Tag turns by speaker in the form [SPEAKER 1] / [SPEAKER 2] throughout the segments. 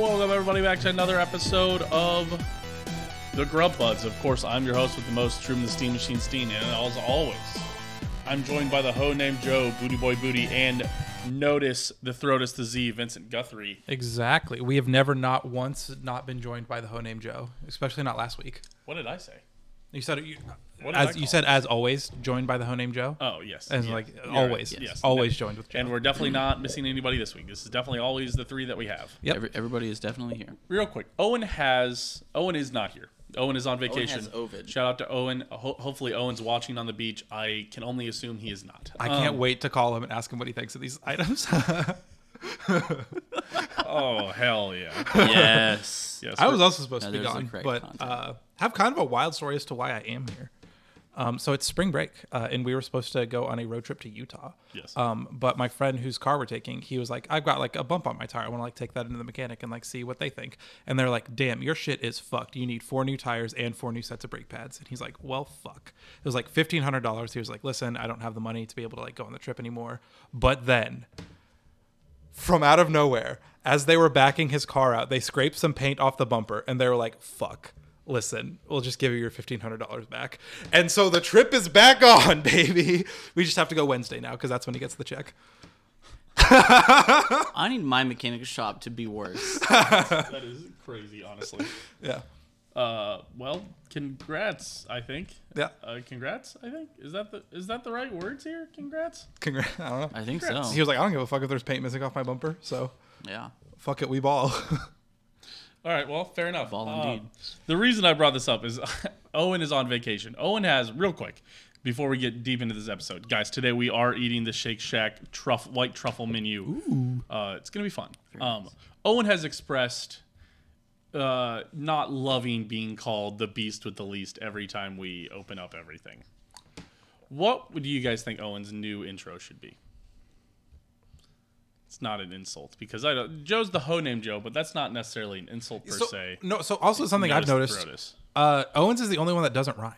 [SPEAKER 1] Welcome everybody back to another episode of the Grub Buds. Of course, I'm your host with the most, Troom the Steam Machine Steen, and as always, I'm joined by the hoe named Joe, Booty Boy Booty, and notice the throatus the Z, Vincent Guthrie.
[SPEAKER 2] Exactly. We have never not once not been joined by the hoe named Joe, especially not last week.
[SPEAKER 1] What did I say?
[SPEAKER 2] You said you,
[SPEAKER 1] What did I
[SPEAKER 2] as
[SPEAKER 1] call
[SPEAKER 2] you said as always joined by the hoe named Joe.
[SPEAKER 1] Oh yes,
[SPEAKER 2] and
[SPEAKER 1] Yeah.
[SPEAKER 2] like
[SPEAKER 1] You're right.
[SPEAKER 2] always,
[SPEAKER 1] Yes.
[SPEAKER 2] always joined with Joe.
[SPEAKER 1] And we're definitely not missing anybody this week. This is definitely always the three that we have.
[SPEAKER 2] Yep.
[SPEAKER 3] Every, everybody is definitely here.
[SPEAKER 1] real quick owen has owen is not here owen is on vacation
[SPEAKER 3] has Ovid.
[SPEAKER 1] shout out to owen Ho- hopefully owen's watching on the beach i can only assume he is not
[SPEAKER 2] I can't wait to call him and ask him what he thinks of these items.
[SPEAKER 1] oh hell yeah
[SPEAKER 3] Yes.
[SPEAKER 1] yes
[SPEAKER 2] I was also supposed
[SPEAKER 3] No,
[SPEAKER 2] to be
[SPEAKER 3] there's the
[SPEAKER 2] gone,
[SPEAKER 3] correct
[SPEAKER 2] but
[SPEAKER 3] content.
[SPEAKER 2] uh, have kind of a wild story as to why I am here. Um, so it's spring break, uh, and we were supposed to go on a road trip to Utah.
[SPEAKER 1] Yes.
[SPEAKER 2] Um, but my friend whose car we're taking, he was like, "I've got like a bump on my tire. I want to like take that into the mechanic and like see what they think." And they're like, "Damn, your shit is fucked. You need four new tires and four new sets of brake pads." And he's like, "Well, fuck." It was like fifteen hundred dollars. He was like, "Listen, I don't have the money to be able to like go on the trip anymore." But then from out of nowhere, as they were backing his car out, they scraped some paint off the bumper and they were like, fuck, listen, we'll just give you your $1,500 back. And so the trip is back on, baby. We just have to go Wednesday now because that's when he gets the check.
[SPEAKER 3] I need my mechanic shop to be worse.
[SPEAKER 1] that is crazy honestly
[SPEAKER 2] Yeah.
[SPEAKER 1] uh well congrats i think
[SPEAKER 2] Yeah.
[SPEAKER 1] uh, congrats i think is that the is that the right words here congrats
[SPEAKER 2] Congrats. I don't know.
[SPEAKER 3] I think so.
[SPEAKER 2] He was like, I don't give a fuck if there's paint missing off my bumper. So
[SPEAKER 3] Yeah.
[SPEAKER 2] fuck it, we ball.
[SPEAKER 1] All right, well, fair enough.
[SPEAKER 3] Ball
[SPEAKER 1] Uh,
[SPEAKER 3] indeed.
[SPEAKER 1] the reason I brought this up is Owen is on vacation. Owen has, real quick, before we get deep into this episode, guys, today we are eating the Shake Shack truff, white truffle menu. Uh, it's going to be fun. Um, Owen has expressed uh, not loving being called the beast with the least every time we open up everything. What would you guys think Owen's new intro should be? It's not an insult because I don't. Joe's the ho name Joe, but that's not necessarily an insult per
[SPEAKER 2] so,
[SPEAKER 1] se.
[SPEAKER 2] no, so also something I've
[SPEAKER 1] Notice
[SPEAKER 2] noticed
[SPEAKER 1] Herodes.
[SPEAKER 2] uh, Owens is the only one that doesn't rhyme.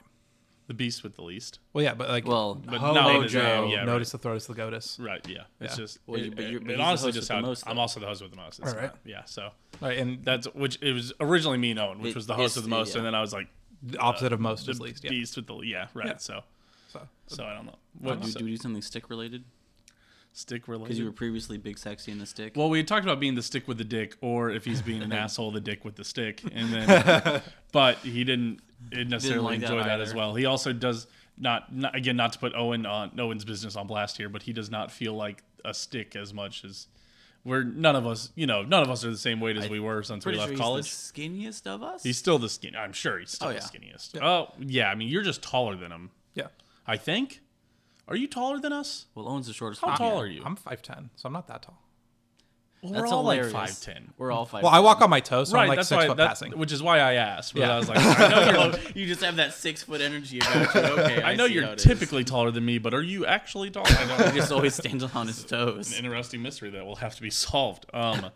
[SPEAKER 1] The beast with the least.
[SPEAKER 2] Well, yeah, but like,
[SPEAKER 3] Well,
[SPEAKER 1] But
[SPEAKER 2] Ho-
[SPEAKER 1] not in
[SPEAKER 2] Hojo,
[SPEAKER 1] his name, yeah,
[SPEAKER 2] notice the throatus, the goatus.
[SPEAKER 1] Right, yeah. It's
[SPEAKER 2] Yeah.
[SPEAKER 1] just
[SPEAKER 3] Well, you-
[SPEAKER 1] it,
[SPEAKER 3] but you're-
[SPEAKER 1] it-
[SPEAKER 3] but
[SPEAKER 1] it
[SPEAKER 3] he's the
[SPEAKER 1] honestly
[SPEAKER 3] host
[SPEAKER 1] just
[SPEAKER 3] with the
[SPEAKER 1] how
[SPEAKER 3] most,
[SPEAKER 1] I'm
[SPEAKER 3] though.
[SPEAKER 1] also the host with the most. It's
[SPEAKER 2] All
[SPEAKER 1] not-
[SPEAKER 2] right.
[SPEAKER 1] Yeah, so
[SPEAKER 2] All right, and
[SPEAKER 1] that's which it was originally me and Owen, which
[SPEAKER 3] It-
[SPEAKER 1] was the host
[SPEAKER 3] it's
[SPEAKER 1] of the
[SPEAKER 3] the-
[SPEAKER 1] most,
[SPEAKER 3] yeah.
[SPEAKER 1] and then I was like
[SPEAKER 2] the opposite of most
[SPEAKER 1] the
[SPEAKER 2] is least. Yeah.
[SPEAKER 1] beast with the yeah, right. So
[SPEAKER 2] So.
[SPEAKER 1] so I don't know.
[SPEAKER 3] What,
[SPEAKER 1] What
[SPEAKER 3] do,
[SPEAKER 1] so-
[SPEAKER 3] do we do something stick related?
[SPEAKER 1] stick
[SPEAKER 3] Because
[SPEAKER 1] related?
[SPEAKER 3] you were previously big sexy in the stick.
[SPEAKER 1] well, we had talked about being the stick with the dick, or if he's being an asshole, the dick with the stick, and then, but he didn't, didn't necessarily
[SPEAKER 3] like that
[SPEAKER 1] enjoy that, as
[SPEAKER 3] either.
[SPEAKER 1] well. He also does not, not again, not to put Owen on Owen's business on blast here, but he does not feel like a stick as much as we're none of us, you know, none of us are the same weight as we were since we
[SPEAKER 3] Pretty
[SPEAKER 1] left
[SPEAKER 3] sure he's
[SPEAKER 1] college.
[SPEAKER 3] the skinniest of us.
[SPEAKER 1] He's still the skin. I'm sure he's still
[SPEAKER 3] Oh,
[SPEAKER 1] the
[SPEAKER 3] yeah.
[SPEAKER 1] skinniest. Oh yeah, I mean you're just taller than him.
[SPEAKER 2] yeah.
[SPEAKER 1] I think. Are you taller than us?
[SPEAKER 3] well, Owen's the shortest.
[SPEAKER 1] How
[SPEAKER 3] one
[SPEAKER 1] tall
[SPEAKER 3] here.
[SPEAKER 1] are you?
[SPEAKER 2] I'm 5'10, so I'm not that tall.
[SPEAKER 1] Well,
[SPEAKER 3] That's
[SPEAKER 1] we're all
[SPEAKER 3] hilarious.
[SPEAKER 1] like five ten.
[SPEAKER 3] We're all five.
[SPEAKER 2] Well, I walk on my toes, so
[SPEAKER 1] right,
[SPEAKER 2] I'm like
[SPEAKER 1] that's
[SPEAKER 2] six
[SPEAKER 1] why
[SPEAKER 2] foot
[SPEAKER 1] that-
[SPEAKER 2] passing.
[SPEAKER 1] which is why I asked. But
[SPEAKER 2] Yeah.
[SPEAKER 1] I was like, I know you're,
[SPEAKER 3] You just have that six foot energy about you. Okay,
[SPEAKER 1] I know
[SPEAKER 3] see how
[SPEAKER 1] you're
[SPEAKER 3] it is.
[SPEAKER 1] typically taller than me, but are you actually taller? I know.
[SPEAKER 3] He just always stands on his toes.
[SPEAKER 1] An interesting mystery that will have to be solved. Um,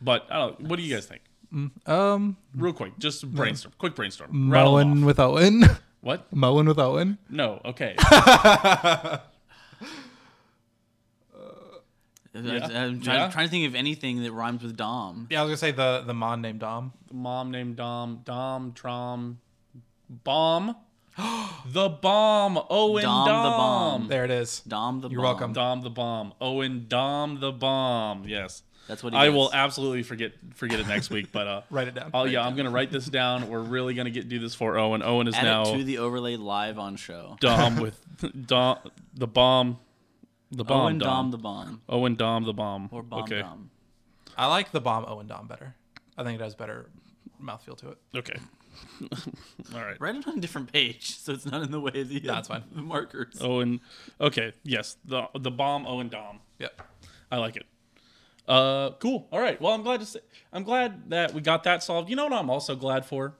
[SPEAKER 1] but I don't. What do you guys think?
[SPEAKER 2] um,
[SPEAKER 1] Real quick, just brainstorm. Quick brainstorm. Rattle 'em
[SPEAKER 2] mowing
[SPEAKER 1] off.
[SPEAKER 2] with Owen.
[SPEAKER 1] What?
[SPEAKER 2] mowing with Owen.
[SPEAKER 1] No. Okay.
[SPEAKER 3] I, am trying,
[SPEAKER 1] Yeah.
[SPEAKER 3] trying to think of anything that rhymes with Dom.
[SPEAKER 2] Yeah, I was gonna say the the mon named Dom.
[SPEAKER 1] Mom named Dom. Dom. Trom. Bomb. the bomb. Owen
[SPEAKER 3] Dom
[SPEAKER 1] Dom.
[SPEAKER 3] the bomb.
[SPEAKER 2] There it is.
[SPEAKER 3] Dom the.
[SPEAKER 2] You're
[SPEAKER 3] bomb.
[SPEAKER 2] welcome.
[SPEAKER 1] Dom the bomb. Owen Dom the bomb. Yes.
[SPEAKER 3] That's what he
[SPEAKER 1] I
[SPEAKER 3] does.
[SPEAKER 1] will absolutely forget forget it next week, but uh,
[SPEAKER 2] Write it down.
[SPEAKER 1] Oh yeah, I'm gonna write this down. We're really gonna get do this for Owen. Owen is
[SPEAKER 3] Add
[SPEAKER 1] now
[SPEAKER 3] it to the overlay live on show.
[SPEAKER 1] Dom with Dom the bomb, the bomb
[SPEAKER 3] Owen Dom
[SPEAKER 1] Dom,
[SPEAKER 3] the bomb
[SPEAKER 1] Owen Dom the bomb
[SPEAKER 3] or bomb
[SPEAKER 1] Oh, okay.
[SPEAKER 3] Dom.
[SPEAKER 2] I like the bomb Owen Dom better. I think it has better mouthfeel to it.
[SPEAKER 1] Okay, all right.
[SPEAKER 3] Write it on a different page so it's not in the way of the, uh,
[SPEAKER 2] that's fine.
[SPEAKER 3] the markers.
[SPEAKER 1] Owen, okay, yes, the the bomb Owen Dom.
[SPEAKER 2] Yep.
[SPEAKER 1] I like it. Uh, cool. All right. Well, I'm glad to say, I'm glad that we got that solved. You know what I'm also glad for?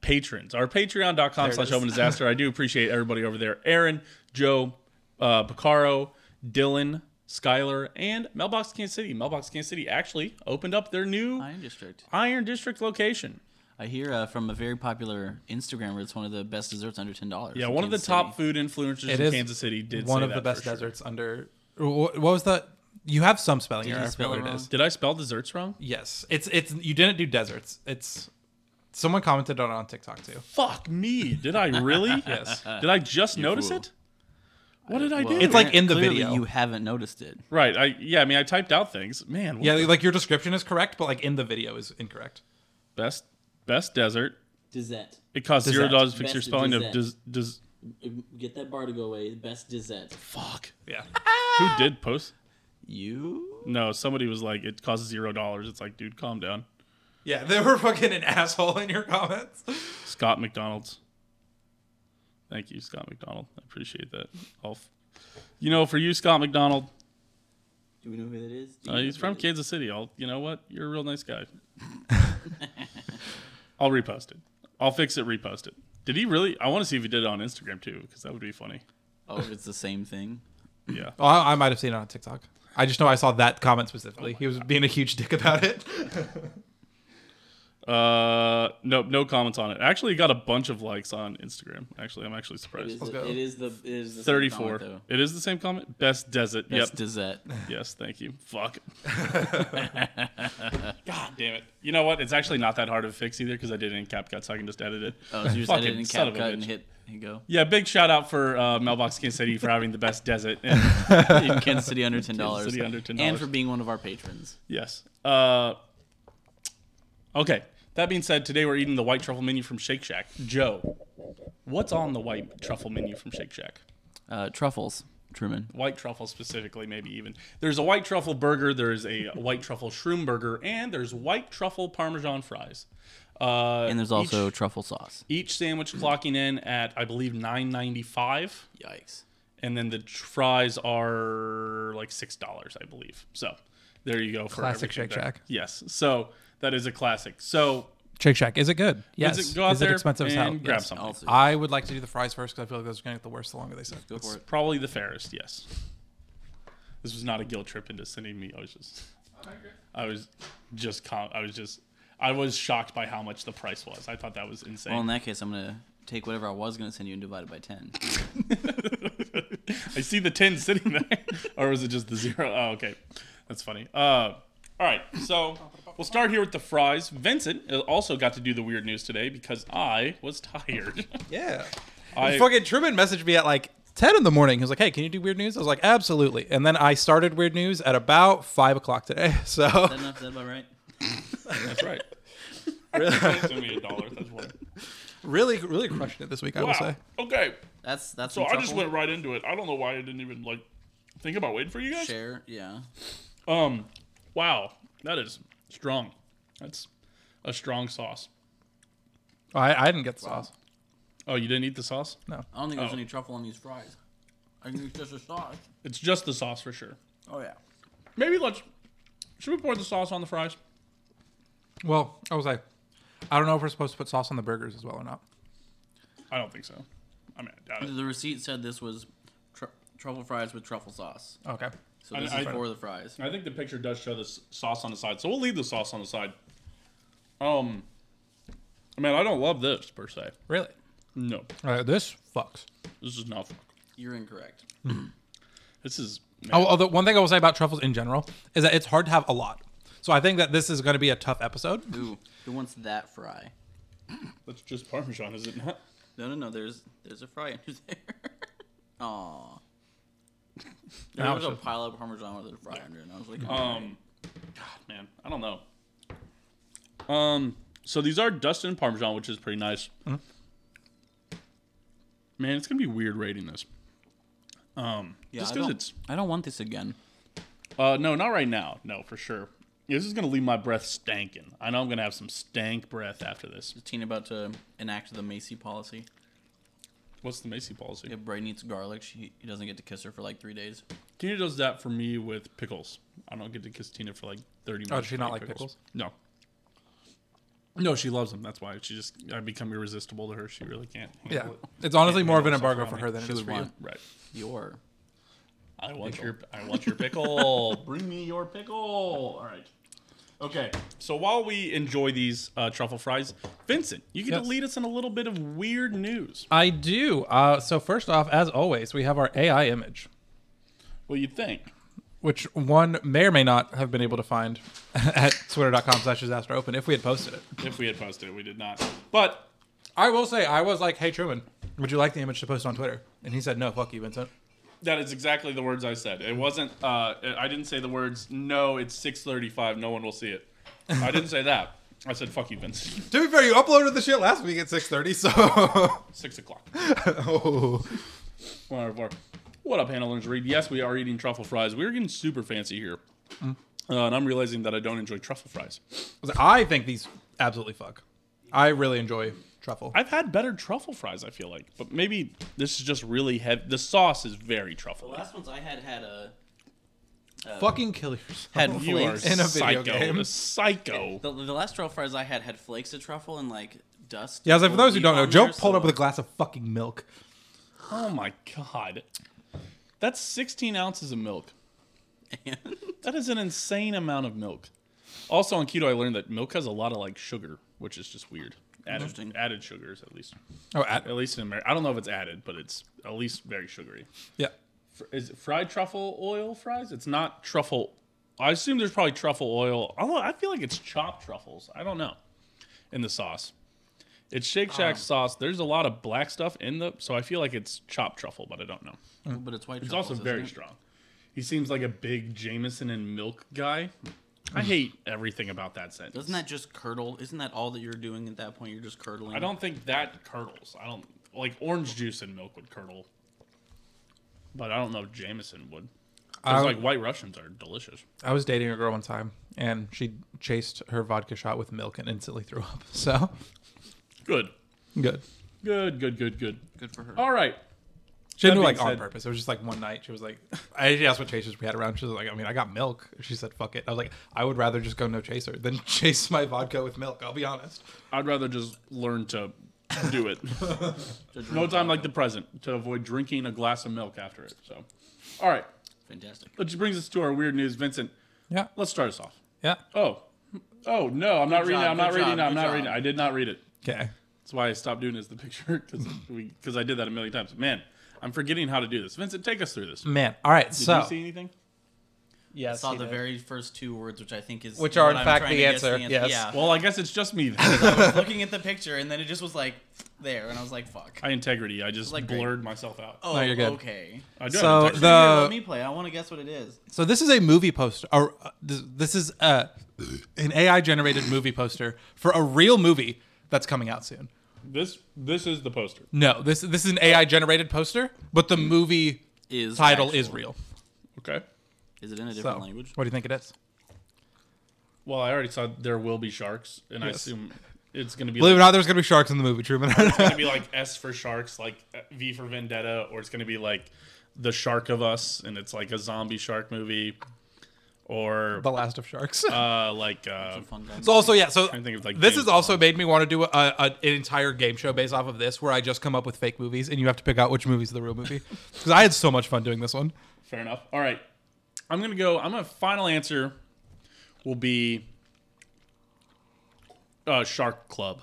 [SPEAKER 1] Patrons. Our patreon.com
[SPEAKER 2] it
[SPEAKER 1] slash
[SPEAKER 2] is.
[SPEAKER 1] open disaster. I do appreciate everybody over there. Aaron, Joe, uh, Picaro, Dylan, Skylar, and Mailbox Kansas City. Mailbox Kansas City actually opened up their new
[SPEAKER 3] Iron District.
[SPEAKER 1] Iron District location.
[SPEAKER 3] I hear uh, from a very popular Instagrammer it's one of the best desserts under ten dollars.
[SPEAKER 1] Yeah, one of the top food influencers
[SPEAKER 2] It
[SPEAKER 1] in
[SPEAKER 2] is
[SPEAKER 1] Kansas City did
[SPEAKER 2] one
[SPEAKER 1] say
[SPEAKER 2] of the
[SPEAKER 1] that
[SPEAKER 2] best
[SPEAKER 1] for sure.
[SPEAKER 2] deserts under. wh- What was that? You have some spelling
[SPEAKER 3] Did you
[SPEAKER 2] error. I
[SPEAKER 3] spell
[SPEAKER 2] forget
[SPEAKER 3] it
[SPEAKER 2] what it
[SPEAKER 3] wrong?
[SPEAKER 2] is.
[SPEAKER 1] Did I spell desserts wrong?
[SPEAKER 2] Yes, it's it's you didn't do deserts. It's someone commented on it on TikTok too.
[SPEAKER 1] Fuck me. Did I really?
[SPEAKER 2] Yes.
[SPEAKER 1] Did I just notice
[SPEAKER 3] fool.
[SPEAKER 1] it? What did I do?
[SPEAKER 3] Well,
[SPEAKER 2] It's like in the
[SPEAKER 3] clearly
[SPEAKER 2] video.
[SPEAKER 3] You haven't noticed it.
[SPEAKER 1] right. I yeah. I mean, I typed out things. Man. What
[SPEAKER 2] Yeah,
[SPEAKER 1] yeah.
[SPEAKER 2] like your description is correct, but like in the video is incorrect.
[SPEAKER 1] Best best desert.
[SPEAKER 4] Dessert.
[SPEAKER 1] It costs zero
[SPEAKER 2] Dessert.
[SPEAKER 1] dollars to fix
[SPEAKER 4] Best
[SPEAKER 1] your spelling of does
[SPEAKER 4] dessert.
[SPEAKER 1] does.
[SPEAKER 4] Get that bar to go away. Best dessert.
[SPEAKER 1] Fuck.
[SPEAKER 2] Yeah.
[SPEAKER 1] Who did post?
[SPEAKER 3] You?
[SPEAKER 1] No, somebody was like, it costs zero dollars. It's like, dude, calm down.
[SPEAKER 2] Yeah, they were fucking an asshole in your comments.
[SPEAKER 1] Scott McDonald's. Thank you, Scott McDonald. I appreciate that. I'll f- you know, for you, Scott McDonald,
[SPEAKER 4] Do we know who that is? Do
[SPEAKER 1] uh,
[SPEAKER 4] you
[SPEAKER 1] he's
[SPEAKER 4] know
[SPEAKER 1] from
[SPEAKER 4] who that is?
[SPEAKER 1] Kansas City. I'll, you know what? You're a real nice guy. I'll repost it. I'll fix it. Repost it. Did he really? I want to see if he did it on Instagram too, because that would be funny.
[SPEAKER 3] Oh, it's the same thing.
[SPEAKER 1] Yeah.
[SPEAKER 2] Oh, I, I might have seen it on TikTok. I just know I saw that comment specifically. he was being a huge dick about it.
[SPEAKER 1] Uh, no, no comments on it. Actually, he got a bunch of likes on Instagram. Actually, I'm actually
[SPEAKER 4] It
[SPEAKER 1] surprised.
[SPEAKER 4] is
[SPEAKER 2] Let's
[SPEAKER 4] the-
[SPEAKER 2] go.
[SPEAKER 4] It is the. It is the same
[SPEAKER 1] Thirty-four.
[SPEAKER 4] comment, though.
[SPEAKER 1] it is the same comment. Best desert.
[SPEAKER 3] That's
[SPEAKER 1] yep.
[SPEAKER 3] Dessert. Oh,
[SPEAKER 1] Yes, thank you. Fuck. God damn it. You know what? It's actually not that hard of a fix either because I did it in CapCut, so I can just edit it.
[SPEAKER 3] Oh, so you just
[SPEAKER 1] Fucking
[SPEAKER 3] edited in
[SPEAKER 1] son of a
[SPEAKER 3] CapCut and
[SPEAKER 1] bitch.
[SPEAKER 3] hit and go.
[SPEAKER 1] Yeah, big shout out for uh, Mailbox Kansas City for having the best desert. And,
[SPEAKER 3] in Kansas City under ten dollars.
[SPEAKER 1] Kansas City under $10.
[SPEAKER 3] And for being one of our patrons.
[SPEAKER 1] yes. Uh, okay. That being said, today we're eating the white truffle menu from Shake Shack. Joe, what's on the white truffle menu from Shake Shack?
[SPEAKER 3] Uh, truffles, Truman.
[SPEAKER 1] White truffle specifically, maybe even. There's a white truffle burger, there's a white truffle shroom burger, and there's white truffle parmesan fries. Uh,
[SPEAKER 3] And there's
[SPEAKER 1] each-
[SPEAKER 3] also truffle sauce.
[SPEAKER 1] each sandwich clocking in at I believe 9.95
[SPEAKER 3] Yikes.
[SPEAKER 1] and then the tr- fries are like $6 I believe. So there you go for
[SPEAKER 2] Classic
[SPEAKER 1] everything
[SPEAKER 2] Shake
[SPEAKER 1] there.
[SPEAKER 2] Shack.
[SPEAKER 1] Yes. So that is a classic. So
[SPEAKER 2] Shake Shack, is it good? Yes.
[SPEAKER 1] is it, go out
[SPEAKER 2] is
[SPEAKER 1] there
[SPEAKER 2] it expensive
[SPEAKER 1] and
[SPEAKER 2] as hell?
[SPEAKER 1] grab
[SPEAKER 2] Yes.
[SPEAKER 1] something.
[SPEAKER 3] Also,
[SPEAKER 2] I would like to do the fries first because I feel like those are going to get the worst the longer they sit.
[SPEAKER 3] go for it.
[SPEAKER 1] Probably the fairest, yes. This was not a guilt trip into sending me. I was just I was just com- I was just I was shocked by how much the price was. I thought that was insane.
[SPEAKER 3] Well, in that case, I'm gonna take whatever I was gonna send you and divide it by ten.
[SPEAKER 1] I see the 10 sitting there. or was it just the zero? Oh, okay. That's funny. Uh, all right. So we'll start here with the fries. Vincent also got to do the weird news today because I was tired.
[SPEAKER 2] Yeah.
[SPEAKER 1] I-
[SPEAKER 2] fucking Truman messaged me at like 10 in the morning. He was like, hey, can you do weird news? I was like, absolutely. And then I started weird news at about 5 o'clock today. So
[SPEAKER 3] Is that enough? Is that about right?
[SPEAKER 1] That's right. Send me a dollar. That's what.
[SPEAKER 2] really, really crushing it this week, I will
[SPEAKER 1] Wow.
[SPEAKER 2] say.
[SPEAKER 1] Okay.
[SPEAKER 3] That's that's.
[SPEAKER 1] So
[SPEAKER 3] some
[SPEAKER 1] I just
[SPEAKER 3] truffle.
[SPEAKER 1] went right into it. I don't know why I didn't even like think about waiting for you guys.
[SPEAKER 3] share. Yeah.
[SPEAKER 1] Um, wow, that is strong. That's a strong sauce.
[SPEAKER 2] I, I didn't get the sauce.
[SPEAKER 1] Oh, you didn't eat the sauce?
[SPEAKER 3] I don't think
[SPEAKER 1] Oh.
[SPEAKER 3] there's any truffle on these fries. I think it's just a sauce.
[SPEAKER 1] It's just the sauce for sure.
[SPEAKER 3] Oh yeah.
[SPEAKER 1] Maybe let's. Should we pour the sauce on the fries?
[SPEAKER 2] Well, I was like, I don't know if we're supposed to put sauce on the burgers as well or not.
[SPEAKER 1] I don't think so. I mean, I doubt it.
[SPEAKER 3] The receipt said this was tru truffle fries with truffle sauce.
[SPEAKER 2] Okay.
[SPEAKER 3] So
[SPEAKER 1] I-
[SPEAKER 3] this
[SPEAKER 1] I-
[SPEAKER 3] is for the fries.
[SPEAKER 1] I think the picture does show the s- sauce on the side, so we'll leave the sauce on the side. Um, I mean, I don't love this per se.
[SPEAKER 2] Really?
[SPEAKER 1] No,
[SPEAKER 2] All right, this fucks.
[SPEAKER 1] this is not. fuck.
[SPEAKER 3] You're incorrect.
[SPEAKER 1] This is.
[SPEAKER 2] Oh, although one thing I will say about truffles in general is that it's hard to have a lot. So I think that this is going to be a tough episode.
[SPEAKER 3] Ooh, who wants that fry?
[SPEAKER 1] That's just Parmesan, is it not?
[SPEAKER 3] No, no, no. There's there's a fry under there. Aw.
[SPEAKER 2] Now
[SPEAKER 3] There was
[SPEAKER 2] it's
[SPEAKER 3] a
[SPEAKER 2] just-
[SPEAKER 3] pile of parmesan with a fry under, it, and I was like,
[SPEAKER 1] Um, God, man, I don't know. Um, so these are dusted and Parmesan, which is pretty nice. Man, it's gonna be weird rating this. Um,
[SPEAKER 3] yeah,
[SPEAKER 1] just
[SPEAKER 3] I
[SPEAKER 1] because
[SPEAKER 3] don't-
[SPEAKER 1] it's
[SPEAKER 3] I don't want this again.
[SPEAKER 1] Uh, no, not right now. No, for sure. This is gonna leave my breath stankin'. I know I'm gonna have some stank breath after this.
[SPEAKER 3] Is Tina about to enact the Macy policy?
[SPEAKER 1] What's the Macy policy?
[SPEAKER 3] If Brayden eats garlic, she he doesn't get to kiss her for like three days.
[SPEAKER 1] Tina does that for me with pickles. I don't get to kiss Tina for like 30 minutes.
[SPEAKER 2] Oh, does she
[SPEAKER 1] for
[SPEAKER 2] not
[SPEAKER 1] eating
[SPEAKER 2] like
[SPEAKER 1] No. No, she loves them. That's why she just I become irresistible to her. She really can't. handle
[SPEAKER 2] Yeah.
[SPEAKER 1] it.
[SPEAKER 2] It's honestly more of an
[SPEAKER 1] Yeah,
[SPEAKER 2] embargo
[SPEAKER 1] so
[SPEAKER 2] for her than it
[SPEAKER 3] She
[SPEAKER 2] is
[SPEAKER 3] would
[SPEAKER 2] for you.
[SPEAKER 3] want
[SPEAKER 1] Right.
[SPEAKER 3] your.
[SPEAKER 1] I want your I want your pickle. Bring me your pickle. All right. Okay. So while we enjoy these uh, truffle fries, Vincent, you get
[SPEAKER 2] Yes.
[SPEAKER 1] to lead us in a little bit of weird news.
[SPEAKER 2] I do. Uh, so first off, as always, we have our AI image.
[SPEAKER 1] Well, you'd think.
[SPEAKER 2] which one may or may not have been able to find at twitter.com slash disaster open if we had posted it.
[SPEAKER 1] If we had posted it, we did not. But
[SPEAKER 2] I will say, I was like, hey, Truman, would you like the image to post on Twitter? And he said, no, fuck you, Vincent.
[SPEAKER 1] that is exactly the words I said. It wasn't. Uh, I didn't say the words. No, it's six thirty-five. No one will see it. I didn't say that. I said fuck you, Vince.
[SPEAKER 2] To be fair, you uploaded the shit last week at 6.30, so...
[SPEAKER 1] Six o'clock.
[SPEAKER 2] oh.
[SPEAKER 1] One out of four. What up, Hannah Learns to Read? Yes, we are eating truffle fries. We're getting super fancy here.
[SPEAKER 2] Mm.
[SPEAKER 1] Uh, and I'm realizing that I don't enjoy truffle fries.
[SPEAKER 2] I think these absolutely fuck. I really enjoy truffle.
[SPEAKER 1] I've had better truffle fries, I feel like. But maybe this is just really heavy. The sauce is very
[SPEAKER 4] The
[SPEAKER 1] truffle.
[SPEAKER 4] last ones I had had a.
[SPEAKER 2] Fucking kill yourself.
[SPEAKER 3] Had
[SPEAKER 1] You are
[SPEAKER 3] flakes.
[SPEAKER 2] In a
[SPEAKER 1] psycho.
[SPEAKER 2] video game.
[SPEAKER 1] A psycho.
[SPEAKER 3] The, the last truffle fries I had had flakes of truffle and like dust.
[SPEAKER 2] Yeah, I was like, for
[SPEAKER 3] or
[SPEAKER 2] those who
[SPEAKER 3] wheat
[SPEAKER 2] don't know,
[SPEAKER 3] on
[SPEAKER 2] Joe
[SPEAKER 3] there,
[SPEAKER 2] pulled
[SPEAKER 3] so
[SPEAKER 2] up with a glass of fucking milk.
[SPEAKER 1] Oh my god. That's 16 ounces of milk. That is an insane amount of milk. Also on keto, I learned that milk has a lot of like sugar, which is just weird. Added,
[SPEAKER 3] Interesting.
[SPEAKER 1] added sugars, at least.
[SPEAKER 2] Oh, at,
[SPEAKER 1] At least in America. I don't know if it's added, but it's at least very sugary.
[SPEAKER 2] yeah.
[SPEAKER 1] Fr- Is it fried truffle oil fries? It's not truffle. I assume there's probably truffle oil. Although I feel like it's chopped truffles. I don't know. In the sauce, it's
[SPEAKER 3] Ah.
[SPEAKER 1] Shake Shack sauce. There's a lot of black stuff in the, so I feel like it's chopped truffle, but I don't know.
[SPEAKER 3] but it's white.
[SPEAKER 1] It's also very strong. He seems like a big Jameson and milk guy. I hate everything about that sentence.
[SPEAKER 3] Hmm. Doesn't that just curdle? Isn't that all that you're doing at that point? You're just curdling.
[SPEAKER 1] I don't think that curdles. I don't like orange juice and milk would curdle, but I don't know if Jameson would. Because
[SPEAKER 2] Um,
[SPEAKER 1] like White Russians are delicious.
[SPEAKER 2] I was dating a girl one time, and she chased her vodka shot with milk and instantly threw up. So
[SPEAKER 1] Good.
[SPEAKER 2] good.
[SPEAKER 1] Good, good, good, good.
[SPEAKER 3] Good for her.
[SPEAKER 1] All right.
[SPEAKER 2] She
[SPEAKER 1] That
[SPEAKER 2] didn't do it,
[SPEAKER 1] being
[SPEAKER 2] like on
[SPEAKER 1] said-
[SPEAKER 2] purpose. It was just like one night. She was like, I she asked what chasers we had around. She was like, I mean, I got milk. She said, fuck it. I was like, I would rather just go no chaser than chase my vodka with milk. I'll be honest.
[SPEAKER 1] I'd rather just learn to do it. no time like the present to avoid drinking a glass of milk after it. So, all right.
[SPEAKER 3] Fantastic.
[SPEAKER 1] Which brings us to our weird news, Vincent.
[SPEAKER 2] Yeah.
[SPEAKER 1] Let's start us off.
[SPEAKER 2] Yeah.
[SPEAKER 1] Oh, oh no! I'm not reading. it.
[SPEAKER 3] job,
[SPEAKER 1] I'm not
[SPEAKER 3] good
[SPEAKER 1] reading.
[SPEAKER 3] job,
[SPEAKER 1] it. I'm
[SPEAKER 3] good
[SPEAKER 1] not
[SPEAKER 3] job.
[SPEAKER 1] reading. it. I did not read it.
[SPEAKER 2] Okay.
[SPEAKER 1] That's why I stopped doing is the picture because we because I did that a million times. Man, I'm forgetting how to do this. Vincent, take us through this. Did
[SPEAKER 2] Man. All right. Mm, so,
[SPEAKER 1] you see anything?
[SPEAKER 2] yeah,
[SPEAKER 3] I saw the very first two words, which I think is
[SPEAKER 2] Which are,
[SPEAKER 3] what
[SPEAKER 2] in
[SPEAKER 3] I'm
[SPEAKER 2] fact,
[SPEAKER 3] trying
[SPEAKER 2] the
[SPEAKER 3] to guess
[SPEAKER 2] answer, yes.
[SPEAKER 3] Yeah.
[SPEAKER 1] Well, I guess it's just me. then.
[SPEAKER 3] I was looking at the picture, and then it just was like there, and I was like, "Fuck."
[SPEAKER 1] I integrity. I just
[SPEAKER 3] Like, great.
[SPEAKER 1] blurred myself out.
[SPEAKER 3] Oh,
[SPEAKER 2] No, you're good.
[SPEAKER 3] okay.
[SPEAKER 1] I do
[SPEAKER 2] So,
[SPEAKER 1] have integrity.
[SPEAKER 2] the-
[SPEAKER 3] Here, let me play. I want to guess what it is.
[SPEAKER 2] So this is a movie poster, or uh, this, this is uh, an AI generated movie poster for a real movie that's coming out soon.
[SPEAKER 1] this this is the poster.
[SPEAKER 2] No, this this is an AI generated poster, but the movie
[SPEAKER 3] Is
[SPEAKER 2] title
[SPEAKER 3] actual.
[SPEAKER 2] is real.
[SPEAKER 1] Okay.
[SPEAKER 3] Is it in a
[SPEAKER 2] So,
[SPEAKER 3] different language?
[SPEAKER 2] what do you think it is?
[SPEAKER 1] Well, I already saw there will be sharks, and I
[SPEAKER 2] Yes.
[SPEAKER 1] assume it's gonna be
[SPEAKER 2] Believe it or
[SPEAKER 1] like,
[SPEAKER 2] not, there's gonna be sharks in the movie, Truman.
[SPEAKER 1] gonna be like S for sharks, like uh, V for Vendetta, or it's gonna be like the Shark of Us, and it's like a zombie shark movie, or
[SPEAKER 2] the Last of Sharks.
[SPEAKER 1] uh, like uh,
[SPEAKER 3] Some fun guy.
[SPEAKER 2] so also, yeah. So
[SPEAKER 1] I think it's like
[SPEAKER 2] this
[SPEAKER 1] James
[SPEAKER 2] has also made me want to do a, a, an entire game show based off of this, where I just come up with fake movies, and you have to pick out which movie's the real movie. Because I had so much fun doing this one.
[SPEAKER 1] Fair enough. All right. I'm going to go. I'm going to final answer will be uh, Shark Club.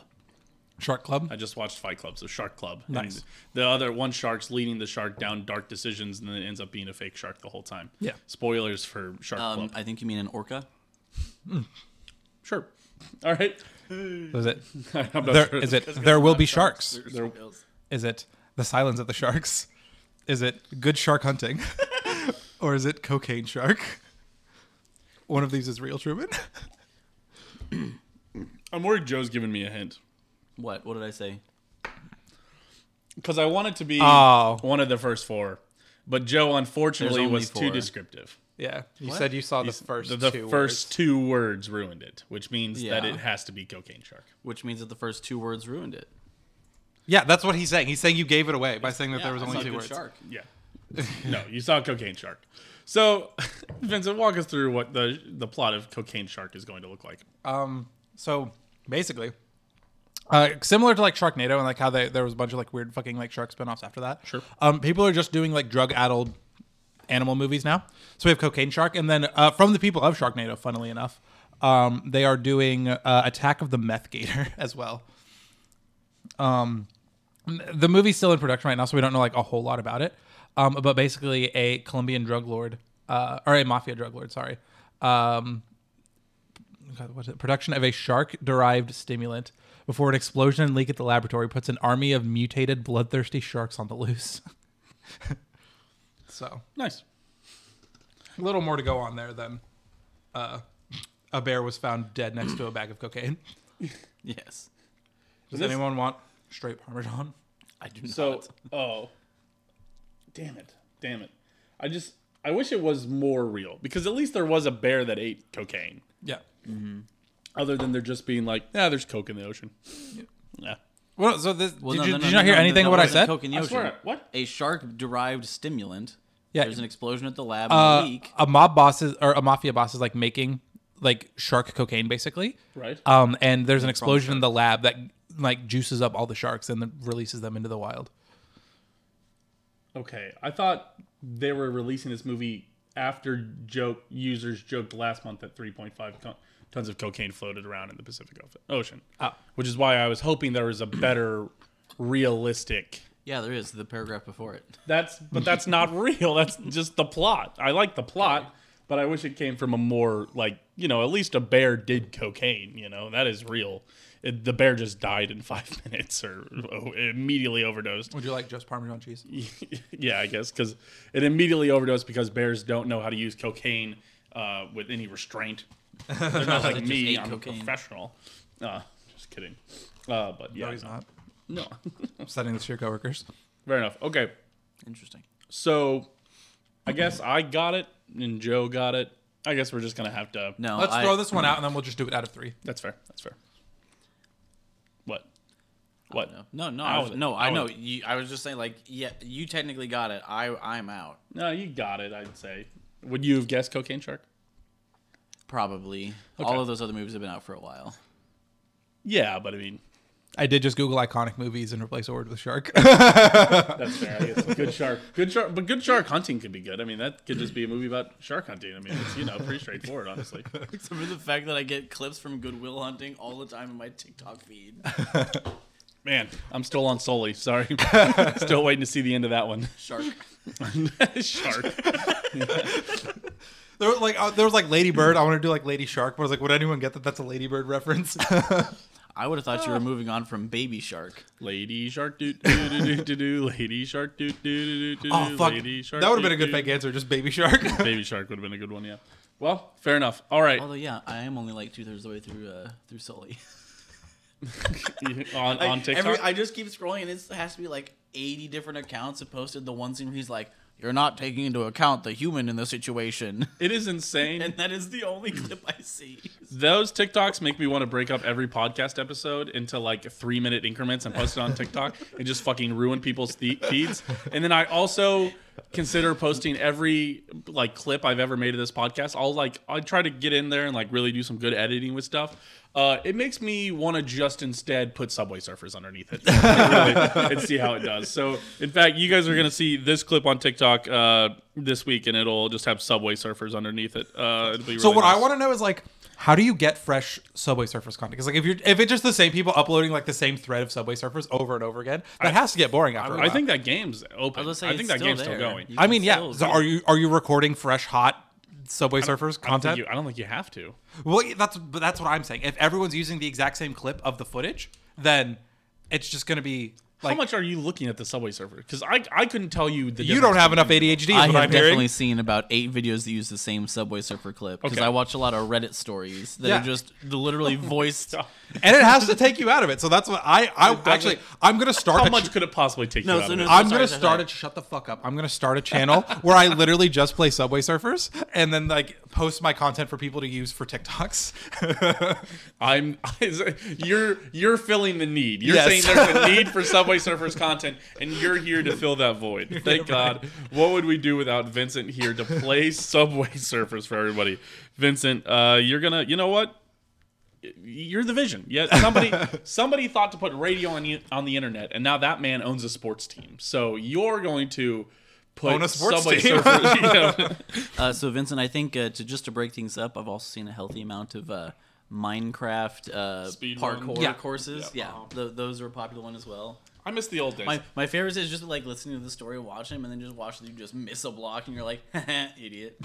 [SPEAKER 2] Shark Club.
[SPEAKER 1] I just watched Fight Club, so Shark Club.
[SPEAKER 2] Nice.
[SPEAKER 1] And the other one shark's leading the shark down dark decisions and then it ends up being a fake shark the whole time.
[SPEAKER 2] Yeah.
[SPEAKER 1] Spoilers for Shark
[SPEAKER 3] Um,
[SPEAKER 1] Club.
[SPEAKER 3] I think you mean an orca.
[SPEAKER 1] Sure. All right.
[SPEAKER 2] Was it?
[SPEAKER 1] I'm not
[SPEAKER 2] There,
[SPEAKER 1] sure.
[SPEAKER 2] is it? There will be sharks.
[SPEAKER 1] There-
[SPEAKER 2] Is it The Silence of the Sharks? Is it Good Shark Hunting? or is it Cocaine Shark? One of these is real, Truman.
[SPEAKER 1] I'm worried Joe's giving me a hint
[SPEAKER 3] What? What did I say?
[SPEAKER 1] because I want it to be
[SPEAKER 2] Oh.
[SPEAKER 1] one of the first four. But Joe, unfortunately,
[SPEAKER 3] only
[SPEAKER 1] was too
[SPEAKER 3] four.
[SPEAKER 1] descriptive.
[SPEAKER 2] Yeah. You said you saw the first
[SPEAKER 1] the, the
[SPEAKER 2] two.
[SPEAKER 1] first two words ruined it, which means that
[SPEAKER 3] Yeah.
[SPEAKER 1] it has to be cocaine shark.
[SPEAKER 3] Which means that the first two words ruined it.
[SPEAKER 2] Yeah, that's what he's saying. He's saying you gave it away by saying that
[SPEAKER 3] Yeah,
[SPEAKER 2] there was
[SPEAKER 3] I
[SPEAKER 2] only
[SPEAKER 3] saw
[SPEAKER 2] two
[SPEAKER 3] Good
[SPEAKER 2] words.
[SPEAKER 3] Shark.
[SPEAKER 1] Yeah. no, you saw cocaine shark. So, Vincent, walk us through what the the plot of cocaine shark is going to look like.
[SPEAKER 2] Um, so basically, uh, similar to like Sharknado and like how they, there was a bunch of like weird fucking like shark spinoffs after that.
[SPEAKER 1] Sure.
[SPEAKER 2] Um, people are just doing like drug addled animal movies now. So we have Cocaine Shark, and then uh, from the people of Sharknado, funnily enough, um, they are doing uh, Attack of the Meth Gator as well. Um, the movie's still in production right now, so we don't know like a whole lot about it. Um, but basically, a Colombian drug lord uh, or a mafia drug lord, sorry. Um, God, what's it? Production of a shark derived stimulant before an explosion and leak at the laboratory puts an army of mutated, bloodthirsty sharks on the loose. so,
[SPEAKER 1] Nice.
[SPEAKER 2] a little more to go on there than uh, a bear was found dead next to a bag of cocaine.
[SPEAKER 3] Yes.
[SPEAKER 2] Does
[SPEAKER 1] This-
[SPEAKER 2] anyone want straight Parmesan?
[SPEAKER 3] I do not.
[SPEAKER 1] So, oh, damn it, damn it! I just, I wish it was more real because at least there was a bear that ate cocaine.
[SPEAKER 2] Yeah.
[SPEAKER 1] Other than there just being like, yeah, there's coke in the ocean. Yeah.
[SPEAKER 2] Well, so this,
[SPEAKER 3] Well,
[SPEAKER 2] did
[SPEAKER 3] no,
[SPEAKER 2] you,
[SPEAKER 3] no,
[SPEAKER 2] did
[SPEAKER 3] no,
[SPEAKER 2] you
[SPEAKER 3] no,
[SPEAKER 2] not hear
[SPEAKER 3] no,
[SPEAKER 2] anything
[SPEAKER 3] no,
[SPEAKER 2] of what I
[SPEAKER 3] wasn't
[SPEAKER 2] said?
[SPEAKER 3] Coke in the
[SPEAKER 1] I
[SPEAKER 3] ocean.
[SPEAKER 1] swear. What?
[SPEAKER 3] A shark derived stimulant.
[SPEAKER 2] Yeah.
[SPEAKER 3] There's an explosion at the lab
[SPEAKER 2] Uh,
[SPEAKER 3] and a leak.
[SPEAKER 2] a mob boss is, or a mafia boss is like making like shark cocaine basically.
[SPEAKER 1] Right.
[SPEAKER 2] Um, and there's an explosion in the lab that like juices up all the sharks and then releases them into the wild.
[SPEAKER 1] Okay. I thought they were releasing this movie after joke users joked last month that 3.5 co- tons of cocaine floated around in the Pacific O- Ocean.
[SPEAKER 2] Oh.
[SPEAKER 1] Which is why I was hoping there was a better, realistic.
[SPEAKER 3] Yeah, there is the paragraph before it.
[SPEAKER 1] That's but that's not real. That's just the plot. I like the plot, but I wish it came from a more like you know at least a bear did cocaine. You know that is real. It, the bear just died in five minutes or oh, immediately overdosed.
[SPEAKER 2] Would you like just Parmesan cheese?
[SPEAKER 1] yeah, I guess because it immediately overdosed because bears don't know how to use cocaine uh, with any restraint. They're not like
[SPEAKER 3] just
[SPEAKER 1] me.
[SPEAKER 3] ate
[SPEAKER 1] I'm a
[SPEAKER 3] cocaine.
[SPEAKER 1] professional. Uh, just kidding. Uh, but yeah,
[SPEAKER 2] No, he's not.
[SPEAKER 1] No,
[SPEAKER 2] I'm sending this to your coworkers.
[SPEAKER 1] fair enough. Okay.
[SPEAKER 3] Interesting.
[SPEAKER 1] So I guess I got it and Joe got it. I guess we're just gonna have to.
[SPEAKER 3] No,
[SPEAKER 2] Let's
[SPEAKER 3] I-
[SPEAKER 2] throw this one out and then we'll just do it out of three.
[SPEAKER 1] That's fair. That's fair. What? What?
[SPEAKER 3] No, no, no,
[SPEAKER 1] Out
[SPEAKER 3] I was,
[SPEAKER 1] of it.
[SPEAKER 3] no. I
[SPEAKER 1] Out
[SPEAKER 3] know.
[SPEAKER 1] of it.
[SPEAKER 3] You, I was just saying, like, yeah, you technically got it. I, I'm out.
[SPEAKER 1] No, you got it. I'd say. Would you have guessed Cocaine Shark?
[SPEAKER 3] Probably.
[SPEAKER 1] Okay.
[SPEAKER 3] All of those other movies have been out for a while.
[SPEAKER 1] Yeah, but I mean
[SPEAKER 2] I did just Google iconic movies and replace a word with shark.
[SPEAKER 1] that's fair. I guess. Good shark. Good shark. But good shark hunting could be good. I mean that could just be a movie about shark hunting. I mean it's you know pretty straightforward honestly.
[SPEAKER 3] Except for the fact that I get clips from Goodwill Hunting all the time in my TikTok feed.
[SPEAKER 1] Man, I'm still on Sully. Sorry. still waiting to see the end of that one.
[SPEAKER 3] Shark.
[SPEAKER 1] shark.
[SPEAKER 2] there, was like, uh, there was like Lady Bird. I want to do like Lady Shark, but I was like, would anyone get that? That's a Lady Bird reference.
[SPEAKER 3] I would have thought you were moving on from Baby Shark.
[SPEAKER 1] Lady shark doo doo doo doo doo doo. Lady shark doo doo doo doo doo.
[SPEAKER 2] oh fuck,
[SPEAKER 1] Lady shark.
[SPEAKER 2] that would have been a
[SPEAKER 1] doo
[SPEAKER 2] good
[SPEAKER 1] doo.
[SPEAKER 2] fake answer. Just Baby Shark.
[SPEAKER 1] Baby shark would have been a good one. Yeah. Well, fair enough. All right.
[SPEAKER 3] Although, yeah, I am only like two thirds of the way through uh, through Sully.
[SPEAKER 1] on on TikTok.
[SPEAKER 3] Every, I just keep scrolling, and it has to be like 80 different accounts that posted the one scene where he's like, You're not taking into account the human in the situation.
[SPEAKER 1] it is insane.
[SPEAKER 3] And that is the only clip I see.
[SPEAKER 1] Those TikToks make me want to break up every podcast episode into like three minute increments and post it on TikTok and just fucking ruin people's th- feeds. And then I also consider posting every like clip I've ever made of this podcast. I'll like I try to get in there and like really do some good editing with stuff. Uh, it makes me want to just instead put Subway Surfers underneath it really, and see how it does. So, in fact, you guys are gonna see this clip on TikTok uh, this week, and it'll just have Subway Surfers underneath it. Uh, it'll be
[SPEAKER 2] So
[SPEAKER 1] really
[SPEAKER 2] what I
[SPEAKER 1] nice.
[SPEAKER 2] want to know is like, how do you get fresh Subway Surfers content? Because like if you're if it's just the same people uploading like the same thread of Subway Surfers over and over again, that has to get boring after. a
[SPEAKER 1] I
[SPEAKER 2] while.
[SPEAKER 1] think that game's open. I,
[SPEAKER 3] gonna say,
[SPEAKER 1] think
[SPEAKER 3] it's
[SPEAKER 1] that
[SPEAKER 3] still
[SPEAKER 1] game's
[SPEAKER 3] there.
[SPEAKER 1] still going.
[SPEAKER 3] You
[SPEAKER 1] I
[SPEAKER 2] I mean, yeah.
[SPEAKER 3] Still
[SPEAKER 2] So
[SPEAKER 3] do.
[SPEAKER 2] are you are you recording fresh hot Subway Surfers
[SPEAKER 1] don't, think
[SPEAKER 2] content?
[SPEAKER 1] you, I don't think you have to.
[SPEAKER 2] Well, yeah, that's but that's what I'm saying. If everyone's using the exact same clip of the footage, then it's just gonna be like
[SPEAKER 1] How much are you looking at the Subway Surfer? Because I, I couldn't tell you the.
[SPEAKER 2] you don't
[SPEAKER 1] difference
[SPEAKER 2] have enough ADHD. Is what
[SPEAKER 3] I have
[SPEAKER 2] I'm
[SPEAKER 3] definitely
[SPEAKER 2] hearing.
[SPEAKER 3] seen about eight videos that use the same Subway Surfer clip because
[SPEAKER 1] Okay.
[SPEAKER 3] I watch a lot of Reddit stories that
[SPEAKER 2] Yeah.
[SPEAKER 3] are just literally voiced.
[SPEAKER 2] and it has to take you out of it. So that's what I I
[SPEAKER 1] doesn't-
[SPEAKER 2] actually I'm gonna start.
[SPEAKER 1] How
[SPEAKER 2] a
[SPEAKER 1] much could it possibly take
[SPEAKER 3] No,
[SPEAKER 1] you out
[SPEAKER 3] so
[SPEAKER 1] of
[SPEAKER 3] no-
[SPEAKER 1] it?
[SPEAKER 2] I'm
[SPEAKER 3] sorry,
[SPEAKER 2] gonna
[SPEAKER 3] sorry,
[SPEAKER 2] start
[SPEAKER 3] sorry.
[SPEAKER 2] a shut the fuck up. I'm gonna start a channel where I literally just play Subway Surfers and then like post my content for people to use for TikToks.
[SPEAKER 1] I'm you're you're filling the need. You're
[SPEAKER 2] Yes.
[SPEAKER 1] saying there's a need for Subway Surfers content, and you're here to fill that void. Thank God. What would we do without Vincent here to play Subway Surfers for everybody? Vincent, uh, you're gonna. You know what? You're the vision. Yeah, somebody somebody thought to put radio on the, on the internet, and now that man owns a sports team. So you're going to put
[SPEAKER 2] Own a sports
[SPEAKER 1] Subway
[SPEAKER 2] team.
[SPEAKER 1] Surfers. you know.
[SPEAKER 3] Uh, so Vincent, I think uh, to just to break things up, I've also seen a healthy amount of uh, Minecraft uh,
[SPEAKER 1] Speed
[SPEAKER 3] parkour
[SPEAKER 1] run.
[SPEAKER 2] Yeah.
[SPEAKER 3] courses. Yeah, Tho- those are a popular one as well.
[SPEAKER 1] I miss the old days.
[SPEAKER 3] My, my favorite is just like listening to the story, watching him, and then just watching you just miss a block, and you're like, idiot.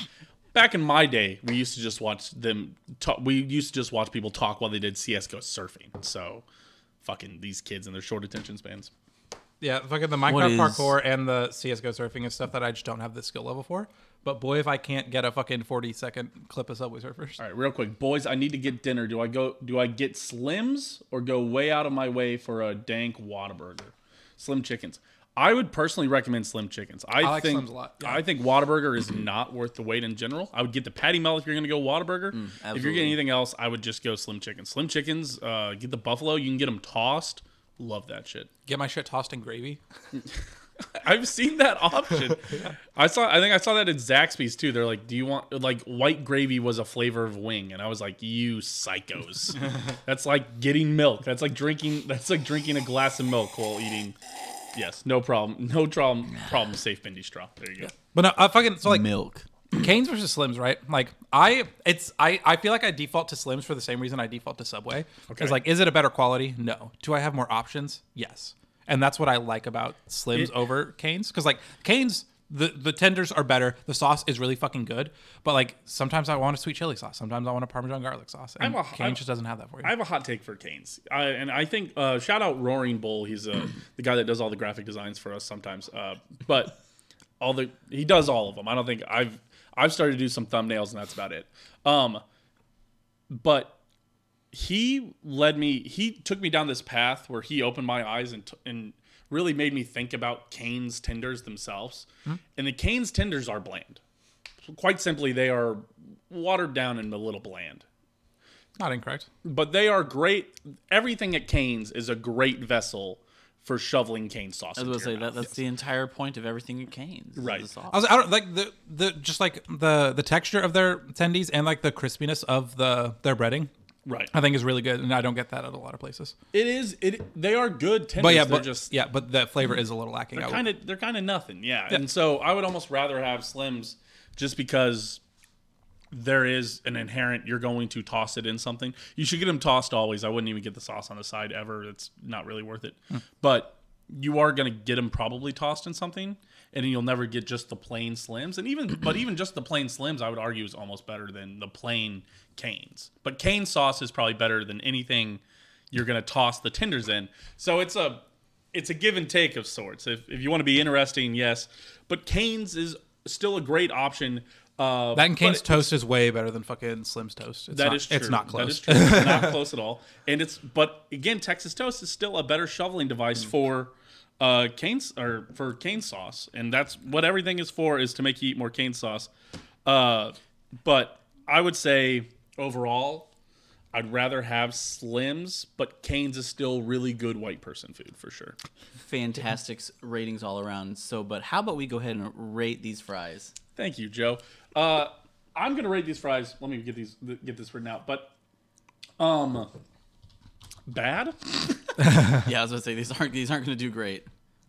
[SPEAKER 1] Back in my day, we used to just watch them. Talk, we used to just watch people talk while they did CS:GO surfing. So, fucking these kids and their short attention spans.
[SPEAKER 2] Yeah, fucking the Minecraft
[SPEAKER 3] is-
[SPEAKER 2] parkour and the CS:GO surfing is stuff that I just don't have the skill level for. But boy, if I can't get a fucking forty second clip of Subway Surfers,
[SPEAKER 1] All right, real quick, boys. I need to get dinner. Do I go? Do I get Slims or go way out of my way for a dank Whataburger? Slim chickens. I would personally recommend Slim chickens. I,
[SPEAKER 2] like
[SPEAKER 1] think
[SPEAKER 2] Slims a lot, yeah.
[SPEAKER 1] I think Whataburger is not worth the wait in general. I would get the patty melt if you're going to go Whataburger. if you're
[SPEAKER 3] absolutely.
[SPEAKER 1] getting anything else, I would just go Slim chickens. Slim chickens. Uh, get the buffalo. You can get them tossed. Love that shit.
[SPEAKER 2] get my shit tossed in gravy.
[SPEAKER 1] I've seen that option. I saw. I think I saw that at Zaxby's too. They're like, "Do you want like white gravy was a flavor of wing?" And I was like, "You psychos! that's like getting milk. That's like drinking. That's like drinking a glass of milk while eating." Yes, no problem. No problem. Problem. Safe bendy straw. There you go.
[SPEAKER 2] But no, I fucking so like
[SPEAKER 3] Milk.
[SPEAKER 2] Canes versus Slims, right? Like I, it's I, I feel like I default to Slims for the same reason I default to Subway.
[SPEAKER 1] Okay.
[SPEAKER 2] It's like, is it a better quality? No. Do I have more options? Yes. And that's what I like about Slims
[SPEAKER 1] It-
[SPEAKER 2] over Canes, because like Canes, the the tenders are better, the sauce is really fucking good, but like sometimes I want a sweet chili sauce, sometimes I want a Parmesan garlic sauce, and
[SPEAKER 1] I'm a- I'm-
[SPEAKER 2] Canes just doesn't have that for you.
[SPEAKER 1] I have a hot take for Canes, I, and I think uh, shout out Roaring Bull. He's uh, the guy that does all the graphic designs for us sometimes. Uh, but all the he does all of them. I don't think I've I've started to do some thumbnails, and that's about it. Um, but he led me. He took me down this path where he opened my eyes and t- and really made me think about Canes tenders themselves. And the Canes tenders are bland. Quite simply, they are watered down and a little bland
[SPEAKER 2] Not incorrect.
[SPEAKER 1] but they are great. Everything at Cane's is a great vessel for shoveling cane sauce.
[SPEAKER 3] I was
[SPEAKER 1] into
[SPEAKER 3] going to
[SPEAKER 1] your
[SPEAKER 3] say,
[SPEAKER 1] mouth.
[SPEAKER 3] that, that's the entire point of everything at Cane's. is
[SPEAKER 1] Right.
[SPEAKER 3] the sauce.
[SPEAKER 2] I was I don't like the the just like the the texture of their tendies and like the crispiness of the their breading.
[SPEAKER 1] right.
[SPEAKER 2] I think is really good, and I don't get that at a lot of places.
[SPEAKER 1] It is. It. They are good tenders.
[SPEAKER 2] but yeah,
[SPEAKER 1] they're
[SPEAKER 2] but
[SPEAKER 1] just
[SPEAKER 2] yeah, but that flavor is a little lacking. I would-
[SPEAKER 1] kind of. They're kind of nothing. Yeah. And so I would almost rather have Slims, just because there is an inherent. You're going to toss it in something. You should get them tossed always. I wouldn't even get the sauce on the side ever. It's not really worth it. But you are going to get them probably tossed in something. And then you'll never get just the plain slims, and even but even just the plain slims, I would argue is almost better than the plain canes. But cane sauce is probably better than anything you're gonna toss the tenders in. So it's a it's a give and take of sorts. If, if you want to be interesting, yes, but Canes is still a great option. Uh,
[SPEAKER 2] that and Cane's
[SPEAKER 1] but-
[SPEAKER 2] toast is way better than fucking Slim's toast. It's
[SPEAKER 1] that
[SPEAKER 2] not,
[SPEAKER 1] is true.
[SPEAKER 2] It's not close.
[SPEAKER 1] That is true. It's not close at all. And it's but again, Texas toast is still a better shoveling
[SPEAKER 2] Mm.
[SPEAKER 1] device for uh cane s- or for cane sauce, and that's what everything is for is to make you eat more cane sauce. Uh, but I would say overall, I'd rather have Slims, but Canes is still really good white person food for sure.
[SPEAKER 3] Fantastic s- ratings all around. So, but how about we go ahead and rate these fries?
[SPEAKER 1] Thank you, Joe. Uh, I'm gonna rate these fries. Let me get these th- get this written out. But um, bad.
[SPEAKER 3] yeah, I was going to say, these aren't, these aren't going to do great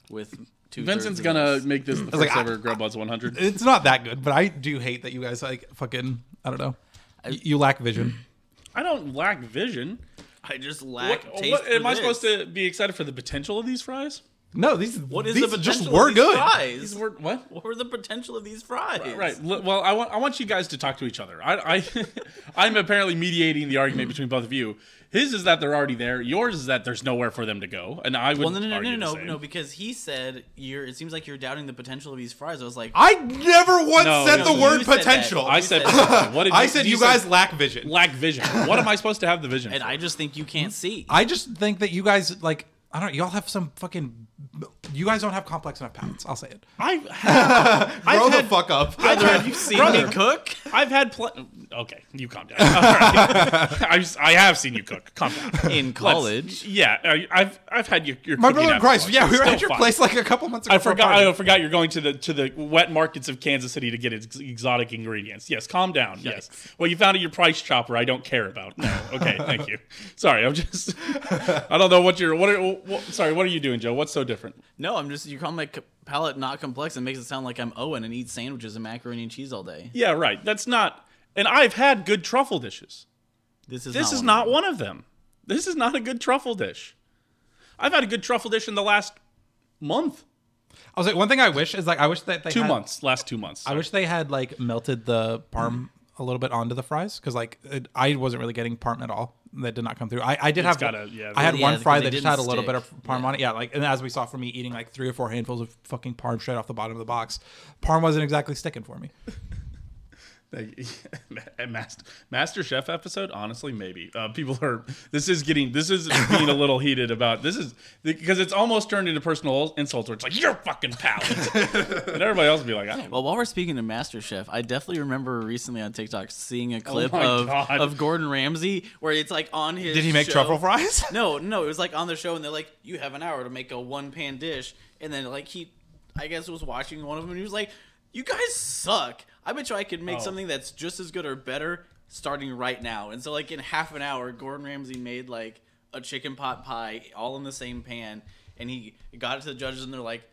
[SPEAKER 3] with two
[SPEAKER 1] Vincent's gonna make this the first
[SPEAKER 2] like, I-
[SPEAKER 1] ever Grub Buds 100.
[SPEAKER 2] It's not that good, but I do hate that you guys like fucking. I don't know. Y- you lack vision.
[SPEAKER 1] I don't lack vision.
[SPEAKER 3] I just
[SPEAKER 1] What,
[SPEAKER 3] lack
[SPEAKER 1] what-
[SPEAKER 3] taste.
[SPEAKER 1] am
[SPEAKER 3] for
[SPEAKER 1] I
[SPEAKER 3] this.
[SPEAKER 1] supposed to be excited for the potential of these fries?
[SPEAKER 2] No, these
[SPEAKER 3] What is
[SPEAKER 2] these
[SPEAKER 3] the potential
[SPEAKER 2] just
[SPEAKER 3] of
[SPEAKER 2] were
[SPEAKER 3] these
[SPEAKER 2] good.
[SPEAKER 3] Fries?
[SPEAKER 1] These were what?
[SPEAKER 3] What were the potential of these fries?
[SPEAKER 1] Right. l- Well, I want I want you guys to talk to each other. I, I I'm apparently mediating the argument between both of you. His is that they're already there. Yours is that there's nowhere for them to go. And I would
[SPEAKER 3] Well, no, no, no,
[SPEAKER 1] argue
[SPEAKER 3] no,
[SPEAKER 1] the
[SPEAKER 3] no,
[SPEAKER 1] same.
[SPEAKER 3] no, because he said you're. It seems like you're doubting the potential of these fries. I was like,
[SPEAKER 2] I never once
[SPEAKER 1] No,
[SPEAKER 2] said
[SPEAKER 1] no,
[SPEAKER 2] the
[SPEAKER 1] you
[SPEAKER 2] word
[SPEAKER 3] said that.
[SPEAKER 2] potential.
[SPEAKER 1] I
[SPEAKER 3] You
[SPEAKER 1] said
[SPEAKER 3] said-
[SPEAKER 1] what did
[SPEAKER 2] I said you, guys
[SPEAKER 1] said
[SPEAKER 2] lack vision.
[SPEAKER 1] lack vision. What am I supposed to have the vision?
[SPEAKER 3] and
[SPEAKER 1] for?
[SPEAKER 3] I just think you can't see.
[SPEAKER 2] I just think that you guys like. I don't. Y'all have some fucking. You guys don't have complex enough palates. I'll say it.
[SPEAKER 1] I've had, I've
[SPEAKER 2] Grow the
[SPEAKER 1] had-
[SPEAKER 2] fuck up.
[SPEAKER 1] I've had,
[SPEAKER 3] You've seen
[SPEAKER 1] Brother,
[SPEAKER 3] me cook.
[SPEAKER 1] I've had plenty. Okay, you calm down. All right. I, s- I have seen you cook. Calm down.
[SPEAKER 3] In
[SPEAKER 1] Let's-
[SPEAKER 3] college.
[SPEAKER 1] yeah, I- I've I've had your, your
[SPEAKER 2] My
[SPEAKER 1] cooking
[SPEAKER 2] brother in
[SPEAKER 1] after
[SPEAKER 2] Christ.
[SPEAKER 1] college.
[SPEAKER 2] Yeah, we were
[SPEAKER 1] Still
[SPEAKER 2] at your
[SPEAKER 1] fun.
[SPEAKER 2] place like a couple months ago.
[SPEAKER 1] I
[SPEAKER 2] for a
[SPEAKER 1] forgot.
[SPEAKER 2] party.
[SPEAKER 1] I forgot you're going to the to the wet markets of Kansas City to get ex- exotic ingredients. Yes, calm down. Yes. Well, you found out your price chopper. I don't care about. No. Okay. thank you. Sorry. I'm just. I don't know what you're. What are? What, sorry. What are you doing, Joe? What's so different?
[SPEAKER 3] No, I'm just. You call my c- palate not complex and makes it sound like I'm Owen and eat sandwiches and macaroni and cheese all day.
[SPEAKER 1] Yeah. Right. That's not. And I've had good truffle dishes.
[SPEAKER 3] This is.
[SPEAKER 1] This
[SPEAKER 3] not
[SPEAKER 1] is
[SPEAKER 3] one of
[SPEAKER 1] not one of them. This is not a good truffle dish. I've had a good truffle dish in the last month,
[SPEAKER 2] I was like, one thing I wish is like I wish that they
[SPEAKER 1] two
[SPEAKER 2] had-
[SPEAKER 1] months, last two months.
[SPEAKER 2] I wish they had like melted the parm a little bit onto the fries because like it, I wasn't really getting parm at all. That did not come through. I, I did have
[SPEAKER 1] gotta- yeah,
[SPEAKER 2] I had
[SPEAKER 1] they-
[SPEAKER 2] one
[SPEAKER 3] yeah,
[SPEAKER 2] fry
[SPEAKER 3] they
[SPEAKER 2] that just
[SPEAKER 3] didn't
[SPEAKER 2] had a little bit of
[SPEAKER 3] stick.
[SPEAKER 2] parm on it. Yeah, like and as we saw from me eating like three or four handfuls of fucking parm straight off the bottom of the box, parm wasn't exactly sticking for me.
[SPEAKER 1] Like, master, master Chef episode, honestly, maybe uh, people are. This is getting. This is being a little heated about. This is because it's almost turned into personal insults where it's like your fucking palate, and everybody else will be like, I don't
[SPEAKER 3] Well, while we're speaking to MasterChef, I definitely remember recently on TikTok seeing a clip
[SPEAKER 1] my
[SPEAKER 3] of,
[SPEAKER 1] God.
[SPEAKER 3] of Gordon Ramsay where it's like on his.
[SPEAKER 2] Did he make
[SPEAKER 3] show-
[SPEAKER 2] truffle fries?
[SPEAKER 3] No, no, it was like on the show, and they're like, "You have an hour to make a one-pan dish," and then like he, I guess, was watching one of them, and he was like, "You guys suck. I bet you I could make
[SPEAKER 1] Oh.
[SPEAKER 3] something that's just as good or better starting right now." And so like in half an hour, Gordon Ramsay made like a chicken pot pie all in the same pan, and he got it to the judges, and they're like,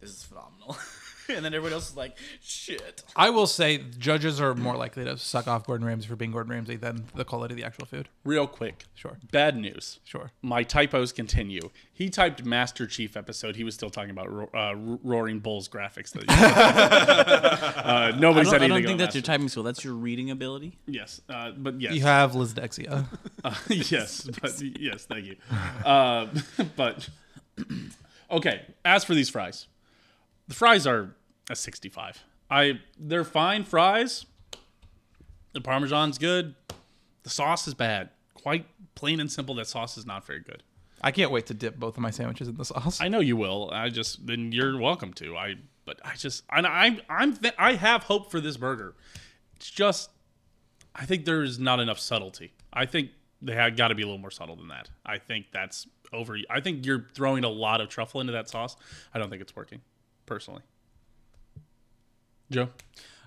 [SPEAKER 3] "This is phenomenal." And then everyone else is like, "Shit."
[SPEAKER 2] I will say judges are more likely to suck off Gordon Ramsay for being Gordon Ramsay than the quality of the actual food.
[SPEAKER 1] real quick.
[SPEAKER 2] Sure.
[SPEAKER 1] Bad news.
[SPEAKER 2] Sure.
[SPEAKER 1] My typos continue. He typed Master Chief episode. He was still talking about ro- uh, Ro- Roaring Bulls graphics. That uh, nobody
[SPEAKER 3] I
[SPEAKER 1] said anything.
[SPEAKER 3] don't,
[SPEAKER 1] about
[SPEAKER 3] think that's your
[SPEAKER 1] Master-
[SPEAKER 3] timing skill. That's your reading ability.
[SPEAKER 1] Yes, uh, but yes,
[SPEAKER 2] You have Lisdexia.
[SPEAKER 1] yes, but yes, thank you. Uh, but okay, as for these fries, the fries are a 65. I they're fine fries. The parmesan's good. The sauce is bad. Quite plain and simple. That sauce is not very good.
[SPEAKER 2] I can't wait to dip both of my sandwiches in the sauce.
[SPEAKER 1] I know you will. I just then you're welcome to. I but I just and I'm I'm th- I have hope for this burger. It's just I think there is not enough subtlety. I think they had got to be a little more subtle than that. I think that's over. I think you're throwing a lot of truffle into that sauce. I don't think it's working, personally. Joe,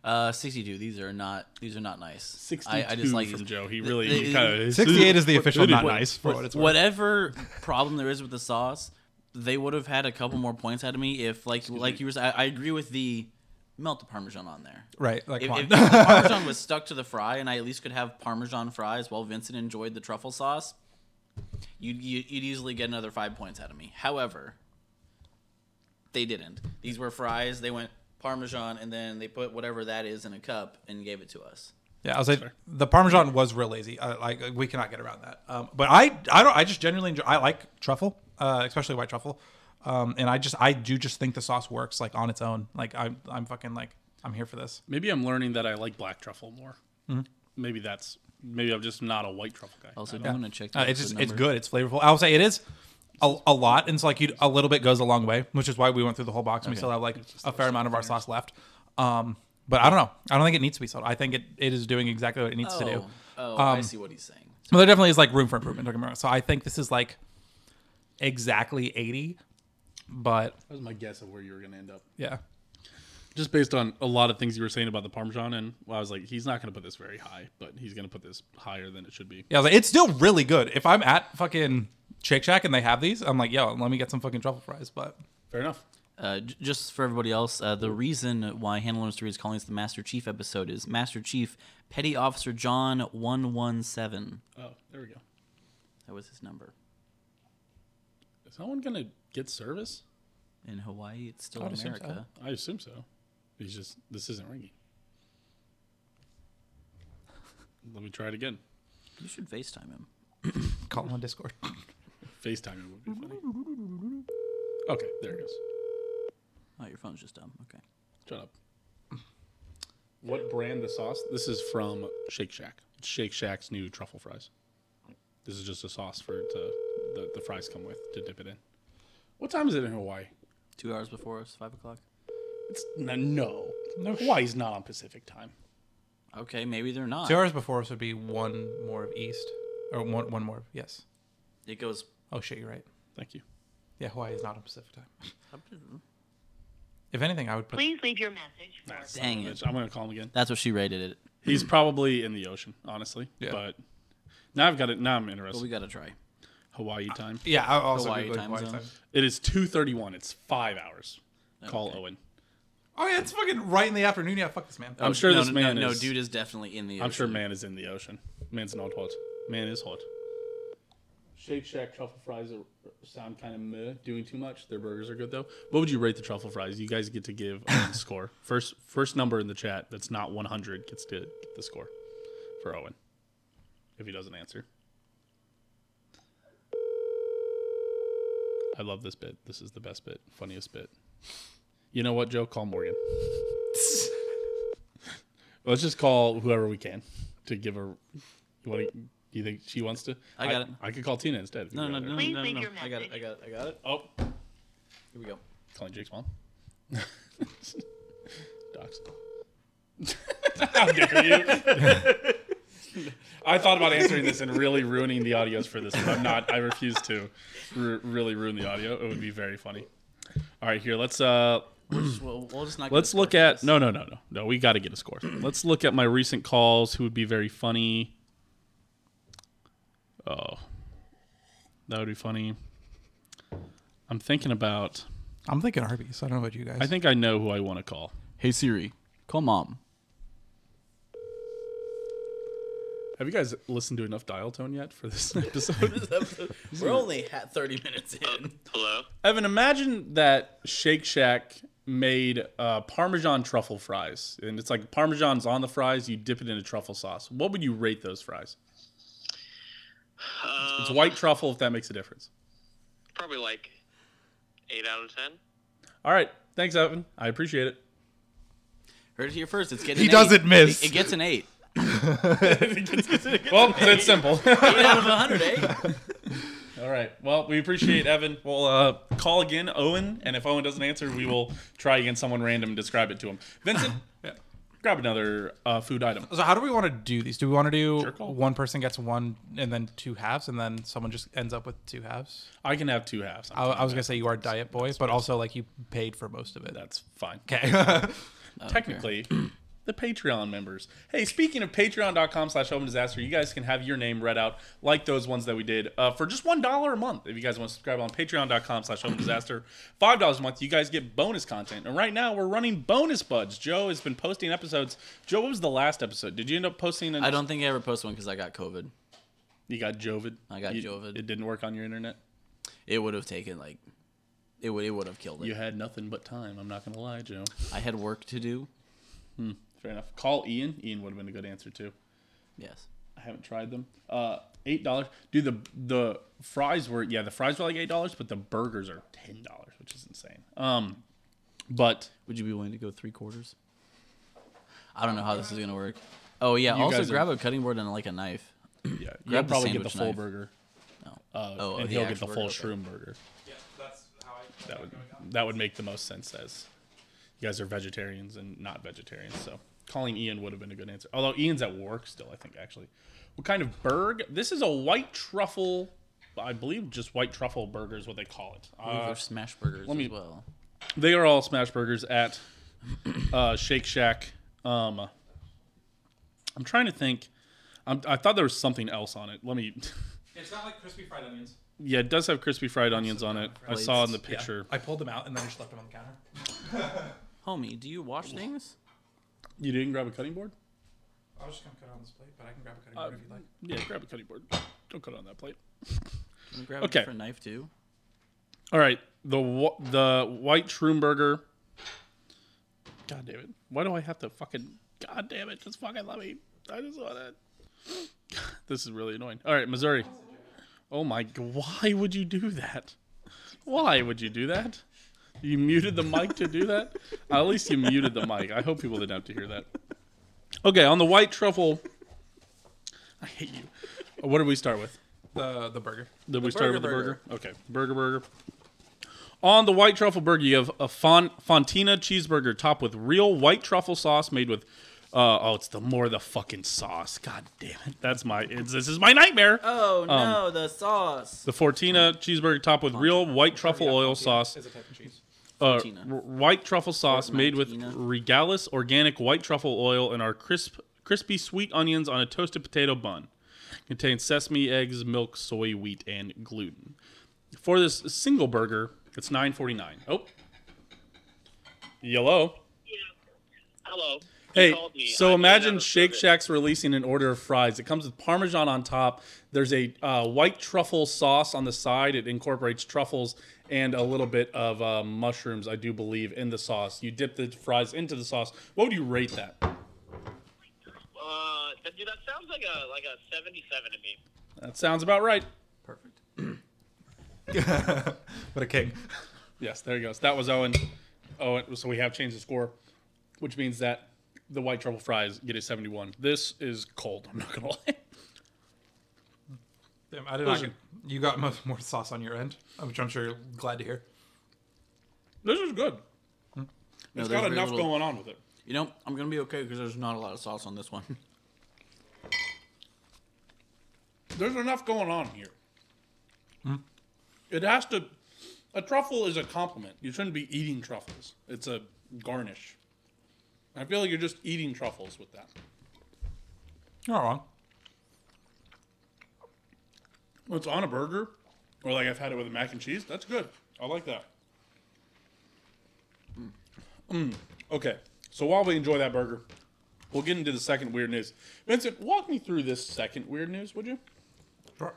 [SPEAKER 3] Uh, 62. These are not. These are not nice.
[SPEAKER 1] 62
[SPEAKER 3] I, I just like
[SPEAKER 1] from
[SPEAKER 3] these.
[SPEAKER 1] Joe. He
[SPEAKER 3] Th-
[SPEAKER 1] really
[SPEAKER 3] th-
[SPEAKER 1] kind of
[SPEAKER 2] 68 is the official not
[SPEAKER 1] what-
[SPEAKER 2] nice for what it's worth.
[SPEAKER 3] Whatever problem there is with the sauce, they would have had a couple more points out of me if, like, like you were. saying, I, I agree with the melt the parmesan on there.
[SPEAKER 2] Right, like
[SPEAKER 3] If,
[SPEAKER 2] come
[SPEAKER 3] if
[SPEAKER 2] on.
[SPEAKER 3] the parmesan was stuck to the fry, and I at least could have parmesan fries while Vincent enjoyed the truffle sauce, you'd you- you'd easily get another five points out of me. However, they didn't. These were fries. They went parmesan, and then they put whatever that is in a cup and gave it to us.
[SPEAKER 2] Yeah, I was like, the Parmesan was real lazy. Uh, like we cannot get around that. Um, but I, I don't. I just genuinely enjoy. I like truffle, uh, especially white truffle. Um, and I just, I do just think the sauce works like on its own. Like I'm, I'm fucking like, I'm here for this.
[SPEAKER 1] Maybe I'm learning that I like black truffle more.
[SPEAKER 2] Mm-hmm.
[SPEAKER 1] Maybe that's maybe I'm just not a white truffle guy.
[SPEAKER 3] Also, do you want to check?
[SPEAKER 2] Uh, it's just, it's good. It's flavorful. I will say it is. A, a lot and it's like you a little bit goes a long way which is why we went through the whole box and we still have like a fair amount of our sauce left um but i don't know i don't think it needs to be sold i think it, it is doing exactly what it needs to do Um,
[SPEAKER 3] Oh, I see what he's saying.
[SPEAKER 2] Well, there definitely is like room for improvement. Don't get me wrong. So I think this is like exactly eighty, but
[SPEAKER 1] That was my guess of where you were going to end up.
[SPEAKER 2] yeah,
[SPEAKER 1] just based on a lot of things you were saying about the parmesan and well, i was like he's not going to put this very high but he's going to put this higher than it should be
[SPEAKER 2] yeah. I was like, it's still really good. If I'm at fucking Shake Shack and they have these, I'm like, yo, let me get some fucking truffle fries. But
[SPEAKER 1] fair enough
[SPEAKER 3] Uh, j- just for everybody else, uh, the reason why Handler Mystery is calling this the Master Chief episode is Master Chief Petty Officer John 117.
[SPEAKER 1] oh there we go
[SPEAKER 3] That was his number.
[SPEAKER 1] is no one going to get service
[SPEAKER 3] In Hawaii, it's still
[SPEAKER 2] would assume
[SPEAKER 3] America.
[SPEAKER 1] i assume so he's just this isn't ringing let me try it again
[SPEAKER 3] You should FaceTime him.
[SPEAKER 2] call them on Discord.
[SPEAKER 1] facetime it would be funny okay there it goes
[SPEAKER 3] Oh, your phone's just dumb. Okay.
[SPEAKER 1] shut up what brand the sauce this is from shake shack It's shake shack's new truffle fries this is just a sauce for it to, the, the fries come with to dip it in what time is it in hawaii
[SPEAKER 3] Two hours before us, five o'clock.
[SPEAKER 1] It's n- no, no. Hawaii's not on Pacific time.
[SPEAKER 3] Okay, maybe they're not.
[SPEAKER 2] Two hours before us would be one more of East or one one more. Of, yes.
[SPEAKER 3] It goes.
[SPEAKER 2] Oh shit, you're right.
[SPEAKER 1] Thank you.
[SPEAKER 2] Yeah, Hawaii is not on Pacific time. If anything, I would put.
[SPEAKER 5] Please leave your message. for-
[SPEAKER 3] Dang it.
[SPEAKER 1] I'm gonna call him again.
[SPEAKER 3] That's what she rated it.
[SPEAKER 1] He's probably in the ocean, honestly.
[SPEAKER 2] Yeah.
[SPEAKER 1] But now I've got it. Now I'm
[SPEAKER 3] But
[SPEAKER 1] interested.
[SPEAKER 3] we gotta try.
[SPEAKER 1] Hawaii time.
[SPEAKER 2] Yeah, I also
[SPEAKER 3] Hawaii
[SPEAKER 2] Googled
[SPEAKER 3] time zone.
[SPEAKER 1] It is 2:31. It's five hours. Call
[SPEAKER 3] Okay.
[SPEAKER 1] Owen.
[SPEAKER 2] Oh yeah, it's fucking right in the afternoon. Yeah, fuck this man.
[SPEAKER 1] I'm sure
[SPEAKER 3] no,
[SPEAKER 1] this
[SPEAKER 3] no,
[SPEAKER 1] man
[SPEAKER 3] No, no,
[SPEAKER 1] is-
[SPEAKER 3] dude is definitely in the.
[SPEAKER 1] I'm sure
[SPEAKER 3] ocean.
[SPEAKER 1] man is in the ocean. Man's not hot. Man is hot. Shake Shack truffle fries are, sound kind of meh, doing too much. Their burgers are good though. What would you rate the truffle fries? You guys get to give a score. First, first number in the chat that's not 100 gets to get the score for Owen if he doesn't answer. I love this bit. This is the best bit, funniest bit. You know what, Joe? Call Morgan. Let's just call whoever we can to give her. You want to? Do you think she wants to?
[SPEAKER 3] I got it.
[SPEAKER 1] I could call Tina instead. if
[SPEAKER 3] No,
[SPEAKER 1] you'd
[SPEAKER 3] no,
[SPEAKER 1] rather.
[SPEAKER 3] no,
[SPEAKER 5] Please
[SPEAKER 3] no,
[SPEAKER 5] leave
[SPEAKER 3] no.
[SPEAKER 5] your
[SPEAKER 3] I got it.
[SPEAKER 5] message.
[SPEAKER 3] I got it. I got it.
[SPEAKER 1] Oh,
[SPEAKER 3] Here we go.
[SPEAKER 1] calling Jake's mom. Docs. How dare you? I thought about answering this and really ruining the audios for this, but I'm not. I refuse to r- really ruin the audio. It would be very funny. All right, here. Let's uh,
[SPEAKER 3] We'll just, we'll, we'll just not. get
[SPEAKER 1] Let's
[SPEAKER 3] a score
[SPEAKER 1] look
[SPEAKER 3] for
[SPEAKER 1] at
[SPEAKER 3] this.
[SPEAKER 1] no, no, no, no, no. We got to get a score. Let's look at my recent calls. Who would be very funny? Oh, that would be funny. I'm thinking about.
[SPEAKER 2] I'm thinking Arby's. I don't know about you guys.
[SPEAKER 1] I think I know who I want to call.
[SPEAKER 3] Hey Siri, call mom.
[SPEAKER 1] Have you guys listened to enough dial tone yet for this episode?
[SPEAKER 3] We're only at 30 minutes in.
[SPEAKER 6] Hello?
[SPEAKER 1] Evan, imagine that Shake Shack made uh, Parmesan truffle fries, and it's like Parmesan's on the fries. You dip it in a truffle sauce. What would you rate those fries?
[SPEAKER 6] Uh,
[SPEAKER 1] It's white truffle, if that makes a difference.
[SPEAKER 6] probably like 8 out of 10.
[SPEAKER 1] All right. Thanks, Evan. I appreciate it.
[SPEAKER 3] Heard it here first. It's getting.
[SPEAKER 2] He
[SPEAKER 3] an
[SPEAKER 2] doesn't
[SPEAKER 3] eight.
[SPEAKER 2] miss.
[SPEAKER 3] It, it gets an eight.
[SPEAKER 1] Well, that's simple.
[SPEAKER 3] Eight out of 100. eh?
[SPEAKER 1] All right. Well, we appreciate Evan. We'll uh, call again Owen, and if Owen doesn't answer, we will try again someone random and describe it to him. Vincent, grab another uh, food item.
[SPEAKER 2] so how do we want to do these? Do we want to do
[SPEAKER 1] Sure call.
[SPEAKER 2] one person gets one and then two halves and then someone just ends up with two halves?
[SPEAKER 1] I can have two halves. I'm
[SPEAKER 2] I,
[SPEAKER 1] fine
[SPEAKER 2] I was
[SPEAKER 1] with
[SPEAKER 2] gonna say you are diet boy, but also like you paid for most of it.
[SPEAKER 1] that. that's fine.
[SPEAKER 2] Okay.
[SPEAKER 1] Technically, the Patreon members. Hey, speaking of patreon.com slash open disaster, you guys can have your name read out like those ones that we did uh, for just $1 a month. If you guys want to subscribe on patreon.com slash open disaster, $5 a month, you guys get bonus content. And right now we're running bonus buds. Joe has been posting episodes. Joe, what was the last episode? Did you end up posting? An-
[SPEAKER 3] I don't think I ever posted one because I got COVID.
[SPEAKER 1] You got Jovid.
[SPEAKER 3] I got
[SPEAKER 1] You-
[SPEAKER 3] Jovid.
[SPEAKER 1] It didn't work on your internet.
[SPEAKER 3] It would have taken like. It would. It would have killed it.
[SPEAKER 1] You had nothing but time. I'm not going to lie, Joe.
[SPEAKER 3] I had work to do.
[SPEAKER 1] Fair enough. Call Ian. Ian would have been a good answer too.
[SPEAKER 3] Yes.
[SPEAKER 1] I haven't tried them. Uh, eight dollars. Dude, the the fries were yeah, the fries were like eight dollars, but the burgers are ten dollars, which is insane. Um, but
[SPEAKER 3] Would you be willing to go three quarters? I don't know how this is gonna work. Oh yeah.
[SPEAKER 1] You
[SPEAKER 3] also
[SPEAKER 1] guys are-
[SPEAKER 3] grab a cutting board and like a knife.
[SPEAKER 1] yeah, you'll
[SPEAKER 3] Grab the
[SPEAKER 1] probably get the
[SPEAKER 3] sandwich
[SPEAKER 1] full
[SPEAKER 3] knife.
[SPEAKER 1] burger.
[SPEAKER 3] No.
[SPEAKER 1] Uh,
[SPEAKER 3] Oh,
[SPEAKER 1] and
[SPEAKER 3] the
[SPEAKER 1] he'll get the
[SPEAKER 3] actual
[SPEAKER 1] full
[SPEAKER 3] burger, okay.
[SPEAKER 1] shroom burger.
[SPEAKER 2] yeah, that's how I
[SPEAKER 1] That would that would make the most sense as you guys are vegetarians and not vegetarians. So calling Ian would have been a good answer. Although Ian's at work still, I think actually. What kind of burg? This is a white truffle. I believe just white truffle burger is what they call it.
[SPEAKER 3] Ooh,
[SPEAKER 1] Uh,
[SPEAKER 3] there's smash burgers
[SPEAKER 1] me-
[SPEAKER 3] as well.
[SPEAKER 1] they are all smash burgers at uh, Shake Shack. Um, I'm trying to think. I'm, I thought there was something else on it. Let me.
[SPEAKER 2] It's not like crispy fried onions.
[SPEAKER 1] Yeah, it does have crispy fried onions on it. I saw in the
[SPEAKER 2] Yeah.
[SPEAKER 1] picture.
[SPEAKER 2] I pulled them out and then just left them on the counter.
[SPEAKER 3] Homie, do you wash things?
[SPEAKER 1] You didn't grab a cutting board?
[SPEAKER 2] I was just gonna cut it on this plate, but I can grab a cutting board if you'd like.
[SPEAKER 1] Yeah, grab a cutting board. Don't cut it on that plate.
[SPEAKER 3] Can we grab
[SPEAKER 1] Okay.
[SPEAKER 3] a different knife too?
[SPEAKER 1] All right, the wh- the white Schroomberger. God damn it! Why do I have to fucking? God damn it! Just fucking let me. I just want to. this is really annoying. All right, Missouri. Oh my! g- Why would you do that? Why would you do that? You muted the mic to do that. At least you muted the mic. I hope people didn't have to hear that. Okay, on the white truffle. I hate you. What did we start with?
[SPEAKER 2] Uh, The the burger.
[SPEAKER 1] Then we started with the
[SPEAKER 2] burger,
[SPEAKER 1] burger. Okay, burger, burger. On the white truffle burger, you have a fon- Fontina cheeseburger topped with real white truffle sauce made with. Uh, oh, it's the more the fucking sauce. God damn it, that's my. It's, this is my nightmare.
[SPEAKER 3] Oh no, the sauce.
[SPEAKER 1] Um, The Fortina cheeseburger topped with real white truffle oil sauce,
[SPEAKER 2] a type of cheese.
[SPEAKER 1] uh,
[SPEAKER 3] Fortina.
[SPEAKER 1] r- white truffle sauce made with
[SPEAKER 3] Fortina.
[SPEAKER 1] Regalis organic white truffle oil and our crisp, crispy sweet onions on a toasted potato bun. Contains sesame, eggs, milk, soy, wheat, and gluten. For this single burger, it's $9.49. Oh, yellow.
[SPEAKER 6] Hello.
[SPEAKER 1] Hey,
[SPEAKER 6] called me. I
[SPEAKER 1] so
[SPEAKER 6] made
[SPEAKER 1] imagine
[SPEAKER 6] another
[SPEAKER 1] Shake
[SPEAKER 6] survey.
[SPEAKER 1] Shack's releasing an order of fries. It comes with Parmesan on top. There's a uh, white truffle sauce on the side. It incorporates truffles and a little bit of uh, mushrooms, I do believe, in the sauce. You dip the fries into the sauce. What would you rate that?
[SPEAKER 6] Uh, that, dude, that sounds like a like a 77 to me.
[SPEAKER 1] That sounds about right.
[SPEAKER 3] Perfect.
[SPEAKER 2] What a king.
[SPEAKER 1] Yes, there he goes. That was Owen. Owen. So we have changed the score, which means that the white truffle fries get a 71. This is cold. I'm not gonna lie.
[SPEAKER 2] Damn, I did not.
[SPEAKER 1] Listen.
[SPEAKER 2] get- You got much more sauce on your end, which I'm sure you're glad to hear.
[SPEAKER 1] This is good.
[SPEAKER 3] No,
[SPEAKER 1] It's
[SPEAKER 3] there's
[SPEAKER 1] got
[SPEAKER 3] very
[SPEAKER 1] enough
[SPEAKER 3] little-
[SPEAKER 1] going on with it.
[SPEAKER 3] You know, I'm gonna be okay because there's not a lot of sauce on this one.
[SPEAKER 1] There's enough going on here. It has to. A truffle is a compliment. You shouldn't be eating truffles. It's a garnish. I feel like you're just eating truffles with that.
[SPEAKER 2] You're not wrong.
[SPEAKER 1] When it's on a burger, or like I've had it with a mac and cheese, that's good. I like that. Mm. Okay, so while we enjoy that burger, we'll get into the second weird news. Vincent, walk me through this second weird news, would you?
[SPEAKER 2] Sure.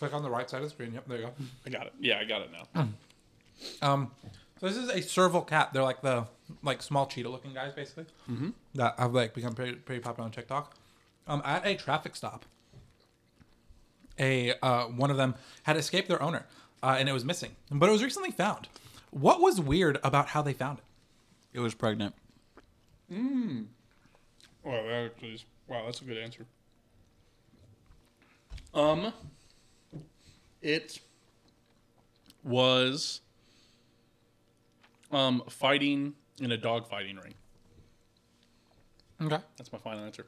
[SPEAKER 2] Click on the right side of the screen. Yep, there you go.
[SPEAKER 1] I got it. Yeah, I got it now.
[SPEAKER 2] Um, so this is a serval cat. They're like the like small cheetah looking guys, basically. Mm-hmm. That have like become pretty, pretty popular on TikTok. Um, at a traffic stop, a uh, one of them had escaped their owner, uh, and it was missing, but it was recently found. What was weird about how they found it?
[SPEAKER 3] it was pregnant.
[SPEAKER 1] Oh, that actually is, wow, that's a good answer. Um, it was um fighting in a dog fighting ring.
[SPEAKER 2] Okay.
[SPEAKER 1] That's my final answer.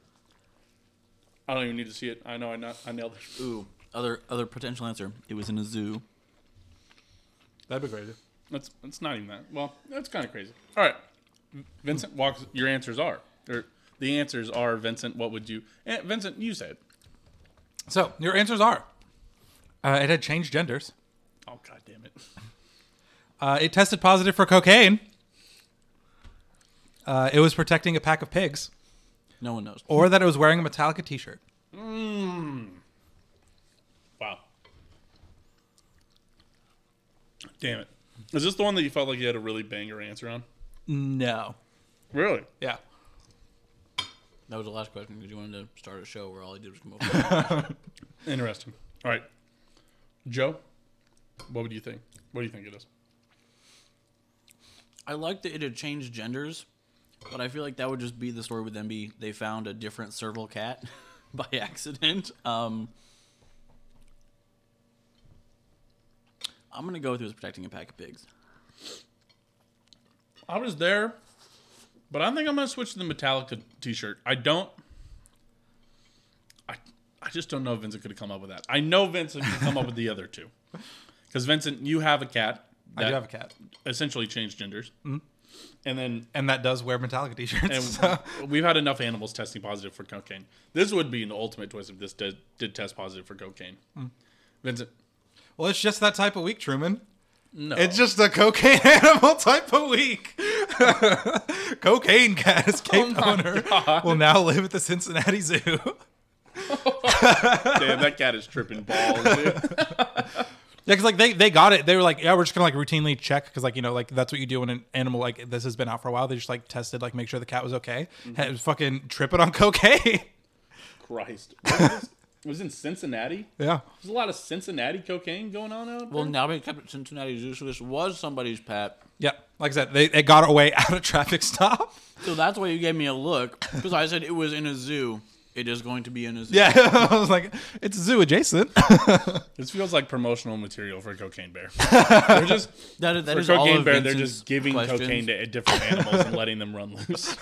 [SPEAKER 1] I don't even need to see it. I know I not, I nailed it.
[SPEAKER 3] Ooh, other other potential answer. It was in a zoo.
[SPEAKER 2] That'd be crazy.
[SPEAKER 1] That's that's not even that. Well, that's kind of crazy. All right, Vincent, walks. Your answers are or the answers are Vincent. What would you? Eh, Vincent, you say it.
[SPEAKER 2] So your answers are: uh, it had changed genders.
[SPEAKER 1] Oh god damn it!
[SPEAKER 2] Uh, it tested positive for cocaine. Uh, it was protecting a pack of pigs,
[SPEAKER 3] No one knows.
[SPEAKER 2] or that it was wearing a Metallica T-shirt.
[SPEAKER 1] Wow. Damn it! Is this the one that you felt like you had a really banger answer on?
[SPEAKER 2] No.
[SPEAKER 1] Really?
[SPEAKER 2] Yeah.
[SPEAKER 3] That was the last question because you wanted to start a show where all I did was come up. with-
[SPEAKER 1] Interesting. All right, Joe, what would you think? What do you think it is?
[SPEAKER 3] I like that it had changed genders, but I feel like that would just be the story would then be they found a different serval cat by accident. Um, I'm gonna go with it was protecting a pack of pigs.
[SPEAKER 1] I was there, but I think I'm gonna switch to the Metallica T-shirt. I don't. I I just don't know if Vincent could have come up with that. I know Vincent could come up with the other two, because Vincent, you have a cat that
[SPEAKER 2] I do have a cat, Mm-hmm.
[SPEAKER 1] essentially changed genders, and then
[SPEAKER 2] and that does wear Metallica T-shirts.
[SPEAKER 1] and
[SPEAKER 2] so-
[SPEAKER 1] we've had enough animals testing positive for cocaine. This would be an ultimate twist if this did, did test positive for cocaine. Vincent,
[SPEAKER 2] well, it's just that type of week, Truman.
[SPEAKER 1] no,
[SPEAKER 2] It's just a cocaine animal type of week. cocaine cat escaped
[SPEAKER 1] my
[SPEAKER 2] owner
[SPEAKER 1] God.
[SPEAKER 2] will now live at the Cincinnati Zoo.
[SPEAKER 1] damn that cat is tripping balls. Dude.
[SPEAKER 2] Yeah, because like they, they got it. They were like, yeah, we're just gonna like routinely check because like you know like that's what you do when an animal like this has been out for a while. They just like tested like make sure the cat was okay. Had- was fucking tripping on cocaine.
[SPEAKER 1] Christ, What was this? it was in Cincinnati.
[SPEAKER 2] yeah.
[SPEAKER 1] There's a lot of Cincinnati cocaine going on out
[SPEAKER 3] Well,
[SPEAKER 1] there.
[SPEAKER 3] now they kept it Cincinnati Zoo, so this was somebody's pet.
[SPEAKER 2] Yeah. Like I said, they, they got away at a traffic stop.
[SPEAKER 3] So that's why you gave me a look because I said it was in a zoo. It is going to be in a zoo.
[SPEAKER 2] Yeah. I was like, it's zoo adjacent.
[SPEAKER 1] This feels like promotional material for Cocaine Bear. they're just
[SPEAKER 3] that is, that
[SPEAKER 1] for
[SPEAKER 3] is all
[SPEAKER 1] Cocaine
[SPEAKER 3] of
[SPEAKER 1] Bear. They're
[SPEAKER 3] Vincent's
[SPEAKER 1] just giving
[SPEAKER 3] questions.
[SPEAKER 1] cocaine to different animals and letting them run loose.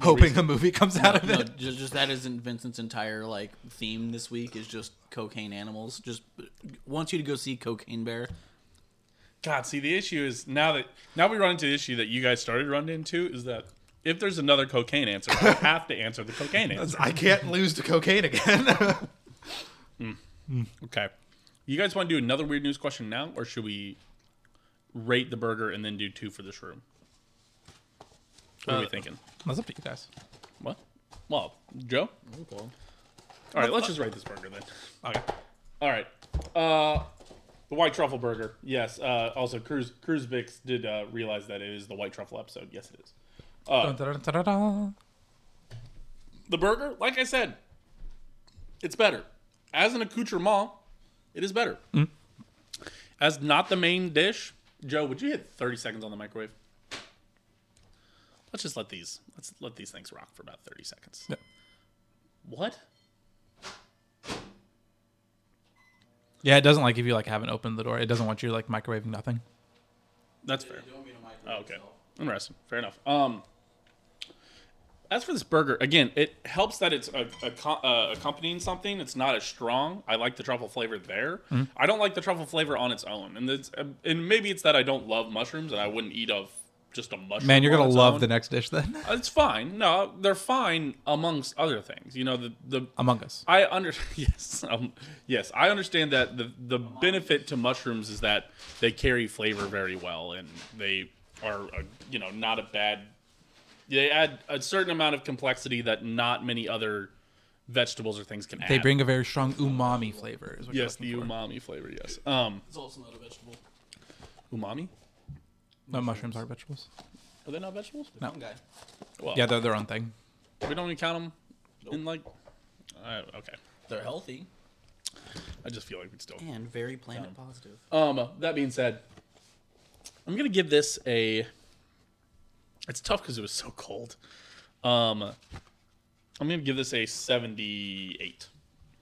[SPEAKER 2] hoping a movie comes out of
[SPEAKER 3] No,
[SPEAKER 2] it.
[SPEAKER 3] just, just that isn't Vincent's entire like theme this week is just cocaine animals. Just wants you to go see Cocaine Bear.
[SPEAKER 1] God, see the issue is now that now we run into the issue that you guys started running into is that if there's another cocaine answer, I have to answer the cocaine answer.
[SPEAKER 2] I can't lose to cocaine again.
[SPEAKER 1] Okay, you guys want to do another weird news question now, or should we rate the burger and then do two for this room? What are we thinking?
[SPEAKER 2] That's up to you guys.
[SPEAKER 1] What? Well, Joe.
[SPEAKER 4] Okay.
[SPEAKER 1] All right, let's just write this burger then.
[SPEAKER 2] Okay.
[SPEAKER 1] All right. Uh, the white truffle burger. Yes. Uh, also, Cruz Cruz Vix did uh, realize that it is the white truffle episode. Yes, it is.
[SPEAKER 3] Uh,
[SPEAKER 2] Dun, dun, dun, dun, dun.
[SPEAKER 1] The burger, like I said, it's better. As an accoutrement, it is better. As not the main dish, Joe, would you hit 30 seconds on the microwave? Let's just let these let's let these things rock for about 30 seconds.
[SPEAKER 2] Yeah.
[SPEAKER 1] What?
[SPEAKER 2] Yeah, it doesn't like if you like haven't opened the door. It doesn't want you like microwaving nothing.
[SPEAKER 1] That's fair. Oh, okay. Interesting. Fair enough. Um, as for this burger, again, it helps that it's a, a, co- uh, accompanying something. It's not as strong. I like the truffle flavor there.
[SPEAKER 2] Mm-hmm.
[SPEAKER 1] I don't like the truffle flavor on its own, and it's, um, and maybe it's that I don't love mushrooms and I wouldn't eat of just a mushroom.
[SPEAKER 2] Man, you're
[SPEAKER 1] on
[SPEAKER 2] gonna
[SPEAKER 1] its
[SPEAKER 2] love
[SPEAKER 1] own.
[SPEAKER 2] the next dish then.
[SPEAKER 1] It's fine. No, they're fine amongst other things. You know the the
[SPEAKER 2] Among Us.
[SPEAKER 1] I under yes um, yes I understand that the the benefit to mushrooms is that they carry flavor very well and they are uh you know not a bad they add a certain amount of complexity that not many other vegetables or things can add.
[SPEAKER 2] They bring a very strong umami flavor. Is what
[SPEAKER 1] yes the
[SPEAKER 2] you're looking
[SPEAKER 1] umami flavor yes um
[SPEAKER 4] It's also not a vegetable.
[SPEAKER 1] umami
[SPEAKER 2] for. No mushrooms are vegetables.
[SPEAKER 1] are they not vegetables?
[SPEAKER 2] No.
[SPEAKER 4] Fungi.
[SPEAKER 1] Well,
[SPEAKER 2] Yeah, they're their own thing.
[SPEAKER 1] we don't even count them in like uh, okay
[SPEAKER 4] They're healthy
[SPEAKER 1] I just feel like we'd still
[SPEAKER 4] and very planet positive.
[SPEAKER 1] Um, that being said, I'm gonna give this a. It's tough because it was so cold. Um, I'm gonna give this a 78.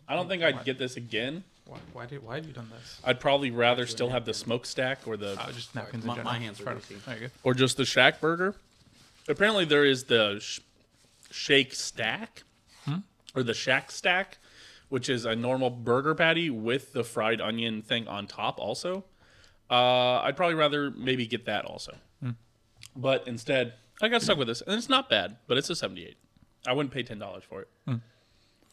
[SPEAKER 1] I don't think I'd get this again.
[SPEAKER 2] Why, why did why have you done this?
[SPEAKER 1] I'd probably rather still have the smokestack or the
[SPEAKER 2] Oh, just napkins
[SPEAKER 3] my-
[SPEAKER 2] in general.
[SPEAKER 3] my hands are
[SPEAKER 2] Fair
[SPEAKER 3] greasy.
[SPEAKER 2] enough. There you go.
[SPEAKER 1] or just the shack burger. Apparently, there is the sh- shake stack or the shack stack, which is a normal burger patty with the fried onion thing on top. Also, uh, I'd probably rather maybe get that also. But instead, I got stuck with this, and it's not bad, but it's a seventy-eight. I wouldn't pay ten dollars for it.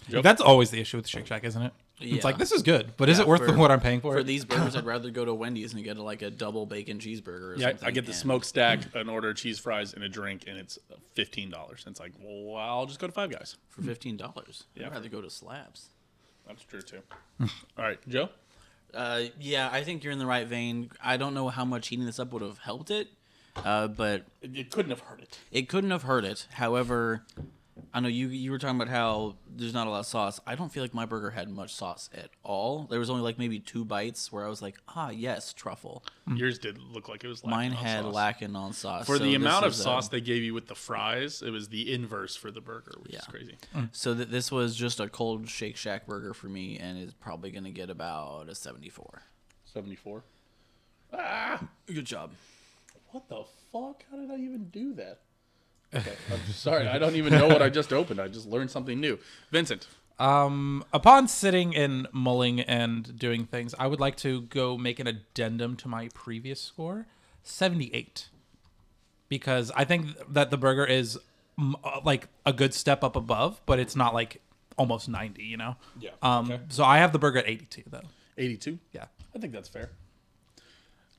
[SPEAKER 1] Yep.
[SPEAKER 2] That's always the issue with Shake Shack, isn't it?
[SPEAKER 3] Yeah.
[SPEAKER 2] It's like this is good, but is
[SPEAKER 3] Yeah,
[SPEAKER 2] it worth
[SPEAKER 3] for-
[SPEAKER 2] what I'm paying for?
[SPEAKER 3] For
[SPEAKER 2] it?
[SPEAKER 3] these burgers, I'd rather go to Wendy's and get like a double bacon cheeseburger. Or
[SPEAKER 1] Yeah,
[SPEAKER 3] something
[SPEAKER 1] I, I get the
[SPEAKER 3] and-
[SPEAKER 1] smokestack, an order of cheese fries, and a drink, and it's fifteen dollars. It's like, well, I'll just go to Five Guys.
[SPEAKER 3] for fifteen dollars.
[SPEAKER 1] Yeah.
[SPEAKER 3] I'd rather go to Slabs.
[SPEAKER 1] That's true too. All right, Joe.
[SPEAKER 3] Uh, yeah, I think you're in the right vein. I don't know how much heating this up would have helped it, uh, but
[SPEAKER 1] It it couldn't have hurt it.
[SPEAKER 3] it couldn't have hurt it. However, I know you you were talking about how there's not a lot of sauce. I don't feel like my burger had much sauce at all. There was only like maybe two bites where I was like, ah, yes, truffle.
[SPEAKER 1] Yours did look like it was. lacking
[SPEAKER 3] Mm-hmm. Mine
[SPEAKER 1] on
[SPEAKER 3] had
[SPEAKER 1] sauce.
[SPEAKER 3] lacking on sauce.
[SPEAKER 1] for
[SPEAKER 3] so
[SPEAKER 1] the
[SPEAKER 3] this
[SPEAKER 1] amount of
[SPEAKER 3] is a-
[SPEAKER 1] sauce they gave you with the fries. It was the inverse for the burger, which is
[SPEAKER 3] Yeah. Mm.
[SPEAKER 1] crazy.
[SPEAKER 3] So th- this was just a cold Shake Shack burger for me, and is probably gonna get about a 74.
[SPEAKER 1] Seventy four. Ah!
[SPEAKER 3] Good job.
[SPEAKER 1] What the fuck? How did I even do that? Okay, I'm sorry. I don't even know what I just opened. I just learned something new. Vincent,
[SPEAKER 2] Um, upon sitting and mulling and doing things, I would like to go make an addendum to my previous score, seventy-eight, because I think that the burger is mm, uh, like a good step up above, but it's not like almost ninety, you know.
[SPEAKER 1] Yeah,
[SPEAKER 2] Um.
[SPEAKER 1] okay.
[SPEAKER 2] So I have the burger at eighty-two though.
[SPEAKER 1] eighty two.
[SPEAKER 2] Yeah.
[SPEAKER 1] I think that's fair.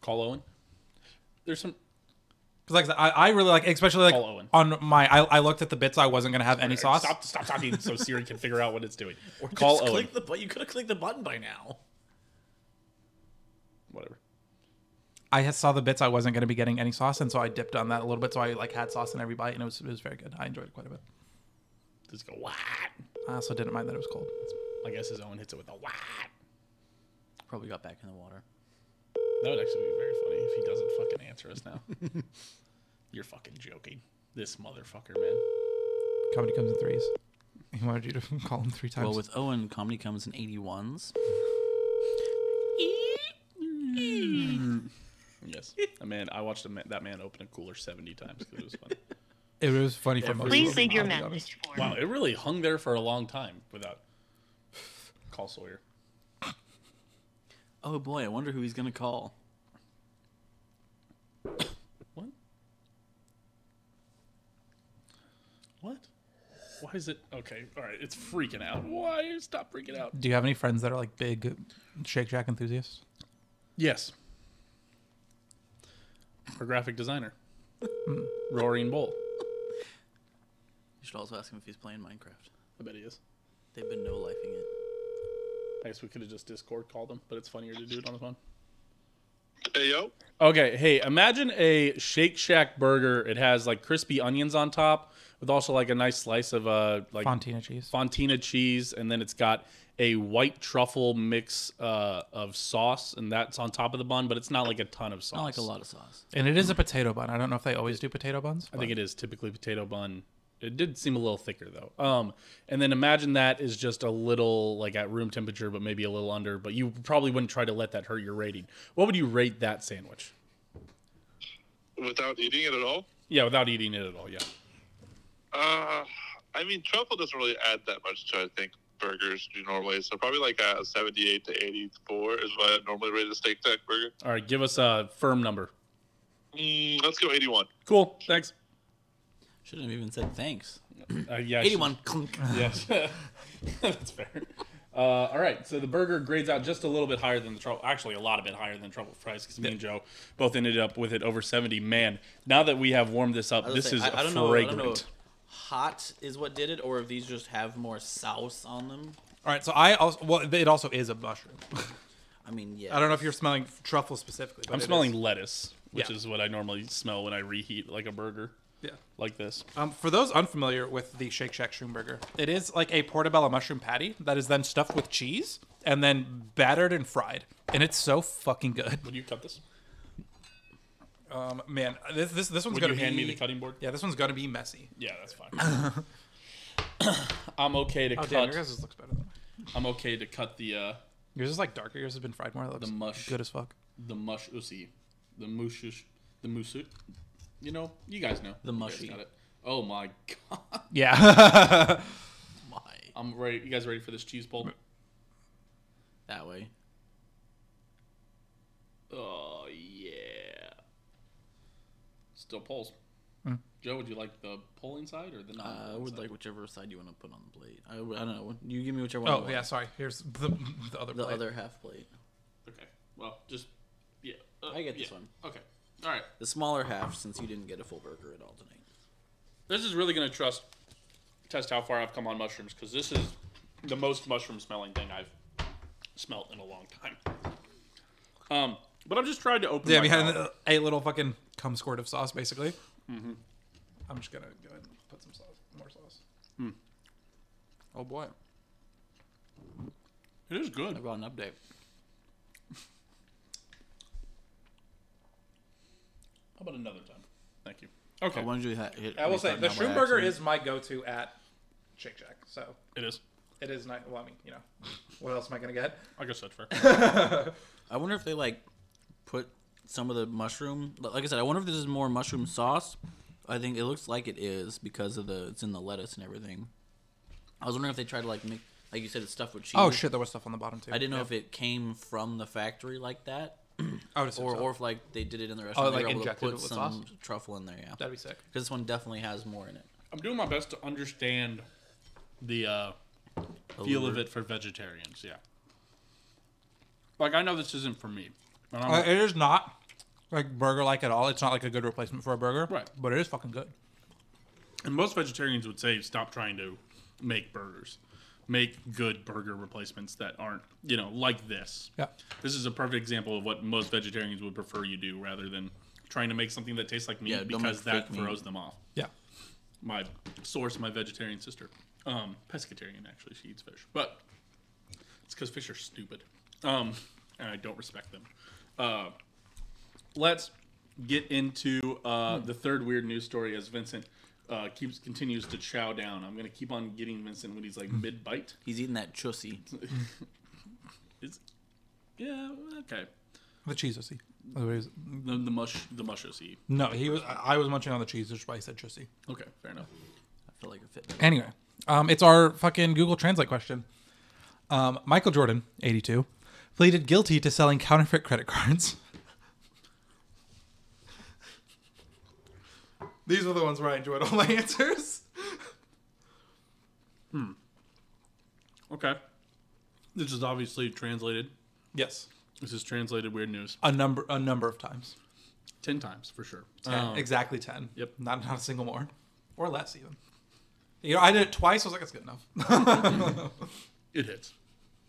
[SPEAKER 1] Call Owen. There's some.
[SPEAKER 2] Because like I, said, I, I really like, especially like
[SPEAKER 1] Call Owen.
[SPEAKER 2] on my, I, I looked at the bits I wasn't gonna have any sauce.
[SPEAKER 1] Stop! Stop talking so Siri can figure out what it's doing. Call Owen.
[SPEAKER 3] the button. You could have clicked the button by now.
[SPEAKER 1] Whatever.
[SPEAKER 2] I saw the bits I wasn't gonna be getting any sauce, and so I dipped on that a little bit. So I like had sauce in every bite, and it was it was very good. I enjoyed it quite a bit.
[SPEAKER 1] Just go what?
[SPEAKER 2] I also didn't mind that it was cold.
[SPEAKER 1] I guess his Owen hits it with a what.
[SPEAKER 3] Probably got back in the water.
[SPEAKER 1] That would actually be very funny if he doesn't fucking answer us now. You're fucking joking. This motherfucker, man.
[SPEAKER 2] Comedy comes in threes. He wanted you to call him three times.
[SPEAKER 3] Well, with Owen, comedy comes in 81s.
[SPEAKER 1] Yes. A man, I watched a man, that man open a cooler 70 times because it was fun.
[SPEAKER 2] it was funny for most.
[SPEAKER 5] Please
[SPEAKER 2] people,
[SPEAKER 5] leave your
[SPEAKER 2] I'll be honest.
[SPEAKER 5] message for.
[SPEAKER 1] wow, it really hung there for a long time without call Sawyer.
[SPEAKER 3] Oh boy, I wonder who he's gonna call.
[SPEAKER 1] What? What? Why is it? Okay, all right, it's freaking out. Why? Stop freaking out.
[SPEAKER 2] Do you have any friends that are like big Shake Shack enthusiasts?
[SPEAKER 1] Yes.
[SPEAKER 4] Hmm.
[SPEAKER 1] Her graphic designer, Roaring Bull.
[SPEAKER 3] You should also ask him if he's playing Minecraft.
[SPEAKER 4] I bet he is.
[SPEAKER 3] They've been no lifing it.
[SPEAKER 4] I guess we could have just Discord called him, but it's funnier to do it on his phone.
[SPEAKER 6] Hey, yo.
[SPEAKER 1] Okay, hey, imagine a Shake Shack burger. It has like crispy onions on top, with also like a nice slice of uh like
[SPEAKER 2] Fontina cheese.
[SPEAKER 1] Fontina cheese, and then it's got a white truffle mix uh, of sauce, and that's on top of the bun. But it's not like a ton of sauce.
[SPEAKER 3] I like a lot of sauce.
[SPEAKER 2] And it is a potato bun. I don't know if they always do potato buns.
[SPEAKER 1] I think it is typically potato bun. It did seem a little thicker though. Um, and then imagine that is just a little like at room temperature, but maybe a little under. But you probably wouldn't try to let that hurt your rating. What would you rate that sandwich?
[SPEAKER 6] Without eating it at all?
[SPEAKER 1] Yeah, without eating it at all. Yeah.
[SPEAKER 6] Uh, I mean, truffle doesn't really add that much to, I think, burgers normally. So probably like a 78 to 84 is what I normally rate a steak tech burger.
[SPEAKER 1] All right, give us a firm number.
[SPEAKER 6] Mm, let's go 81.
[SPEAKER 1] Cool. Thanks.
[SPEAKER 3] Shouldn't have even said thanks.
[SPEAKER 1] Uh, yeah. I should-
[SPEAKER 3] 81. clunk.
[SPEAKER 1] Yes. That's fair. Uh, all right, so the burger grades out just a little bit higher than the trouble. Actually, a lot of bit higher than trouble fries because me and Joe both ended up with it over seventy. Man, now that we have warmed this up,
[SPEAKER 3] I was
[SPEAKER 1] this
[SPEAKER 3] gonna
[SPEAKER 1] is
[SPEAKER 3] say, I, I don't know. I
[SPEAKER 1] fragrant.
[SPEAKER 3] don't know. if Hot is what did it, or if these just have more sauce on them.
[SPEAKER 2] All right, so I also well, it also is a mushroom.
[SPEAKER 3] I mean, yeah.
[SPEAKER 2] I don't know if you're smelling truffle specifically. But
[SPEAKER 1] I'm
[SPEAKER 2] it
[SPEAKER 1] smelling
[SPEAKER 2] is.
[SPEAKER 1] lettuce, which
[SPEAKER 2] Yeah.
[SPEAKER 1] is what I normally smell when I reheat like a burger,
[SPEAKER 2] Yeah.
[SPEAKER 1] like this.
[SPEAKER 2] Um, for those unfamiliar with the Shake Shack shroom burger, it is like a portobello mushroom patty that is then stuffed with cheese and then battered and fried, and it's so fucking good.
[SPEAKER 1] Would you cut this?
[SPEAKER 2] Um, man, this this this one's
[SPEAKER 1] Would
[SPEAKER 2] gonna
[SPEAKER 1] you hand
[SPEAKER 2] be,
[SPEAKER 1] me the cutting board?
[SPEAKER 2] Yeah, this one's gonna be messy.
[SPEAKER 1] Yeah, that's fine. I'm okay to
[SPEAKER 2] Oh, damn,
[SPEAKER 1] cut.
[SPEAKER 2] your guys looks better. Than mine.
[SPEAKER 1] I'm okay to cut the uh,
[SPEAKER 2] Yours is like darker. Yours has been fried more. That looks
[SPEAKER 1] The mush.
[SPEAKER 2] good as fuck.
[SPEAKER 1] the mush usi, the mushish, the musu. You know, you guys know the
[SPEAKER 3] mushy.
[SPEAKER 1] Got it. Oh my god!
[SPEAKER 2] Yeah.
[SPEAKER 3] Why?
[SPEAKER 1] I'm ready. You guys ready for this cheese
[SPEAKER 2] Mm.
[SPEAKER 1] bowl?
[SPEAKER 3] That way.
[SPEAKER 1] Oh yeah. Still polls.
[SPEAKER 2] Mm.
[SPEAKER 1] Joe, would you like the polling side or the non?
[SPEAKER 2] Uh,
[SPEAKER 3] I would Uh, like whichever side you want to put on the plate. I, would- I don't know. You give me whichever one.
[SPEAKER 2] oh
[SPEAKER 3] you
[SPEAKER 2] yeah.
[SPEAKER 3] want.
[SPEAKER 2] Sorry. Here's the the other.
[SPEAKER 3] The
[SPEAKER 2] plate.
[SPEAKER 3] other half plate.
[SPEAKER 1] Okay. Well, just yeah. Uh,
[SPEAKER 3] I get this
[SPEAKER 1] yeah.
[SPEAKER 3] one.
[SPEAKER 1] Okay. All right.
[SPEAKER 3] The smaller half, since you didn't get a full burger at all tonight.
[SPEAKER 1] This is really gonna trust test how far I've come on mushrooms because this is the most mushroom smelling thing I've smelt in a long time. Um, but I've just tried to open.
[SPEAKER 2] Damn,
[SPEAKER 1] my
[SPEAKER 2] you had
[SPEAKER 1] mouth.
[SPEAKER 2] an- a little fucking cum squirt of sauce, basically.
[SPEAKER 3] Mm-hmm.
[SPEAKER 2] I'm just gonna go ahead and put some sauce, more sauce. Oh boy.
[SPEAKER 1] It is good.
[SPEAKER 3] I brought an update.
[SPEAKER 1] How about another time? Thank you. Okay.
[SPEAKER 3] I wanted you to ha- hit.
[SPEAKER 2] I will
[SPEAKER 3] hit
[SPEAKER 2] say
[SPEAKER 3] that
[SPEAKER 2] the
[SPEAKER 3] number
[SPEAKER 2] shroom burger
[SPEAKER 3] actually.
[SPEAKER 2] is my go-to at Shake Shack, so
[SPEAKER 1] It is.
[SPEAKER 2] it is nice. Well, I mean, you know, what else am I gonna get?
[SPEAKER 1] I guess that's fair.
[SPEAKER 3] I wonder if they like put some of the mushroom. li- Like I said, I wonder if this is more mushroom sauce. I think it looks like it is because of the it's in the lettuce and everything. I was wondering if they tried to like make like you said it's stuffed with cheese.
[SPEAKER 2] Oh shit, there was stuff on the bottom too.
[SPEAKER 3] I didn't know if it came from the factory like that,
[SPEAKER 2] I would assume
[SPEAKER 3] or
[SPEAKER 2] so. Oh,
[SPEAKER 3] or if like they did it in the restaurant. they
[SPEAKER 2] like,
[SPEAKER 3] were able to
[SPEAKER 2] injected
[SPEAKER 3] put
[SPEAKER 2] it with
[SPEAKER 3] some
[SPEAKER 2] sauce?
[SPEAKER 3] truffle in there, yeah.
[SPEAKER 2] that'd be sick.
[SPEAKER 3] Because this one definitely has more in it.
[SPEAKER 1] I'm doing my best to understand the uh, feel of it for vegetarians. Yeah. Like I know this isn't for me. And I'm
[SPEAKER 2] Uh, it is not like burger like at all. It's not like a good replacement for a burger,
[SPEAKER 1] Right.
[SPEAKER 2] But it is fucking good.
[SPEAKER 1] And most vegetarians would say stop trying to make burgers. Make good burger replacements that aren't, you know, like this.
[SPEAKER 2] Yeah.
[SPEAKER 1] This is a perfect example of what most vegetarians would prefer you do rather than trying to make something that tastes like meat
[SPEAKER 3] Yeah, don't
[SPEAKER 1] because
[SPEAKER 3] make
[SPEAKER 1] that
[SPEAKER 3] fake meat.
[SPEAKER 1] throws them off.
[SPEAKER 2] Yeah.
[SPEAKER 1] My source, my vegetarian sister. Um, pescatarian actually, she eats fish. But it's because fish are stupid. Um, and I don't respect them. Uh, let's get into uh, the third weird news story as Vincent uh, keeps continues to chow down. I'm gonna keep on getting Vincent when he's like mid bite.
[SPEAKER 3] He's eating that chussy.
[SPEAKER 1] Is yeah okay.
[SPEAKER 2] The cheese, I see. That's what it is.
[SPEAKER 1] The, the mush the mush OC.
[SPEAKER 2] No, he was. I I was munching on the cheese, which is why he said juicy.
[SPEAKER 1] Okay, fair enough.
[SPEAKER 3] I feel like a fit.
[SPEAKER 2] Anyway, um, it's our fucking Google Translate question. Um, Michael Jordan, 82, pleaded guilty to selling counterfeit credit cards. These were the ones where I enjoyed all my answers.
[SPEAKER 1] Okay, this is obviously translated.
[SPEAKER 2] Yes,
[SPEAKER 1] This is translated weird news
[SPEAKER 2] a number a number of times.
[SPEAKER 1] ten times for sure.
[SPEAKER 2] Ten,
[SPEAKER 1] Um,
[SPEAKER 2] exactly ten.
[SPEAKER 1] Yep.
[SPEAKER 2] Not not a single more, or less even. You know, I did it twice. I was like, that's good enough.
[SPEAKER 1] It hits.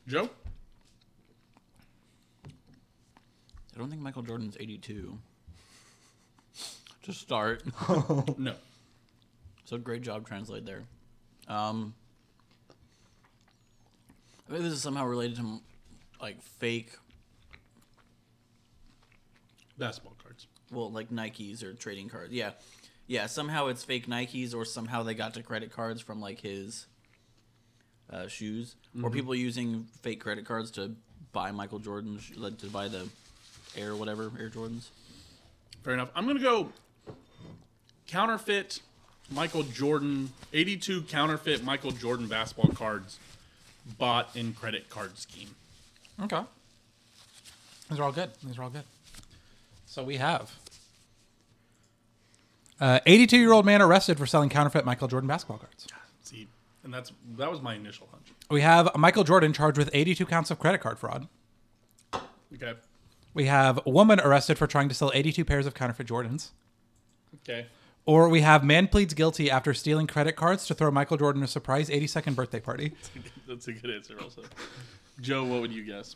[SPEAKER 1] Joe?
[SPEAKER 3] I don't think Michael Jordan's 82. To start.
[SPEAKER 1] No.
[SPEAKER 3] So great job translate there. Um, I think this is somehow related to like fake,
[SPEAKER 1] Basketball cards.
[SPEAKER 3] well, like Nikes or trading cards. Yeah, yeah. Somehow it's fake Nikes, or somehow they got to credit cards from like his uh, shoes,
[SPEAKER 1] Mm-hmm.
[SPEAKER 3] or people using fake credit cards to buy Michael Jordan's, sho- like to buy the Air whatever Air Jordans.
[SPEAKER 1] Fair enough. I'm going to go counterfeit Michael Jordan, 82 counterfeit Michael Jordan basketball cards bought in credit card scheme.
[SPEAKER 2] okay. These are all good. These are all good. So we have. 82 year old man arrested for selling counterfeit Michael Jordan basketball cards.
[SPEAKER 1] See, and that's that was my initial hunch.
[SPEAKER 2] We have Michael Jordan charged with 82 counts of credit card fraud.
[SPEAKER 1] Okay.
[SPEAKER 2] We have a woman arrested for trying to sell 82 pairs of counterfeit Jordans.
[SPEAKER 1] Okay.
[SPEAKER 2] Or we have man pleads guilty after stealing credit cards to throw Michael Jordan a surprise 82nd birthday party.
[SPEAKER 1] That's a good answer also. Joe, what would you guess?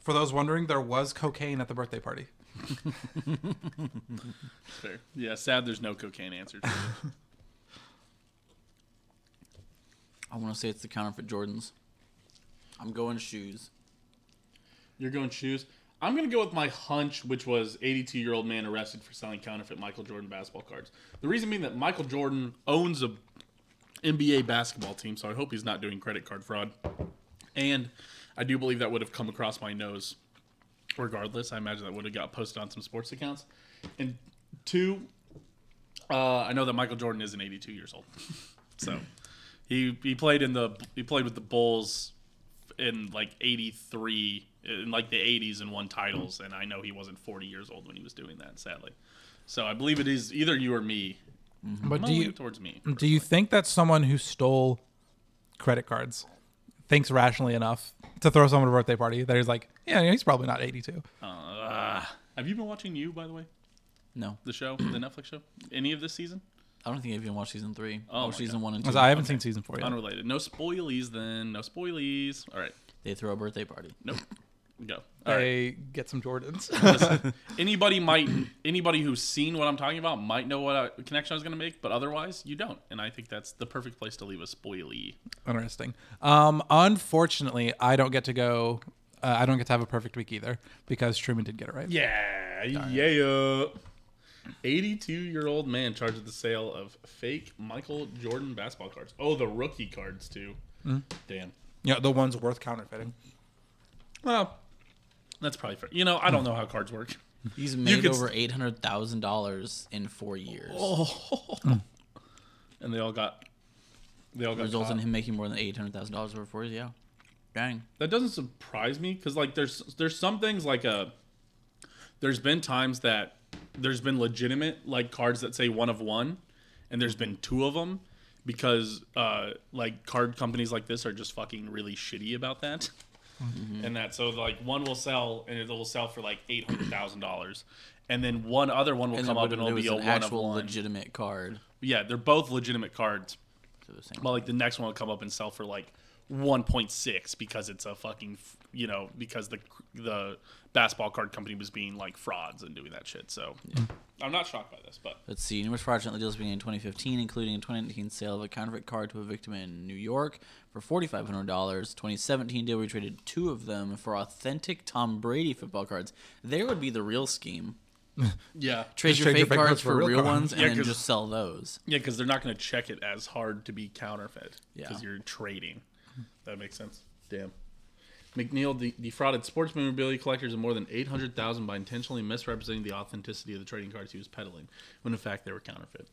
[SPEAKER 2] For those wondering, there was cocaine at the birthday party.
[SPEAKER 1] Fair. Yeah, sad there's no cocaine answer. to it.
[SPEAKER 3] I want to say it's the counterfeit Jordans. I'm going shoes.
[SPEAKER 1] You're going shoes. I'm going to go with my hunch, which was 82 year old man arrested for selling counterfeit Michael Jordan basketball cards. The reason being that Michael Jordan owns a NBA basketball team, so I hope he's not doing credit card fraud. And I do believe that would have come across my nose regardless. I imagine that would have got posted on some sports accounts. And two, uh, I know that Michael Jordan isn't 82 years old. So he he played in the he played with the Bulls in like 83 in like the 80s and won titles and I know he wasn't 40 years old when he was doing that sadly. So I believe it is either you or me.
[SPEAKER 2] But
[SPEAKER 1] I'm
[SPEAKER 2] do
[SPEAKER 1] leaning
[SPEAKER 2] you
[SPEAKER 1] towards me.
[SPEAKER 2] do you think that someone who stole credit cards thinks rationally enough to throw someone a birthday party that he's like, yeah, he's probably not 82.
[SPEAKER 1] Uh, have you been watching you by the way?
[SPEAKER 3] No,
[SPEAKER 1] The show, the Netflix show? Any of this season?
[SPEAKER 3] I don't think I've even watched season three
[SPEAKER 1] Oh
[SPEAKER 3] or
[SPEAKER 1] my
[SPEAKER 3] season
[SPEAKER 1] God.
[SPEAKER 3] one and two.
[SPEAKER 2] Because I haven't seen season four yet.
[SPEAKER 1] Unrelated. No spoilies then. No spoilies. All right.
[SPEAKER 3] They throw a birthday party.
[SPEAKER 1] Nope. Go. All right.
[SPEAKER 2] They get some Jordans.
[SPEAKER 1] Anybody might anybody who's seen what I'm talking about might know what I, connection I was going to make, but otherwise you don't. And I think that's the perfect place to leave a spoily.
[SPEAKER 2] Interesting. Um, unfortunately, I don't get to go. Uh, I don't get to have a perfect week either because Truman did get it right.
[SPEAKER 1] Yeah. Yeah. 82 year old man charged with the sale of fake Michael Jordan basketball cards. Oh, the rookie cards too. Damn.
[SPEAKER 2] Yeah, the ones worth counterfeiting.
[SPEAKER 1] Well, that's probably fair. You know, I don't know how cards work.
[SPEAKER 3] He's made
[SPEAKER 1] could Oh,
[SPEAKER 3] over eight hundred thousand dollars in four years.
[SPEAKER 1] And they all got they all got
[SPEAKER 3] results in
[SPEAKER 1] caught.
[SPEAKER 3] him making more than eight hundred thousand dollars over four years. Yeah, dang.
[SPEAKER 1] that doesn't surprise me because like there's there's some things like uh there's been times that there's been legitimate like cards that say one of one and there's been two of them because uh like card companies like this are just fucking really shitty about that
[SPEAKER 3] Mm-hmm.
[SPEAKER 1] and that so like one will sell and it will sell for like eight hundred thousand dollars and then one other one will
[SPEAKER 3] And
[SPEAKER 1] come
[SPEAKER 3] then
[SPEAKER 1] up
[SPEAKER 3] what
[SPEAKER 1] and
[SPEAKER 3] it
[SPEAKER 1] it'll
[SPEAKER 3] was
[SPEAKER 1] be a
[SPEAKER 3] an
[SPEAKER 1] one of
[SPEAKER 3] actual
[SPEAKER 1] one
[SPEAKER 3] legitimate card.
[SPEAKER 1] yeah they're both legitimate cards
[SPEAKER 3] So the same.
[SPEAKER 1] but like the next one will come up and sell for like 1.6 because it's a fucking f- you know because the the basketball card company was being like frauds and doing that shit. So I'm not shocked by this, but
[SPEAKER 3] Let's see. Numerous fraudulent deals began in 2015, including a 2019 sale of a counterfeit card to a victim in New York for $4,500. 2017 deal, we traded two of them for authentic Tom Brady football cards. There would be the real scheme.
[SPEAKER 1] yeah,
[SPEAKER 3] Trade your
[SPEAKER 2] trade
[SPEAKER 3] fake cards for real,
[SPEAKER 2] cards.
[SPEAKER 3] ones and
[SPEAKER 1] Yeah,
[SPEAKER 3] then
[SPEAKER 1] 'cause-
[SPEAKER 3] just sell those.
[SPEAKER 1] yeah, because they're not going to check it as hard to be counterfeit
[SPEAKER 3] Yeah.
[SPEAKER 1] because you're trading. That makes sense. Damn. McNeil de- defrauded sports memorabilia collectors of more than 800,000 by intentionally misrepresenting the authenticity of the trading cards he was peddling, when in fact they were counterfeit.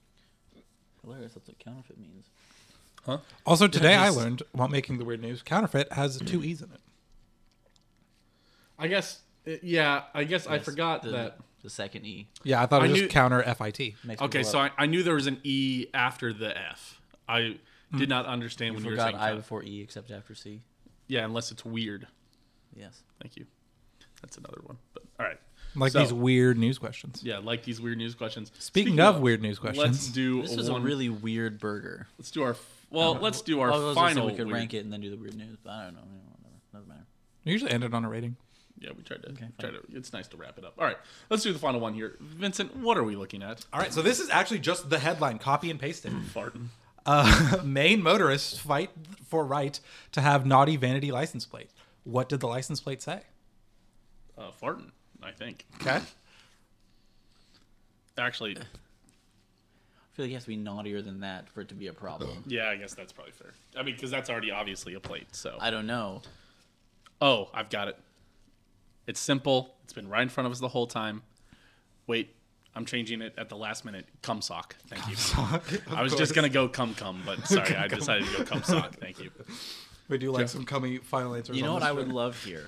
[SPEAKER 3] Hilarious. That's what counterfeit means.
[SPEAKER 2] Also, today I learned while making the weird news, counterfeit has two E's in it.
[SPEAKER 1] I guess, eh, yeah, I guess I forgot
[SPEAKER 3] The,
[SPEAKER 1] that.
[SPEAKER 3] the second E.
[SPEAKER 2] Yeah, I thought
[SPEAKER 1] I
[SPEAKER 2] it was
[SPEAKER 1] knew-
[SPEAKER 2] just counter FIT.
[SPEAKER 3] Makes me
[SPEAKER 1] Okay,
[SPEAKER 3] blow
[SPEAKER 1] so
[SPEAKER 3] up.
[SPEAKER 1] I, I knew there was an E after the F. I did not understand when you were
[SPEAKER 3] forgot
[SPEAKER 1] saying
[SPEAKER 3] I
[SPEAKER 1] I,
[SPEAKER 3] before E except after C.
[SPEAKER 1] yeah, unless it's weird.
[SPEAKER 3] Yes.
[SPEAKER 1] Thank you. That's another one. But all right,
[SPEAKER 2] Like
[SPEAKER 1] So-
[SPEAKER 2] these weird news questions.
[SPEAKER 1] Yeah, like these weird news questions.
[SPEAKER 2] Speaking, of, weird news
[SPEAKER 1] let's
[SPEAKER 2] questions,
[SPEAKER 1] do
[SPEAKER 3] This was a
[SPEAKER 1] one,
[SPEAKER 3] really weird burger.
[SPEAKER 1] Let's do our f- well. Let's do our
[SPEAKER 3] I was gonna say
[SPEAKER 1] final.
[SPEAKER 3] We could
[SPEAKER 1] weird-
[SPEAKER 3] rank it and then do the weird news, but I don't know. you know, Whatever. Doesn't matter.
[SPEAKER 2] we usually end it on a rating.
[SPEAKER 1] Yeah, we tried to. tried to. It's nice to wrap it up. All right, let's do the final one here. Vincent, what are we looking at?
[SPEAKER 2] All right, so this is actually just the headline. Copy and paste it.
[SPEAKER 1] Farting.
[SPEAKER 2] Uh, Maine motorists fight for right to have naughty vanity license plate. What did the license plate say?
[SPEAKER 1] Uh, farting. I think
[SPEAKER 2] Okay.
[SPEAKER 1] actually,
[SPEAKER 3] I feel like it has to be naughtier than that for it to be a problem.
[SPEAKER 1] yeah, I guess that's probably fair. I mean, because that's already obviously a plate. So
[SPEAKER 3] I don't know.
[SPEAKER 1] oh, I've got it. It's simple. It's been right in front of us the whole time. Wait, I'm changing it at the last minute. Cum sock. Thank you. I was just gonna go cum cum, but sorry, I decided to go cum sock. Thank you.
[SPEAKER 2] We do like some cummy final answers.
[SPEAKER 3] You know
[SPEAKER 2] on
[SPEAKER 3] what
[SPEAKER 2] this
[SPEAKER 3] I would
[SPEAKER 2] show.
[SPEAKER 3] love here?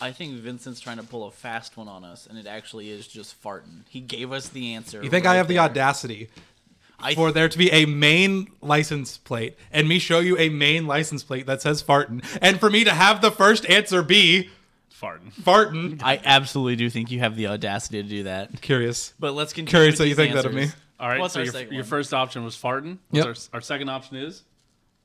[SPEAKER 3] I think Vincent's trying to pull a fast one on us, and it actually is just farting. He gave us the answer.
[SPEAKER 2] You think I
[SPEAKER 3] right
[SPEAKER 2] have the
[SPEAKER 3] there.
[SPEAKER 2] audacity
[SPEAKER 3] I
[SPEAKER 2] for there to be a Maine license plate and me show you a Maine license plate that says Fartin, and for me to have the first answer be
[SPEAKER 1] Farting.
[SPEAKER 2] Fartin?
[SPEAKER 3] I absolutely do think you have the audacity to do that.
[SPEAKER 2] Curious.
[SPEAKER 3] But let's continue.
[SPEAKER 2] Curious
[SPEAKER 3] with
[SPEAKER 2] that you
[SPEAKER 3] these
[SPEAKER 2] think that of
[SPEAKER 3] answers.
[SPEAKER 2] me.
[SPEAKER 1] All right.
[SPEAKER 3] What's
[SPEAKER 1] so
[SPEAKER 3] our
[SPEAKER 1] your,
[SPEAKER 3] second
[SPEAKER 1] your
[SPEAKER 3] one?
[SPEAKER 1] first option was farting. What's
[SPEAKER 2] Yep.
[SPEAKER 1] Our, our second option is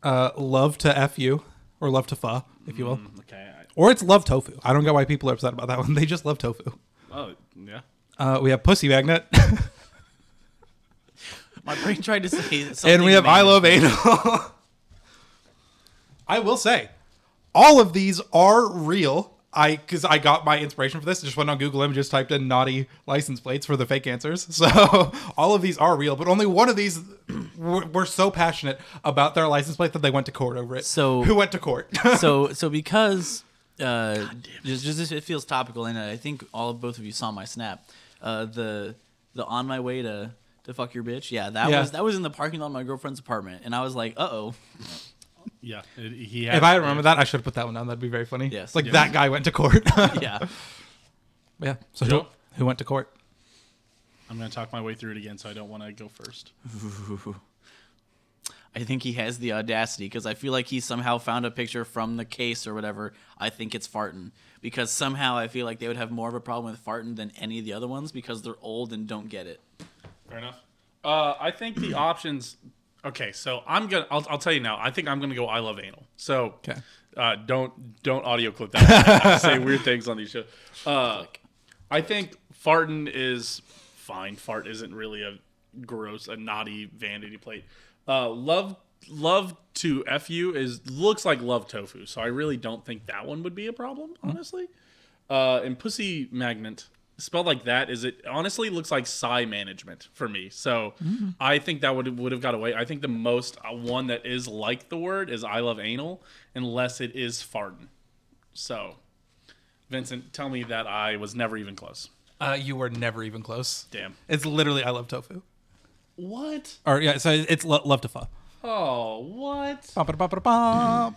[SPEAKER 2] Uh, love to f you or love to fa, if you will,
[SPEAKER 1] okay. I,
[SPEAKER 2] or it's love tofu. I don't get why people are upset about that one. They just love tofu.
[SPEAKER 1] oh yeah.
[SPEAKER 2] Uh, we have pussy magnet,
[SPEAKER 3] My brain tried to say something.
[SPEAKER 2] and we have I
[SPEAKER 3] man.
[SPEAKER 2] love anal. I will say, all of these are real. I because I got my inspiration for this. Just went on Google Images, typed in naughty license plates for the fake answers. So all of these are real, but only one of these were, were so passionate about their license plate that they went to court over it.
[SPEAKER 3] So-
[SPEAKER 2] who went to court?
[SPEAKER 3] so so because uh, just, just it feels topical, and I think all of both of you saw my snap. Uh, the the on my way to to fuck your bitch. Yeah, that
[SPEAKER 2] Yeah.
[SPEAKER 3] was that was in the parking lot of my girlfriend's apartment, and I was like, uh oh.
[SPEAKER 1] Yeah. It, he had,
[SPEAKER 2] if I had remembered that, I should have put that one down. That'd be very funny.
[SPEAKER 3] Yes.
[SPEAKER 2] like
[SPEAKER 1] Yeah.
[SPEAKER 2] that guy went to court.
[SPEAKER 3] Yeah,
[SPEAKER 2] yeah. So
[SPEAKER 1] Joe?
[SPEAKER 2] who, who went to court?
[SPEAKER 1] I'm gonna talk my way through it again, so I don't want to go first.
[SPEAKER 3] I think he has the audacity because I feel like he somehow found a picture from the case or whatever. I think it's farting because somehow I feel like they would have more of a problem with farting than any of the other ones because they're old and don't get it.
[SPEAKER 1] Fair enough. Uh, I think the options. Okay, so I'm gonna. I'll, I'll tell you now. I think I'm gonna go. I love anal. So
[SPEAKER 2] Okay.
[SPEAKER 1] uh, don't don't audio clip that. I say weird things on these shows. Uh, I think farting is fine. Fart isn't really a gross, a naughty vanity plate. Uh, love love to f you is looks like love tofu. So I really don't think that one would be a problem, honestly. Uh, and pussy magnet spelled like that is it honestly looks like psi management for me. So I think that would would have got away. I think the most uh, one that is like the word is I love anal, unless it is farting. So, Vincent, tell me that I was never even close.
[SPEAKER 2] Uh, you were never even close.
[SPEAKER 1] Damn.
[SPEAKER 2] It's literally I love tofu.
[SPEAKER 1] What?
[SPEAKER 2] Or yeah, so it's lo- love to fa.
[SPEAKER 1] Oh, what?
[SPEAKER 2] Ba-ba-da-ba-da-ba.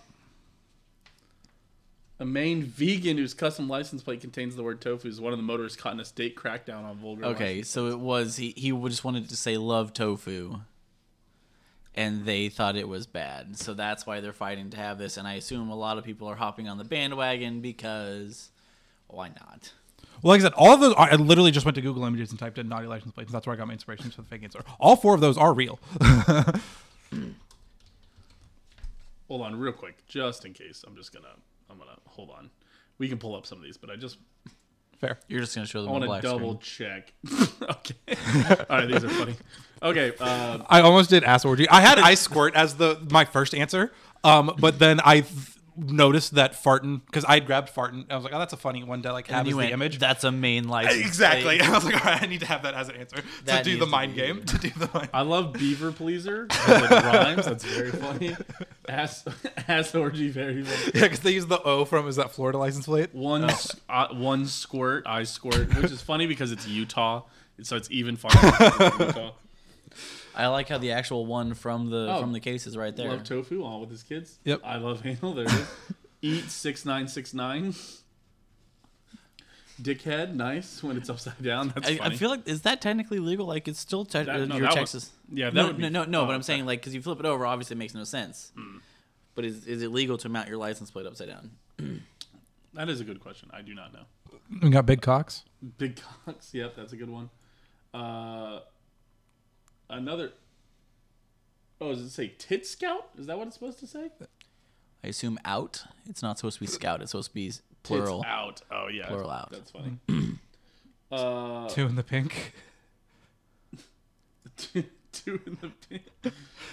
[SPEAKER 1] A Maine vegan whose custom license plate contains the word tofu is one of the motorists caught in a state crackdown on vulgar.
[SPEAKER 3] Okay, so it was he. He just wanted to say love tofu, and they thought it was bad. So that's why they're fighting to have this. And I assume a lot of people are hopping on the bandwagon because why not?
[SPEAKER 2] Well, like I said, all of those are, I literally just went to Google Images and typed in naughty license plates. and That's where I got my inspiration for the fake answer. All four of those are real.
[SPEAKER 1] Hold on, real quick, just in case. I'm just gonna. I'm gonna hold on. We can pull up some of these, but I just
[SPEAKER 2] Fair.
[SPEAKER 3] You're just gonna show them
[SPEAKER 1] I
[SPEAKER 3] a
[SPEAKER 1] want to
[SPEAKER 3] black
[SPEAKER 1] double
[SPEAKER 3] screen.
[SPEAKER 1] check. okay. All right, these are funny. Okay. Uh,
[SPEAKER 2] I almost did ass orgy. I had ice squirt as the my first answer, um, but then I th- noticed that fartin because I had grabbed fartin. and I was like, oh, that's a funny one to like have
[SPEAKER 3] And
[SPEAKER 2] as
[SPEAKER 3] you
[SPEAKER 2] the
[SPEAKER 3] went,
[SPEAKER 2] image.
[SPEAKER 3] That's a main license.
[SPEAKER 2] exactly.
[SPEAKER 3] plate."
[SPEAKER 2] I was like, all right, I need to have that as an answer to
[SPEAKER 3] That
[SPEAKER 2] do
[SPEAKER 3] needs
[SPEAKER 2] the
[SPEAKER 3] to
[SPEAKER 2] mind
[SPEAKER 3] be
[SPEAKER 2] game. To do the mind.
[SPEAKER 1] I love Beaver Pleaser. 'cause It rhymes. That's very funny. Ass, ass orgy. Very funny.
[SPEAKER 2] Yeah, because they use the O from is that Florida license plate?
[SPEAKER 1] One, s- uh, one squirt. I squirt, which is funny because it's Utah, so it's even funnier. because it's Utah.
[SPEAKER 3] I like how the actual one from the
[SPEAKER 1] Oh.
[SPEAKER 3] from the case is right there.
[SPEAKER 1] Love tofu. All with his kids.
[SPEAKER 2] Yep.
[SPEAKER 1] I love anal. There it is. Eat six nine six nine. Dickhead. Nice when it's upside down. That's
[SPEAKER 3] I,
[SPEAKER 1] funny.
[SPEAKER 3] I feel like is that technically legal? Like it's still te-
[SPEAKER 1] That-
[SPEAKER 3] uh,
[SPEAKER 1] no,
[SPEAKER 3] your
[SPEAKER 1] that would-
[SPEAKER 3] Texas.
[SPEAKER 1] yeah, that
[SPEAKER 3] no,
[SPEAKER 1] would be- Hmm.
[SPEAKER 3] no, no, no,
[SPEAKER 1] oh,
[SPEAKER 3] but I'm
[SPEAKER 1] okay.
[SPEAKER 3] saying like because you flip it over, obviously it makes no sense. But is is it legal to mount your license plate upside down?
[SPEAKER 1] That is a good question. I do not know.
[SPEAKER 2] We got big cocks.
[SPEAKER 1] Big cocks. Yep, that's a good one. Uh, another. Oh, does it say tit scout? Is that what it's supposed to say?
[SPEAKER 3] I assume out. It's not supposed to be scout. It's supposed to be plural.
[SPEAKER 1] Tits out. Oh yeah.
[SPEAKER 3] Plural out.
[SPEAKER 1] That's funny. Mm-hmm. uh,
[SPEAKER 2] Oh. Two in the pink.
[SPEAKER 1] two in the pin.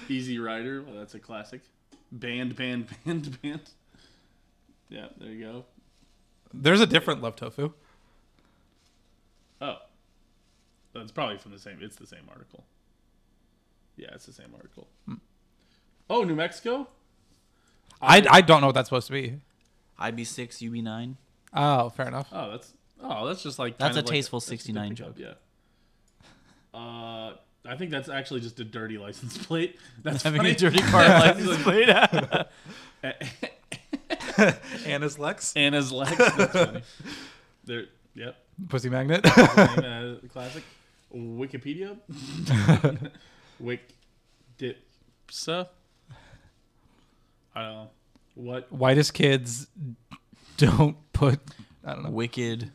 [SPEAKER 1] Easy Rider. Well, that's a classic. Band, band, band, band. Yeah, there you go.
[SPEAKER 2] There's a different love tofu.
[SPEAKER 1] Oh, that's probably from the same. It's the same article. Yeah, it's the same article.
[SPEAKER 3] Hmm.
[SPEAKER 1] Oh, New Mexico.
[SPEAKER 2] I, I don't know what that's supposed to be.
[SPEAKER 3] IB6, UB9.
[SPEAKER 2] Oh, fair enough.
[SPEAKER 1] Oh, that's oh, that's just like
[SPEAKER 3] That's
[SPEAKER 1] kind
[SPEAKER 3] a
[SPEAKER 1] of like-
[SPEAKER 3] tasteful
[SPEAKER 1] that's just a
[SPEAKER 3] 69
[SPEAKER 1] pickup, Yeah. Uh, I think that's actually just a dirty license plate. That's
[SPEAKER 3] Having
[SPEAKER 1] funny.
[SPEAKER 3] a dirty car license
[SPEAKER 1] Like-
[SPEAKER 3] plate.
[SPEAKER 2] Anna's Lex.
[SPEAKER 1] Anna's Lex. That's funny. There. Yep.
[SPEAKER 2] Pussy magnet.
[SPEAKER 1] uh, classic. Wikipedia. Wik. Dipsa. I don't know. What?
[SPEAKER 2] Whitest kids don't put. I don't know.
[SPEAKER 3] Wicked.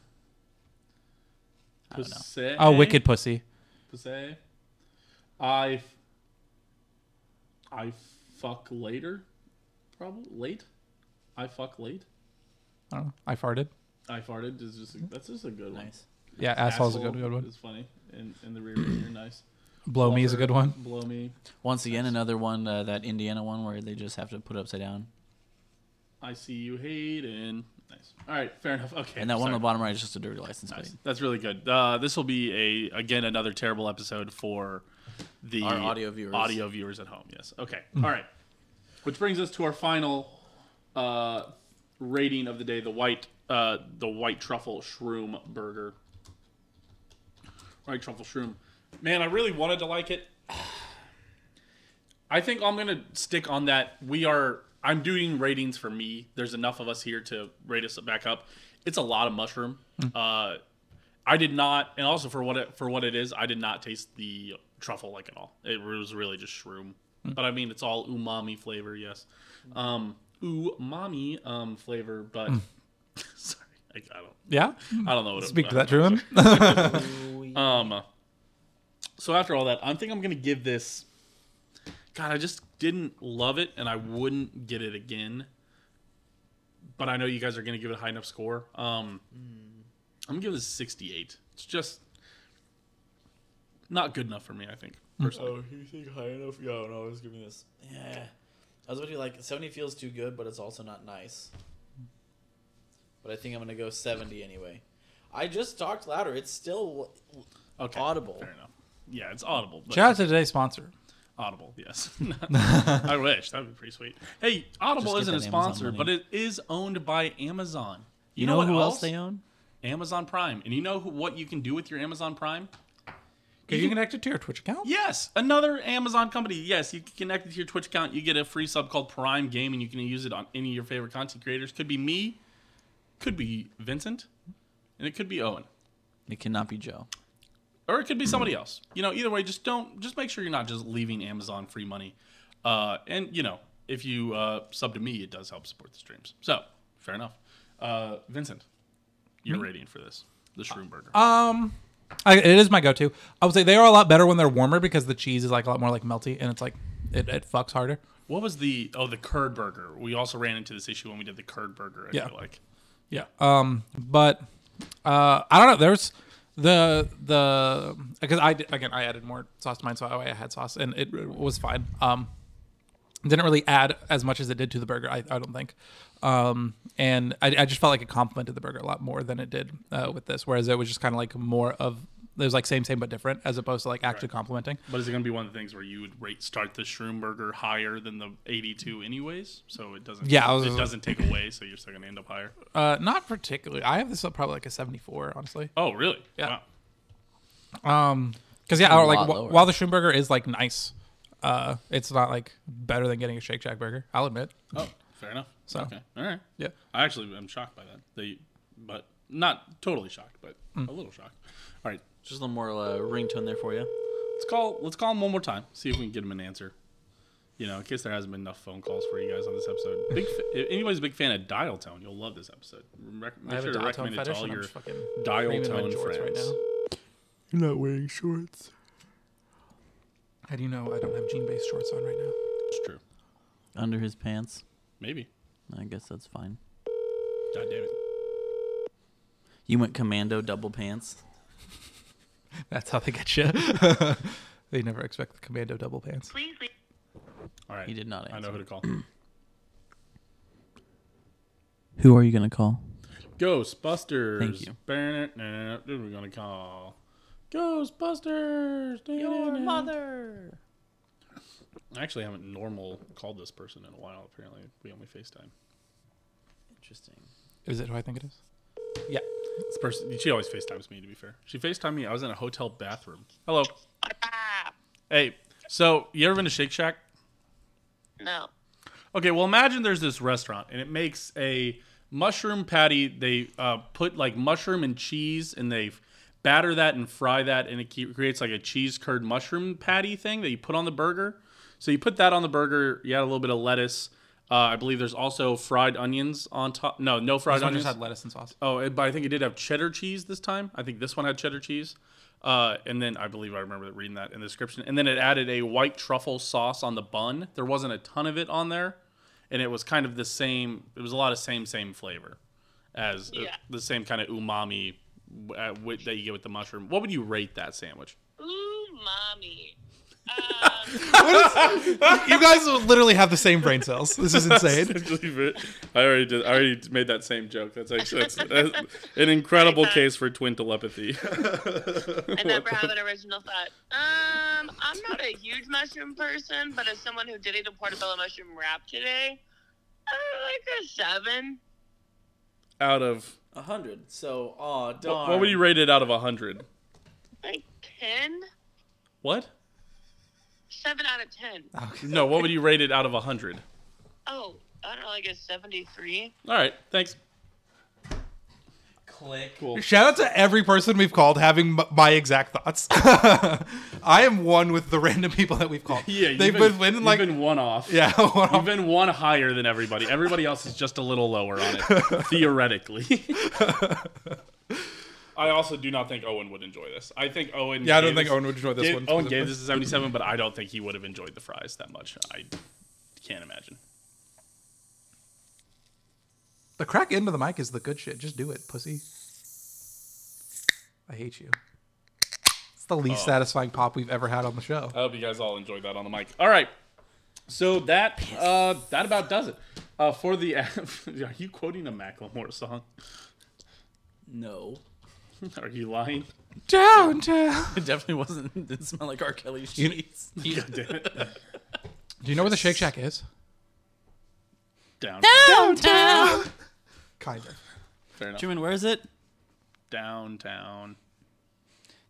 [SPEAKER 1] Pussy.
[SPEAKER 2] Oh, wicked pussy.
[SPEAKER 1] Pussy. I. f- I fuck later. Probably late. I fuck late.
[SPEAKER 2] I don't know. I farted.
[SPEAKER 1] I farted is just a, that's just a good one.
[SPEAKER 3] Nice.
[SPEAKER 2] Yeah, asshole's a good,
[SPEAKER 1] Asshole
[SPEAKER 2] good one.
[SPEAKER 1] Is funny in, in the rear view. Nice.
[SPEAKER 2] Blow me is a
[SPEAKER 1] Fluffer,
[SPEAKER 2] good one.
[SPEAKER 1] Blow me.
[SPEAKER 3] Once again, another one, uh, that Indiana one where they just have to put upside down.
[SPEAKER 1] I see you, Hayden. Nice. All right, fair enough. Okay.
[SPEAKER 3] And that one on
[SPEAKER 1] sorry.
[SPEAKER 3] the bottom right is just a dirty license plate.
[SPEAKER 1] Nice. That's really good. Uh, this will be a again another terrible episode for the
[SPEAKER 3] Our audio viewers.
[SPEAKER 1] audio viewers at home. Yes. Okay. All right. Which brings us to our final uh, rating of the day: the white, uh, the white truffle shroom burger. White truffle shroom. Man, I really wanted to like it. I think I'm gonna stick on that. We are. I'm doing ratings for me. There's enough of us here to rate us back up. It's a lot of mushroom. Uh, I did not, and also for what it, for what it is, I did not taste the truffle like at all. It was really just shroom.
[SPEAKER 2] Hmm.
[SPEAKER 1] But I mean, it's all umami flavor, yes, um, umami um, flavor. But
[SPEAKER 2] Hmm.
[SPEAKER 1] sorry, I, I don't,
[SPEAKER 2] Yeah.
[SPEAKER 1] I don't know what
[SPEAKER 2] Speak
[SPEAKER 1] it,
[SPEAKER 2] to
[SPEAKER 1] I
[SPEAKER 2] that,
[SPEAKER 1] don't know.
[SPEAKER 2] Truman.
[SPEAKER 1] Um, so after all that, I think I'm gonna give this. God, I just didn't love it, and I wouldn't get it again. But I know you guys are gonna give it a high enough score. Um, I'm gonna give this 68. It's just not good enough for me. I think personally.
[SPEAKER 3] Oh, you think high enough? Yeah, no, I was giving this. Yeah. I was going to be like, 70 feels too good, but it's also not nice. But I think I'm going to go 70 anyway. I just talked louder. It's still
[SPEAKER 1] Okay,
[SPEAKER 3] audible.
[SPEAKER 1] Fair enough. Yeah, it's audible. But
[SPEAKER 2] Shout out to today's sponsor.
[SPEAKER 1] Audible, yes. I wish that would be pretty sweet. Hey, Audible
[SPEAKER 3] get
[SPEAKER 1] isn't a
[SPEAKER 3] that Amazon
[SPEAKER 1] sponsor,
[SPEAKER 3] money.
[SPEAKER 1] but it is owned by Amazon.
[SPEAKER 3] You, know, who else they own?
[SPEAKER 1] Amazon Prime. And you know who, what you can do with your Amazon Prime?
[SPEAKER 2] Can you connect it to your Twitch account?
[SPEAKER 1] Yes, another Amazon company. Yes, you can connect it to your Twitch account. You get a free sub called Prime Game, and you can use it on any of your favorite content creators. Could be me, could be Vincent, and it could be Owen,
[SPEAKER 3] It cannot be Joe.
[SPEAKER 1] or it could be somebody else. You know, either way, just don't. Just make sure you're not just leaving Amazon free money. Uh, and you know, if you uh, sub to me, it does help support the streams. So fair enough. Uh, Vincent, you're rating for this the Shroom Burger.
[SPEAKER 2] Um, I, it is my go-to. I would say they are a lot better when they're warmer because the cheese is like a lot more like melty and it's like it, it fucks harder.
[SPEAKER 1] What was the oh the curd burger? We also ran into this issue when we did the curd burger. I
[SPEAKER 2] Yeah.
[SPEAKER 1] feel like
[SPEAKER 2] Yeah. Um, but uh, I don't know. There's the the because I did- again I added more sauce to mine, so I had sauce and it was fine. Um, didn't really add as much as it did to the burger. I, I don't think. Um, and I, I just felt like it complemented the burger a lot more than it did uh, with this. Whereas it was just kind of like more of it was like same same but different as opposed to like actually complementing.
[SPEAKER 1] but is it going to be one of the things where you would rate start the shroom burger higher than the eighty two anyways? So it doesn't
[SPEAKER 2] Yeah, I was-
[SPEAKER 1] it doesn't take away. So you're still going to end up higher.
[SPEAKER 2] Uh, not particularly. I have this up probably like a 74, honestly.
[SPEAKER 1] Oh really?
[SPEAKER 2] Yeah.
[SPEAKER 1] Wow.
[SPEAKER 2] Because yeah, I don't, like
[SPEAKER 3] lot
[SPEAKER 2] wh-
[SPEAKER 3] lower.
[SPEAKER 2] while the Schumburger is like nice, uh, it's not like better than getting a Shake Shack burger. I'll admit.
[SPEAKER 1] Oh, fair enough.
[SPEAKER 2] So.
[SPEAKER 1] okay, all right.
[SPEAKER 2] Yeah.
[SPEAKER 1] I actually am shocked by that. They, but not totally shocked, but
[SPEAKER 2] Mm.
[SPEAKER 1] a little shocked. All right,
[SPEAKER 3] Just a little more uh, ringtone there for you.
[SPEAKER 1] let's call let's call him one more time. See if we can get him an answer. You know, in case there hasn't been enough phone calls for you guys on this episode. Big, fa- if anybody's a big fan of dial tone, you'll love this episode. Rec-
[SPEAKER 2] I
[SPEAKER 1] make
[SPEAKER 2] have
[SPEAKER 1] sure
[SPEAKER 2] a
[SPEAKER 1] to
[SPEAKER 2] dial tone
[SPEAKER 1] recommend it to
[SPEAKER 2] fetish
[SPEAKER 1] all
[SPEAKER 2] and I'm
[SPEAKER 1] your
[SPEAKER 2] just fucking
[SPEAKER 1] dial
[SPEAKER 2] creaming in my
[SPEAKER 1] tone
[SPEAKER 2] jorts
[SPEAKER 1] friends.
[SPEAKER 2] right now.
[SPEAKER 5] You're not wearing shorts.
[SPEAKER 2] How do you know I don't have jean based shorts on right now?
[SPEAKER 1] It's true.
[SPEAKER 3] Under his pants.
[SPEAKER 1] Maybe.
[SPEAKER 3] I guess that's fine.
[SPEAKER 1] God damn it.
[SPEAKER 3] You went commando double pants.
[SPEAKER 2] That's how they get you. they never expect the commando double pants.
[SPEAKER 7] Please leave.
[SPEAKER 1] All right.
[SPEAKER 3] He did not
[SPEAKER 1] I know
[SPEAKER 3] answer.
[SPEAKER 1] who to call.
[SPEAKER 3] Who are you gonna call?
[SPEAKER 1] Ghostbusters.
[SPEAKER 3] Thank you.
[SPEAKER 1] Ba-na-na-na. Who are we gonna call? Ghostbusters. Your mother. I actually haven't normal called this person in a while. Apparently, we only FaceTime.
[SPEAKER 3] Interesting.
[SPEAKER 2] Is it who I think it is?
[SPEAKER 1] Yeah. This person, she always FaceTimes me, to be fair. She FaceTimed me. I was in a hotel bathroom. Hello. Hey, so you ever been to Shake Shack?
[SPEAKER 7] No.
[SPEAKER 1] Okay, well, imagine there's this restaurant and it makes a mushroom patty. They uh, put like mushroom and cheese and they batter that and fry that and it ke- creates like a cheese curd mushroom patty thing that you put on the burger. So you put that on the burger. You add a little bit of lettuce. Uh, I believe there's also fried onions on top. No, no fried
[SPEAKER 2] This one
[SPEAKER 1] onions.
[SPEAKER 2] just had lettuce and sauce.
[SPEAKER 1] Oh, it- but I think it did have cheddar cheese this time. I think this one had cheddar cheese. Uh, and then I believe I remember reading that in the description. And then it added a white truffle sauce on the bun. There wasn't a ton of it on there, and it was kind of the same. It was a lot of same same flavor as uh,
[SPEAKER 7] Yeah.
[SPEAKER 1] the same kind of umami uh, with, that you get with the mushroom. What would you rate that sandwich?
[SPEAKER 7] Ooh, mommy. Um,
[SPEAKER 2] you guys literally have the same brain cells. This is insane.
[SPEAKER 1] I already did. I already made that same joke. That's actually that's, that's an incredible case for twin telepathy.
[SPEAKER 7] I never have an original thought. Um, I'm not a huge mushroom person, but as someone who did eat a portobello mushroom wrap today, uh, like a seven.
[SPEAKER 1] out of
[SPEAKER 3] A hundred. So, aw, darn.
[SPEAKER 1] what, what would you rate it out of hundred?
[SPEAKER 7] Like ten?
[SPEAKER 1] What?
[SPEAKER 7] Seven out of ten.
[SPEAKER 2] Ah.
[SPEAKER 1] No, what would you rate it out of 100?
[SPEAKER 7] Oh, I don't know, like a seventy-three.
[SPEAKER 1] All right, thanks.
[SPEAKER 3] click?
[SPEAKER 2] Shout out to every person we've called having m- my exact thoughts. I am one with the random people that we've called.
[SPEAKER 1] Yeah,
[SPEAKER 2] they've been, winning like
[SPEAKER 1] been one off.
[SPEAKER 2] yeah. one
[SPEAKER 1] You've been one higher than everybody. Everybody else is just a little lower on it, theoretically. I also do not think Owen would enjoy this. I think Owen.
[SPEAKER 2] Yeah, I don't
[SPEAKER 1] gave
[SPEAKER 2] think Owen would enjoy this
[SPEAKER 1] gave-
[SPEAKER 2] one
[SPEAKER 1] Owen gave
[SPEAKER 2] specifically.
[SPEAKER 1] this a 77, but I don't think he would have enjoyed the fries that much. I can't imagine.
[SPEAKER 2] The crack end of the mic is the good shit. Just do it, pussy. I hate you. It's the
[SPEAKER 1] Oh.
[SPEAKER 2] least satisfying pop we've ever had on the show.
[SPEAKER 1] I hope you guys all enjoyed that on the mic. All right, so that uh, that about does it uh, for the. Are you quoting a Macklemore song?
[SPEAKER 3] No,
[SPEAKER 1] Are you lying?
[SPEAKER 2] Downtown.
[SPEAKER 3] it definitely wasn't. It didn't smell like R. Kelly's
[SPEAKER 2] You-
[SPEAKER 3] sheets.
[SPEAKER 1] God damn it.
[SPEAKER 2] Do you know where the Shake Shack is?
[SPEAKER 1] Down.
[SPEAKER 3] Downtown.
[SPEAKER 2] Kind of.
[SPEAKER 1] Fair enough.
[SPEAKER 3] Truman, where is it?
[SPEAKER 1] Downtown.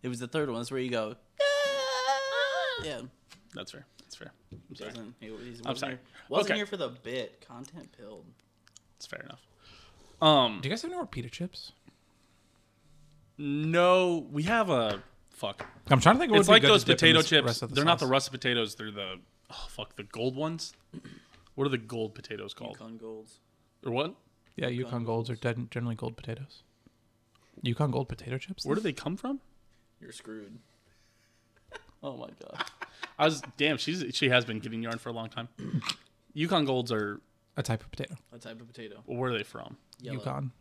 [SPEAKER 3] It was the third one. That's where you go. "Ah!" Yeah.
[SPEAKER 1] That's fair. That's fair. I'm sorry.
[SPEAKER 3] Doesn't, he, he's,
[SPEAKER 1] I'm
[SPEAKER 3] wasn't
[SPEAKER 1] sorry.
[SPEAKER 3] Here, wasn't
[SPEAKER 1] Okay.
[SPEAKER 3] here for the bit. Content pilled.
[SPEAKER 1] It's fair enough. Um,
[SPEAKER 2] Do you guys have any more pita chips?
[SPEAKER 1] no, we have a fuck.
[SPEAKER 2] I'm trying to think. What
[SPEAKER 1] It's
[SPEAKER 2] would be
[SPEAKER 1] like
[SPEAKER 2] good
[SPEAKER 1] those
[SPEAKER 2] to dip in
[SPEAKER 1] potato
[SPEAKER 2] this
[SPEAKER 1] chips.
[SPEAKER 2] rest of
[SPEAKER 1] they're not the
[SPEAKER 2] sauce.
[SPEAKER 1] russet potatoes. They're the oh fuck the gold ones. What are the gold potatoes called?
[SPEAKER 3] Yukon Golds.
[SPEAKER 1] Or what?
[SPEAKER 2] Yeah, Yukon Golds are gen- generally gold potatoes. Yukon Gold potato chips.
[SPEAKER 1] Where do they come from?
[SPEAKER 3] You're screwed. Oh my god.
[SPEAKER 1] I was damn. She's she has been getting yarn for a long time. Yukon golds are
[SPEAKER 2] a type of potato.
[SPEAKER 3] A type of potato.
[SPEAKER 1] where are they from?
[SPEAKER 3] Yellow.
[SPEAKER 2] Yukon.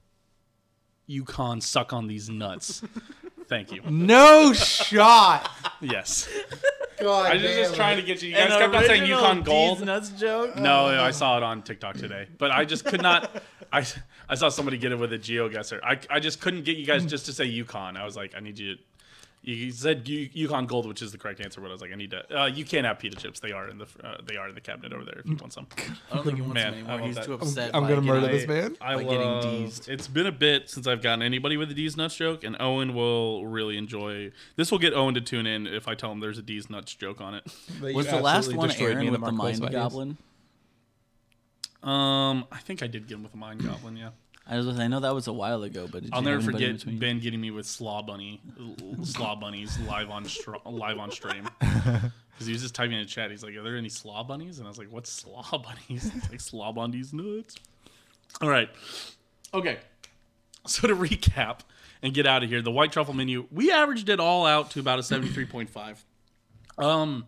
[SPEAKER 1] Yukon suck on these nuts. Thank you.
[SPEAKER 2] No shot.
[SPEAKER 1] Yes.
[SPEAKER 5] God
[SPEAKER 1] I was just trying to get you. You guys
[SPEAKER 3] An
[SPEAKER 1] kept on saying
[SPEAKER 3] original
[SPEAKER 1] Yukon gold.
[SPEAKER 3] Deez nuts joke.
[SPEAKER 1] No, no, I saw it on TikTok today, but I just could not. I, I saw somebody get it with a geoguesser. I, I just couldn't get you guys just to say Yukon. I was like, I need you. to- You said Yu- Yukon Gold, which is the correct answer, but I was like, I need to. Uh, you can't have pita chips. They are in the fr- uh, they are in the cabinet over there if you want some.
[SPEAKER 3] I don't think he wants
[SPEAKER 1] Man,
[SPEAKER 3] it
[SPEAKER 1] I
[SPEAKER 3] anymore.
[SPEAKER 1] want
[SPEAKER 3] He's
[SPEAKER 1] that.
[SPEAKER 3] too upset.
[SPEAKER 2] I'm
[SPEAKER 3] by
[SPEAKER 2] gonna murder
[SPEAKER 3] getting-
[SPEAKER 2] this man.
[SPEAKER 1] I
[SPEAKER 3] Like getting
[SPEAKER 1] love-
[SPEAKER 3] D's.
[SPEAKER 1] It's been a bit since I've gotten anybody with a D's nuts joke, and Owen will really enjoy. This will get Owen to tune in if I tell him there's a D's nuts joke on it.
[SPEAKER 3] Was the last one Aaron with the mind goblin?
[SPEAKER 1] Um, I think I did get him with a mind goblin. Yeah.
[SPEAKER 3] I was. I know that was a while ago, but did
[SPEAKER 1] I'll
[SPEAKER 3] you
[SPEAKER 1] never
[SPEAKER 3] have anybody in
[SPEAKER 1] forget
[SPEAKER 3] between?
[SPEAKER 1] Ben getting me with slaw bunny, slaw bunnies live on str- live on stream. Because he was just typing in a chat. He's like, "Are there any slaw bunnies?" And I was like, "What's slaw bunnies?" He's like slaw bunnies nuts. All right, okay. So to recap and get out of here, the white truffle menu we averaged it all out to about a seventy three point five. Um,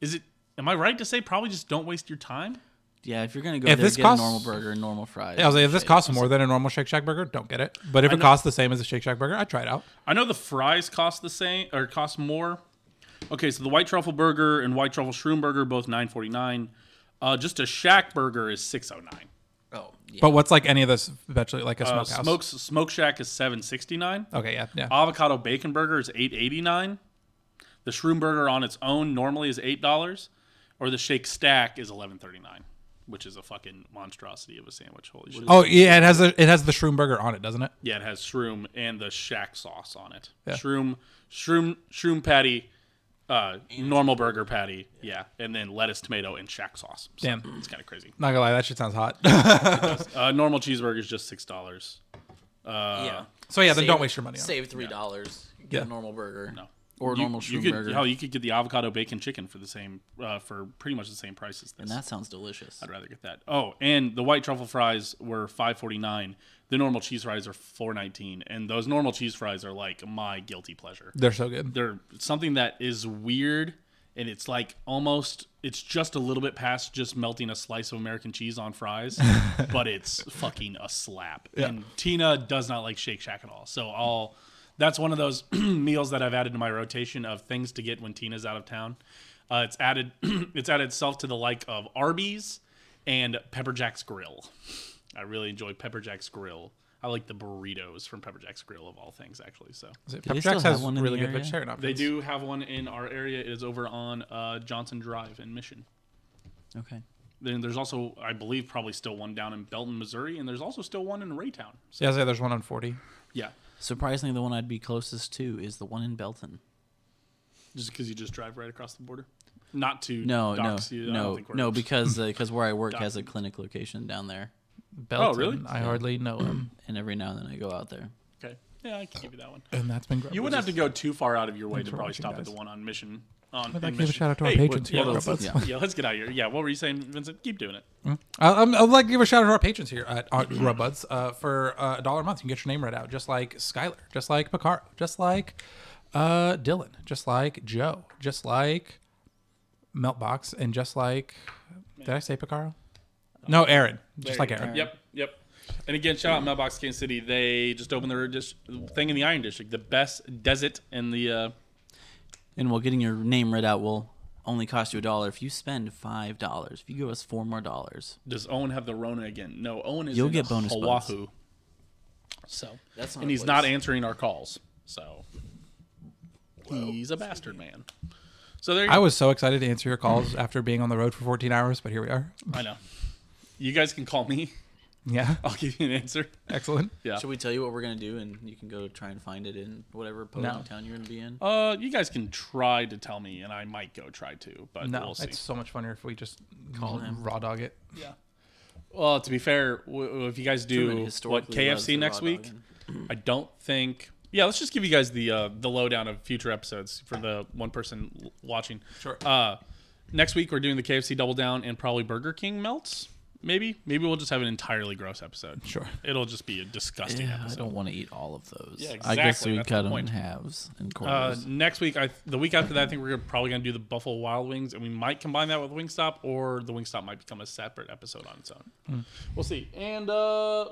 [SPEAKER 1] is it? Am I right to say probably just don't waste your time?
[SPEAKER 3] Yeah, if you're gonna go
[SPEAKER 2] If
[SPEAKER 3] there,
[SPEAKER 2] this
[SPEAKER 3] get
[SPEAKER 2] costs-
[SPEAKER 3] a normal burger and normal fries.
[SPEAKER 2] Yeah, I was like, if this costs more than a normal Shake Shack burger, don't get it. But if it costs the same as a Shake Shack burger, I try it out.
[SPEAKER 1] I know the fries cost the same or cost more. Okay, so the white truffle burger and white truffle shroom burger both nine forty nine. Uh, just a shack burger is six oh nine.
[SPEAKER 3] oh, yeah.
[SPEAKER 2] But what's like any of this eventually like a
[SPEAKER 1] Uh,
[SPEAKER 2] smokehouse?
[SPEAKER 1] smokes smoke shack is seven sixty nine.
[SPEAKER 2] Okay, yeah, yeah.
[SPEAKER 1] Avocado bacon burger is eight eighty nine. The shroom burger on its own normally is eight dollars, or the shake stack is eleven thirty nine, which is a fucking monstrosity of a sandwich. Holy shit!
[SPEAKER 2] Oh yeah, it has a, it has the shroom burger on it, doesn't it?
[SPEAKER 1] Yeah, it has shroom and the shack sauce on it.
[SPEAKER 2] Yeah.
[SPEAKER 1] Shroom, shroom, shroom patty, uh, normal burger patty. Yeah. and then lettuce, tomato, and shack sauce. So
[SPEAKER 2] Damn.
[SPEAKER 1] it's kind of crazy.
[SPEAKER 2] Not gonna lie, that shit sounds hot.
[SPEAKER 1] Uh, normal cheeseburger is just six dollars.
[SPEAKER 3] yeah.
[SPEAKER 2] so uh, yeah, then don't waste your money. On it.
[SPEAKER 3] Save three dollars. Get
[SPEAKER 2] Yeah.
[SPEAKER 3] a normal burger.
[SPEAKER 1] No.
[SPEAKER 3] Or a
[SPEAKER 1] You-
[SPEAKER 3] normal
[SPEAKER 1] you
[SPEAKER 3] shroom
[SPEAKER 1] could,
[SPEAKER 3] burger.
[SPEAKER 1] Hell, you could get the avocado bacon chicken for the same, uh, for pretty much the same price as this.
[SPEAKER 3] and that sounds delicious.
[SPEAKER 1] I'd rather get that. Oh, and the white truffle fries were five forty nine. The normal cheese fries are four nineteen, and those normal cheese fries are like my guilty pleasure.
[SPEAKER 2] They're so good.
[SPEAKER 1] they're something that is weird and it's like almost it's just a little bit past just melting a slice of american cheese on fries but it's fucking a slap and tina does not like shake shack at all so i'll that's one of those meals that i've added to my rotation of things to get when tina's out of town uh, it's added it's added itself to the like of arby's and pepper jack's grill i really enjoy pepper jack's grill i like the burritos from pepper jack's grill of all things actually so
[SPEAKER 2] Pepper
[SPEAKER 3] they still
[SPEAKER 2] Jack's
[SPEAKER 3] have
[SPEAKER 2] has
[SPEAKER 3] one in
[SPEAKER 2] really
[SPEAKER 3] the
[SPEAKER 2] good
[SPEAKER 3] area?
[SPEAKER 2] vegetarian options.
[SPEAKER 1] they do have one in our area. It is over on uh, Johnson Drive in Mission.
[SPEAKER 3] Okay.
[SPEAKER 1] Then there's also, I believe, probably still one down in Belton, Missouri, and there's also still one in Raytown. So,
[SPEAKER 2] Yeah, I was like, there's one on forty.
[SPEAKER 1] yeah,
[SPEAKER 3] Surprisingly, the one I'd be closest to is the one in Belton.
[SPEAKER 1] just because you just drive right across the border, not to
[SPEAKER 3] No,
[SPEAKER 1] dox you.
[SPEAKER 3] no,
[SPEAKER 1] I don't
[SPEAKER 3] no,
[SPEAKER 1] think we're-
[SPEAKER 3] no, because because where I work has a clinic location down there,
[SPEAKER 2] Belton.
[SPEAKER 1] really?
[SPEAKER 2] I hardly know him,
[SPEAKER 3] and every now and then I go out there.
[SPEAKER 1] Okay, yeah, I can give you that one.
[SPEAKER 2] and that's been great.
[SPEAKER 1] You wouldn't have to go too far out of your way
[SPEAKER 2] Thanks
[SPEAKER 1] to
[SPEAKER 2] for
[SPEAKER 1] probably
[SPEAKER 2] watching,
[SPEAKER 1] stop at
[SPEAKER 2] guys.
[SPEAKER 1] the one on Mission. On, in
[SPEAKER 2] I'd like to give a
[SPEAKER 1] Mission.
[SPEAKER 2] shout out to our
[SPEAKER 1] Hey,
[SPEAKER 2] patrons.
[SPEAKER 1] Yeah,
[SPEAKER 2] who are
[SPEAKER 1] let's,
[SPEAKER 2] with us.
[SPEAKER 1] yeah, let's get out of here. Yeah, what were you saying, Vincent? Keep doing it.
[SPEAKER 2] I- I'm- I'd like to give a shout out to our patrons here at at Grubbuds. Uh, for uh, a dollar a month, you can get your name read out, just like Skylar, just like Picaro, just like uh, Dylan, just like Joe, just like Meltbox, and just like. Did I say Picaro? No, Aaron. Just like Aaron.
[SPEAKER 1] Yep, yep. And again, shout out Mailbox Kansas City. They just opened their dis- thing in the Iron District, the best desert in the. Uh,
[SPEAKER 3] And while getting your name read out will only cost you a dollar if you spend five dollars. If you give us four more dollars,
[SPEAKER 1] Does Owen have the Rona again? No, Owen is
[SPEAKER 3] You'll
[SPEAKER 1] in
[SPEAKER 3] get bonus
[SPEAKER 1] Oahu.
[SPEAKER 3] buds.
[SPEAKER 1] So
[SPEAKER 3] That's not
[SPEAKER 1] and
[SPEAKER 3] a
[SPEAKER 1] he's not
[SPEAKER 3] place.
[SPEAKER 1] answering our calls. So he's a bastard man. So there you
[SPEAKER 2] I
[SPEAKER 1] go.
[SPEAKER 2] was so excited to answer your calls after being on the road for 14 hours, but here we are.
[SPEAKER 1] I know. You guys can call me.
[SPEAKER 2] Yeah.
[SPEAKER 1] I'll give you an answer.
[SPEAKER 2] Excellent.
[SPEAKER 1] Yeah.
[SPEAKER 3] should we tell you what we're gonna do, and you can go try and find it in whatever Poland town you're gonna be in?
[SPEAKER 1] Uh, you guys can try to tell me, and I might go try to, but
[SPEAKER 2] No,
[SPEAKER 1] we'll see.
[SPEAKER 2] it's so much funnier if we just call him raw dog it.
[SPEAKER 1] Well, to be fair, w- w- if you guys
[SPEAKER 3] Truman
[SPEAKER 1] do what
[SPEAKER 3] historically loves the
[SPEAKER 1] KFC
[SPEAKER 3] raw
[SPEAKER 1] next
[SPEAKER 3] dog
[SPEAKER 1] week, I don't think. Yeah, let's just give you guys the uh, the lowdown of future episodes for the one person l- watching.
[SPEAKER 2] Sure.
[SPEAKER 1] Uh, next week we're doing the KFC double down and probably Burger King melts. Maybe maybe we'll just have an entirely gross episode.
[SPEAKER 2] Sure.
[SPEAKER 1] It'll just be a disgusting
[SPEAKER 3] Yeah, I
[SPEAKER 1] episode.
[SPEAKER 3] don't want to eat all of those.
[SPEAKER 1] Yeah,
[SPEAKER 3] I guess
[SPEAKER 1] exactly,
[SPEAKER 3] we
[SPEAKER 1] that's
[SPEAKER 3] cut
[SPEAKER 1] the
[SPEAKER 3] them in
[SPEAKER 1] point.
[SPEAKER 3] halves and
[SPEAKER 1] Uh,
[SPEAKER 3] quarters.
[SPEAKER 1] next week, I th- the week after that, I think we're gonna, probably going to do the Buffalo Wild Wings, and we might combine that with Wingstop, or the Wingstop might become a separate episode on its own.
[SPEAKER 3] Hmm.
[SPEAKER 1] We'll see. And uh,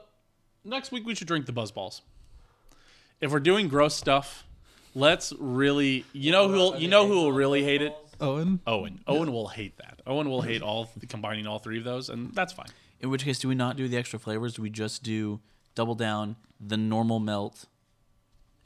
[SPEAKER 1] next week, we should drink the Buzz Balls. If we're doing gross stuff, let's really you know who you know who will really hate it.
[SPEAKER 2] Owen.
[SPEAKER 1] Owen. Owen will hate that. Owen will hate all combining all three of those, and that's fine.
[SPEAKER 3] in which case, do we not do the extra flavors? Do we just do double down, the normal melt,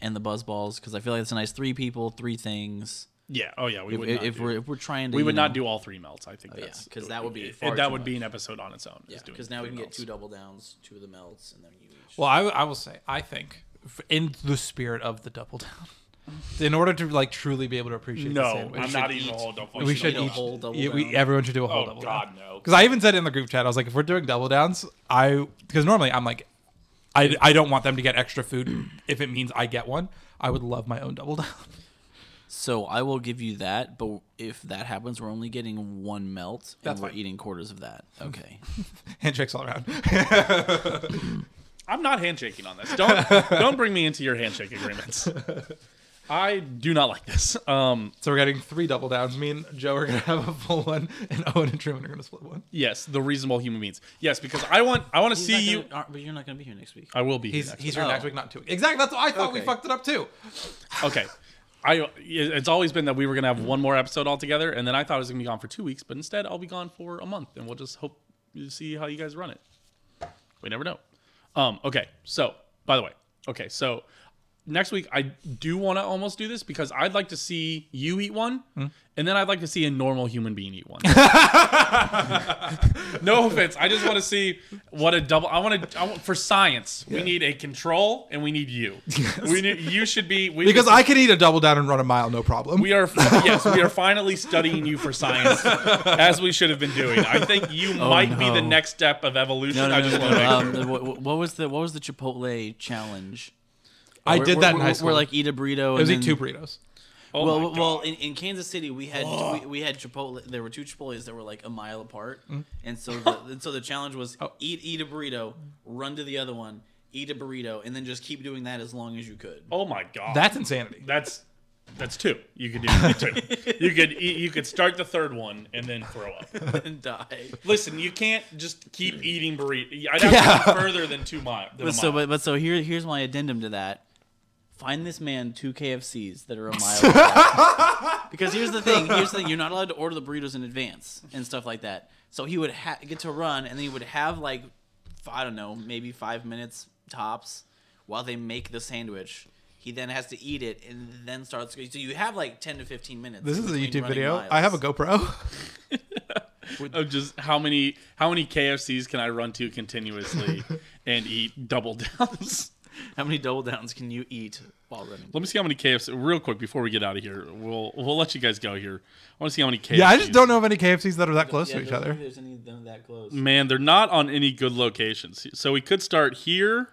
[SPEAKER 3] and the buzz balls? Because I feel like it's a nice three people, three things.
[SPEAKER 1] Yeah. Oh yeah. We
[SPEAKER 3] If,
[SPEAKER 1] would
[SPEAKER 3] if,
[SPEAKER 1] not do-
[SPEAKER 3] we're if we're trying to,
[SPEAKER 1] we would
[SPEAKER 3] you
[SPEAKER 1] not
[SPEAKER 3] know-
[SPEAKER 1] do all three melts. I think
[SPEAKER 3] yeah,
[SPEAKER 1] that's
[SPEAKER 3] 'cause that would be
[SPEAKER 1] it-
[SPEAKER 3] far
[SPEAKER 1] that
[SPEAKER 3] too
[SPEAKER 1] would be
[SPEAKER 3] much.
[SPEAKER 1] an episode on its own. is
[SPEAKER 3] Yeah,
[SPEAKER 1] doing
[SPEAKER 3] because now we
[SPEAKER 1] three
[SPEAKER 3] can get
[SPEAKER 1] melts.
[SPEAKER 3] two double downs, two of the melts, and then you each.
[SPEAKER 2] Well, I, I will say, I think, f- in the spirit of the double down, in order to like truly be able to appreciate the
[SPEAKER 1] No,
[SPEAKER 2] sandwich,
[SPEAKER 1] I'm not eating a whole double.
[SPEAKER 2] we should
[SPEAKER 3] eat a
[SPEAKER 2] each,
[SPEAKER 3] whole double
[SPEAKER 2] yeah, we-
[SPEAKER 3] down.
[SPEAKER 2] everyone should do a whole
[SPEAKER 1] Oh
[SPEAKER 2] double
[SPEAKER 1] God,
[SPEAKER 2] down.
[SPEAKER 1] no.
[SPEAKER 2] Because I even said in the group chat, I was like, if we're doing double downs, I because normally I'm like, I, I don't want them to get extra food if it means I get one. I would love my own double down.
[SPEAKER 3] So I will give you that, but if that happens, we're only getting one melt, and
[SPEAKER 2] That's
[SPEAKER 3] we're
[SPEAKER 2] fine.
[SPEAKER 3] eating quarters of that. Okay.
[SPEAKER 2] Handshakes all around.
[SPEAKER 1] I'm not handshaking on this. Don't don't bring me into your handshake agreements. I do not like this. Um,
[SPEAKER 2] so we're getting three double downs. Me and Joe are gonna have a full one, and Owen and Truman are gonna split one.
[SPEAKER 1] yes, the reasonable human beings. Yes, because I want I want to see you.
[SPEAKER 3] but you're not going to be here next week.
[SPEAKER 1] I will be.
[SPEAKER 2] He's
[SPEAKER 1] here next
[SPEAKER 2] he's here next
[SPEAKER 3] Oh.
[SPEAKER 2] week, not two. weeks. Exactly. That's what I thought we
[SPEAKER 3] Okay.
[SPEAKER 2] fucked it up too.
[SPEAKER 1] okay. I it's always been that we were gonna have one more episode altogether, and then I thought I was gonna be gone for two weeks, but instead I'll be gone for a month, and we'll just hope to see how you guys run it. We never know. Um, okay, so by the way, okay, so next week I do want to almost do this because I'd like to see you eat one,
[SPEAKER 3] Hmm?
[SPEAKER 1] and then I'd like to see a normal human being eat one. no offense, I just want to see what a double. I want to I want, for science. We need a control, and we need you. We need you should be we,
[SPEAKER 2] Because I can eat a double down and run a mile, no problem.
[SPEAKER 1] we are yes, we are finally studying you for science as we should have been doing. I think you might be the
[SPEAKER 3] Oh, no.
[SPEAKER 1] next step of evolution.
[SPEAKER 3] No, no,
[SPEAKER 1] I
[SPEAKER 3] no,
[SPEAKER 1] just
[SPEAKER 3] no,
[SPEAKER 1] want to
[SPEAKER 3] no.
[SPEAKER 1] make
[SPEAKER 3] Um, what, what- what was the what was the Chipotle challenge?
[SPEAKER 2] I
[SPEAKER 3] We're-
[SPEAKER 2] did that in
[SPEAKER 3] we're-
[SPEAKER 2] high
[SPEAKER 3] we're-
[SPEAKER 2] school.
[SPEAKER 3] We're like eat a burrito.
[SPEAKER 2] it was
[SPEAKER 3] and
[SPEAKER 2] eat two
[SPEAKER 3] then-
[SPEAKER 2] burritos.
[SPEAKER 1] Oh my
[SPEAKER 3] well,
[SPEAKER 1] God.
[SPEAKER 3] well, in, in Kansas City, we had we, we had Chipotle. There were two Chipotle's that were like a mile apart,
[SPEAKER 1] Mm-hmm.
[SPEAKER 3] and so the, and so the challenge was
[SPEAKER 1] Oh.
[SPEAKER 3] eat eat a burrito, run to the other one, eat a burrito, and then just keep doing that as long as you could.
[SPEAKER 1] oh my god,
[SPEAKER 2] That's insanity.
[SPEAKER 1] that's that's two. You could do two. you could eat, you could start the third one and then throw up.
[SPEAKER 3] and die.
[SPEAKER 1] Listen, you can't just keep eating burrito. I'd have to
[SPEAKER 2] Yeah.
[SPEAKER 1] go further than two miles.
[SPEAKER 3] But so, but, but so here, here's my addendum to that. Find this man two KFCs that are a mile apart. because here's the thing. Here's the thing. You're not allowed to order the burritos in advance and stuff like that. So he would ha- get to run, and then he would have like, f- I don't know, maybe five minutes tops while they make the sandwich. He then has to eat it, and then starts. So you have like ten to fifteen minutes.
[SPEAKER 2] This is a
[SPEAKER 3] between
[SPEAKER 2] YouTube
[SPEAKER 3] running
[SPEAKER 2] video.
[SPEAKER 3] miles.
[SPEAKER 2] I have a GoPro.
[SPEAKER 1] of just how many how many KFCs can I run to continuously and eat double downs?
[SPEAKER 3] How many double downs can you eat while running?
[SPEAKER 1] Let me see how many KFC real quick before we get out of here. We'll we'll let you guys go here. I want to see how many KFCs.
[SPEAKER 2] yeah, I just don't know of any KFCs that are that close to each other.
[SPEAKER 3] There's any that close.
[SPEAKER 1] Man, they're not on any good locations. So we could start here.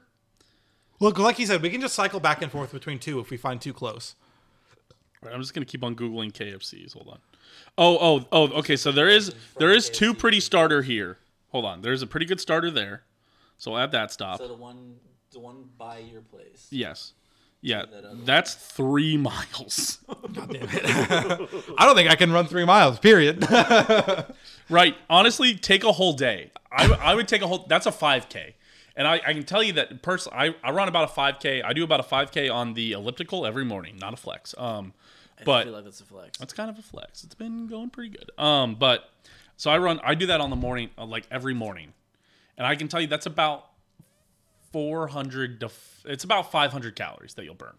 [SPEAKER 2] Look, like he said, we can just cycle back and forth between two if we find too close.
[SPEAKER 1] All right, I'm just gonna keep on googling KFCs. Hold on. Oh oh oh. Okay, so there is there is two pretty starter here. Hold on. There's a pretty good starter there. So we'll add that stop.
[SPEAKER 3] the one, the one by your place.
[SPEAKER 1] Yes. Yeah, that's three miles.
[SPEAKER 2] I don't think I can run three miles. Period.
[SPEAKER 1] Right. Honestly, take a whole day. I, I would take a whole. That's a 5K. And I, I can tell you that personally, I, I run about a 5K. I do about a 5K on the elliptical every morning. Not a flex. Um,
[SPEAKER 3] I
[SPEAKER 1] but
[SPEAKER 3] feel like that's a flex.
[SPEAKER 1] that's kind of a flex. It's been going pretty good. Um, but so I run. I do that on the morning, uh, like every morning, and I can tell you that's about 400 to. f- It's about 500 calories that you'll burn.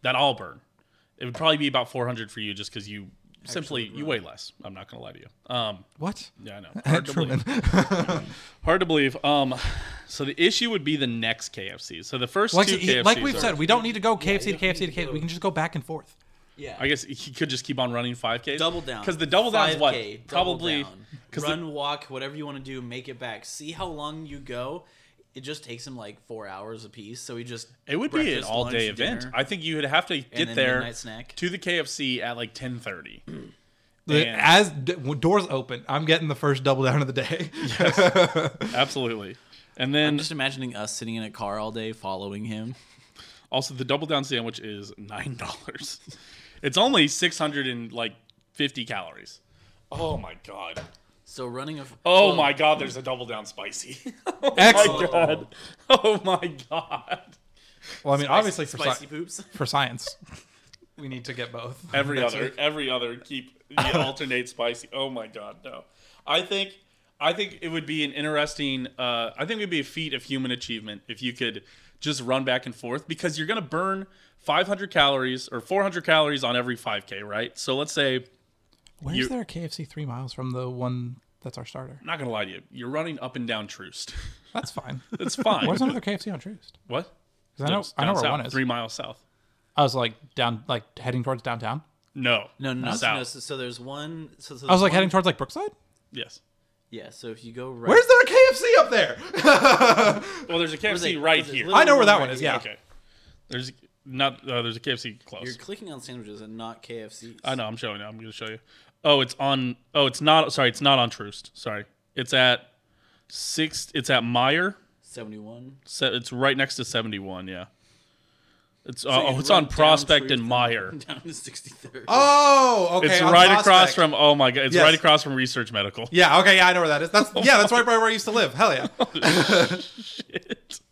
[SPEAKER 1] That I'll burn. It would probably be about 400 for you just because you simply you weigh less. I'm not gonna lie to you. Um,
[SPEAKER 2] what?
[SPEAKER 1] yeah, I know. Hard to
[SPEAKER 2] Truman.
[SPEAKER 1] believe. Hard to believe. Um, so the issue would be the next KFC. So the first
[SPEAKER 2] Like,
[SPEAKER 1] two
[SPEAKER 2] he-
[SPEAKER 1] KFCs
[SPEAKER 2] like we've
[SPEAKER 1] are-
[SPEAKER 2] said, we don't need to go KFC to KFC to KFC. We can just go back and forth.
[SPEAKER 3] Yeah.
[SPEAKER 1] I guess he could just keep on running five K.
[SPEAKER 3] double down.
[SPEAKER 1] Because the double down's what
[SPEAKER 3] 5K, double
[SPEAKER 1] probably
[SPEAKER 3] down.
[SPEAKER 1] 'cause the-
[SPEAKER 3] run, walk, whatever you want to do, make it back. See how long you go. It just takes him like four hours apiece. So he just
[SPEAKER 1] it would be an
[SPEAKER 3] breakfast,
[SPEAKER 1] all day
[SPEAKER 3] lunch,
[SPEAKER 1] event.
[SPEAKER 3] dinner.
[SPEAKER 1] I think you would have to get
[SPEAKER 3] then
[SPEAKER 1] there
[SPEAKER 3] midnight snack.
[SPEAKER 1] to the KFC at like ten thirty.
[SPEAKER 2] The-
[SPEAKER 1] And-
[SPEAKER 2] As d- when doors open, I'm getting the first double down of the day.
[SPEAKER 1] Absolutely. And then
[SPEAKER 3] I'm just imagining us sitting in a car all day following him.
[SPEAKER 1] also the double down sandwich is nine dollars. it's only six hundred and like fifty calories. Oh my god.
[SPEAKER 3] So running a. f-
[SPEAKER 1] Oh
[SPEAKER 3] well,
[SPEAKER 1] my god, there's a double down spicy. Oh
[SPEAKER 2] Excellent.
[SPEAKER 1] my god. Oh my god.
[SPEAKER 2] Well, I mean, obviously for, sci-
[SPEAKER 3] spicy poops.
[SPEAKER 2] for science, we need to get both.
[SPEAKER 1] Every
[SPEAKER 2] Next
[SPEAKER 1] other
[SPEAKER 2] week.
[SPEAKER 1] every other keep the alternate spicy. Oh my god, no. I think I think it would be an interesting uh I think it would be a feat of human achievement if you could just run back and forth because you're going to burn 500 calories or 400 calories on every 5k, right? So let's say
[SPEAKER 2] Where's
[SPEAKER 1] you-
[SPEAKER 2] there a KFC three miles from the one that's our starter?
[SPEAKER 1] I'm not going to lie to you. You're running up and down Troost.
[SPEAKER 2] That's fine.
[SPEAKER 1] That's fine.
[SPEAKER 2] Where's another KFC on Troost?
[SPEAKER 1] what?
[SPEAKER 2] 'Cause I know, I
[SPEAKER 1] Down
[SPEAKER 2] know where
[SPEAKER 1] south,
[SPEAKER 2] one is.
[SPEAKER 1] 3 miles south.
[SPEAKER 2] I was like down, like heading towards downtown.
[SPEAKER 1] No.
[SPEAKER 3] No, no, no.
[SPEAKER 1] south.
[SPEAKER 3] no so, so there's one. So, so
[SPEAKER 2] I was
[SPEAKER 3] there's
[SPEAKER 2] like
[SPEAKER 3] one-
[SPEAKER 2] heading towards like Brookside.
[SPEAKER 1] Yes.
[SPEAKER 3] Yeah, so if you go right.
[SPEAKER 2] Where's there a KFC up there?
[SPEAKER 1] Well, there's a KFC
[SPEAKER 3] it?
[SPEAKER 1] right
[SPEAKER 3] Is it
[SPEAKER 1] here.
[SPEAKER 3] little-
[SPEAKER 2] I know where that one is. Yeah.
[SPEAKER 1] Okay. There's not. Uh, there's a KFC close.
[SPEAKER 3] You're clicking on sandwiches and not KFC.
[SPEAKER 1] I know. I'm showing you. I'm going to show you. Oh, it's on. Oh, it's not. Sorry, it's not on Troost. Sorry, it's at six. It's at Meyer.
[SPEAKER 3] 71.
[SPEAKER 1] So it's right next to 71. Yeah. It's uh,
[SPEAKER 3] you
[SPEAKER 1] oh, it's
[SPEAKER 3] run
[SPEAKER 1] on
[SPEAKER 3] down
[SPEAKER 1] Prospect
[SPEAKER 3] Troost
[SPEAKER 1] and
[SPEAKER 3] and-
[SPEAKER 1] Meyer.
[SPEAKER 3] Down to 63rd.
[SPEAKER 2] Oh, okay.
[SPEAKER 1] It's
[SPEAKER 2] on
[SPEAKER 1] right
[SPEAKER 2] Prospect.
[SPEAKER 1] across from. Oh my god! It's
[SPEAKER 2] Yes.
[SPEAKER 1] right across from Research Medical.
[SPEAKER 2] Yeah. Okay. Yeah, I know where that is. That's yeah. That's right by where I used to live. Hell yeah.
[SPEAKER 1] Shit.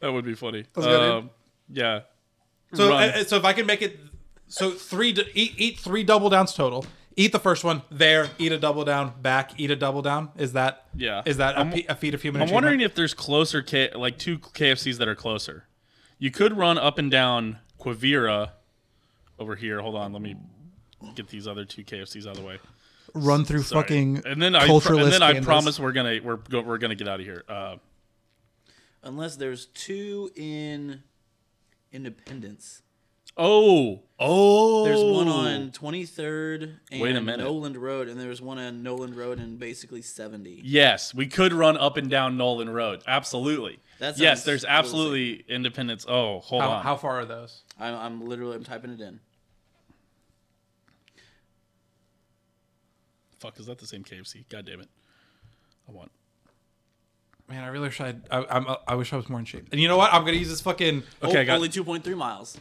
[SPEAKER 1] That would be funny.
[SPEAKER 2] was a good
[SPEAKER 1] Um, yeah.
[SPEAKER 2] So,
[SPEAKER 1] Run.
[SPEAKER 2] uh, so if I can make it, so three d- eat eat three double downs total. Eat the first one there. Eat a double down. Back. Eat a double down. Is that
[SPEAKER 1] Yeah.
[SPEAKER 2] Is that a,
[SPEAKER 1] I'm-
[SPEAKER 2] pe- a feat of human?
[SPEAKER 1] I'm wondering if there's closer, K- like two KFCs that are closer. You could run up and down Quivira over here. Hold on, let me get these other two KFCs out of the way.
[SPEAKER 2] run through
[SPEAKER 1] Sorry.
[SPEAKER 2] fucking
[SPEAKER 1] and then I pro- and then I promise we're gonna we're go, we're gonna get out of here. Uh,
[SPEAKER 3] Unless there's two in Independence.
[SPEAKER 1] oh oh,
[SPEAKER 3] There's one on 23rd and
[SPEAKER 1] Wait a minute.
[SPEAKER 3] Noland Road, and there's one on Noland Road and basically 70.
[SPEAKER 1] Yes, we could run up and down Nolan Road. Absolutely.
[SPEAKER 3] That
[SPEAKER 1] yes,
[SPEAKER 3] sounds
[SPEAKER 1] there's
[SPEAKER 3] cool to see.
[SPEAKER 1] absolutely independence. Oh, hold
[SPEAKER 2] How,
[SPEAKER 1] on.
[SPEAKER 2] how far are those?
[SPEAKER 3] I'm, I'm literally I'm typing it in.
[SPEAKER 1] Fuck, is that the same KFC? God damn it. I want.
[SPEAKER 2] Man, I really wish I'd, I I'm, I wish I was more in shape. And you know what? I'm gonna use this fucking.
[SPEAKER 1] Okay, I got-
[SPEAKER 3] Oh, only 2.3 miles.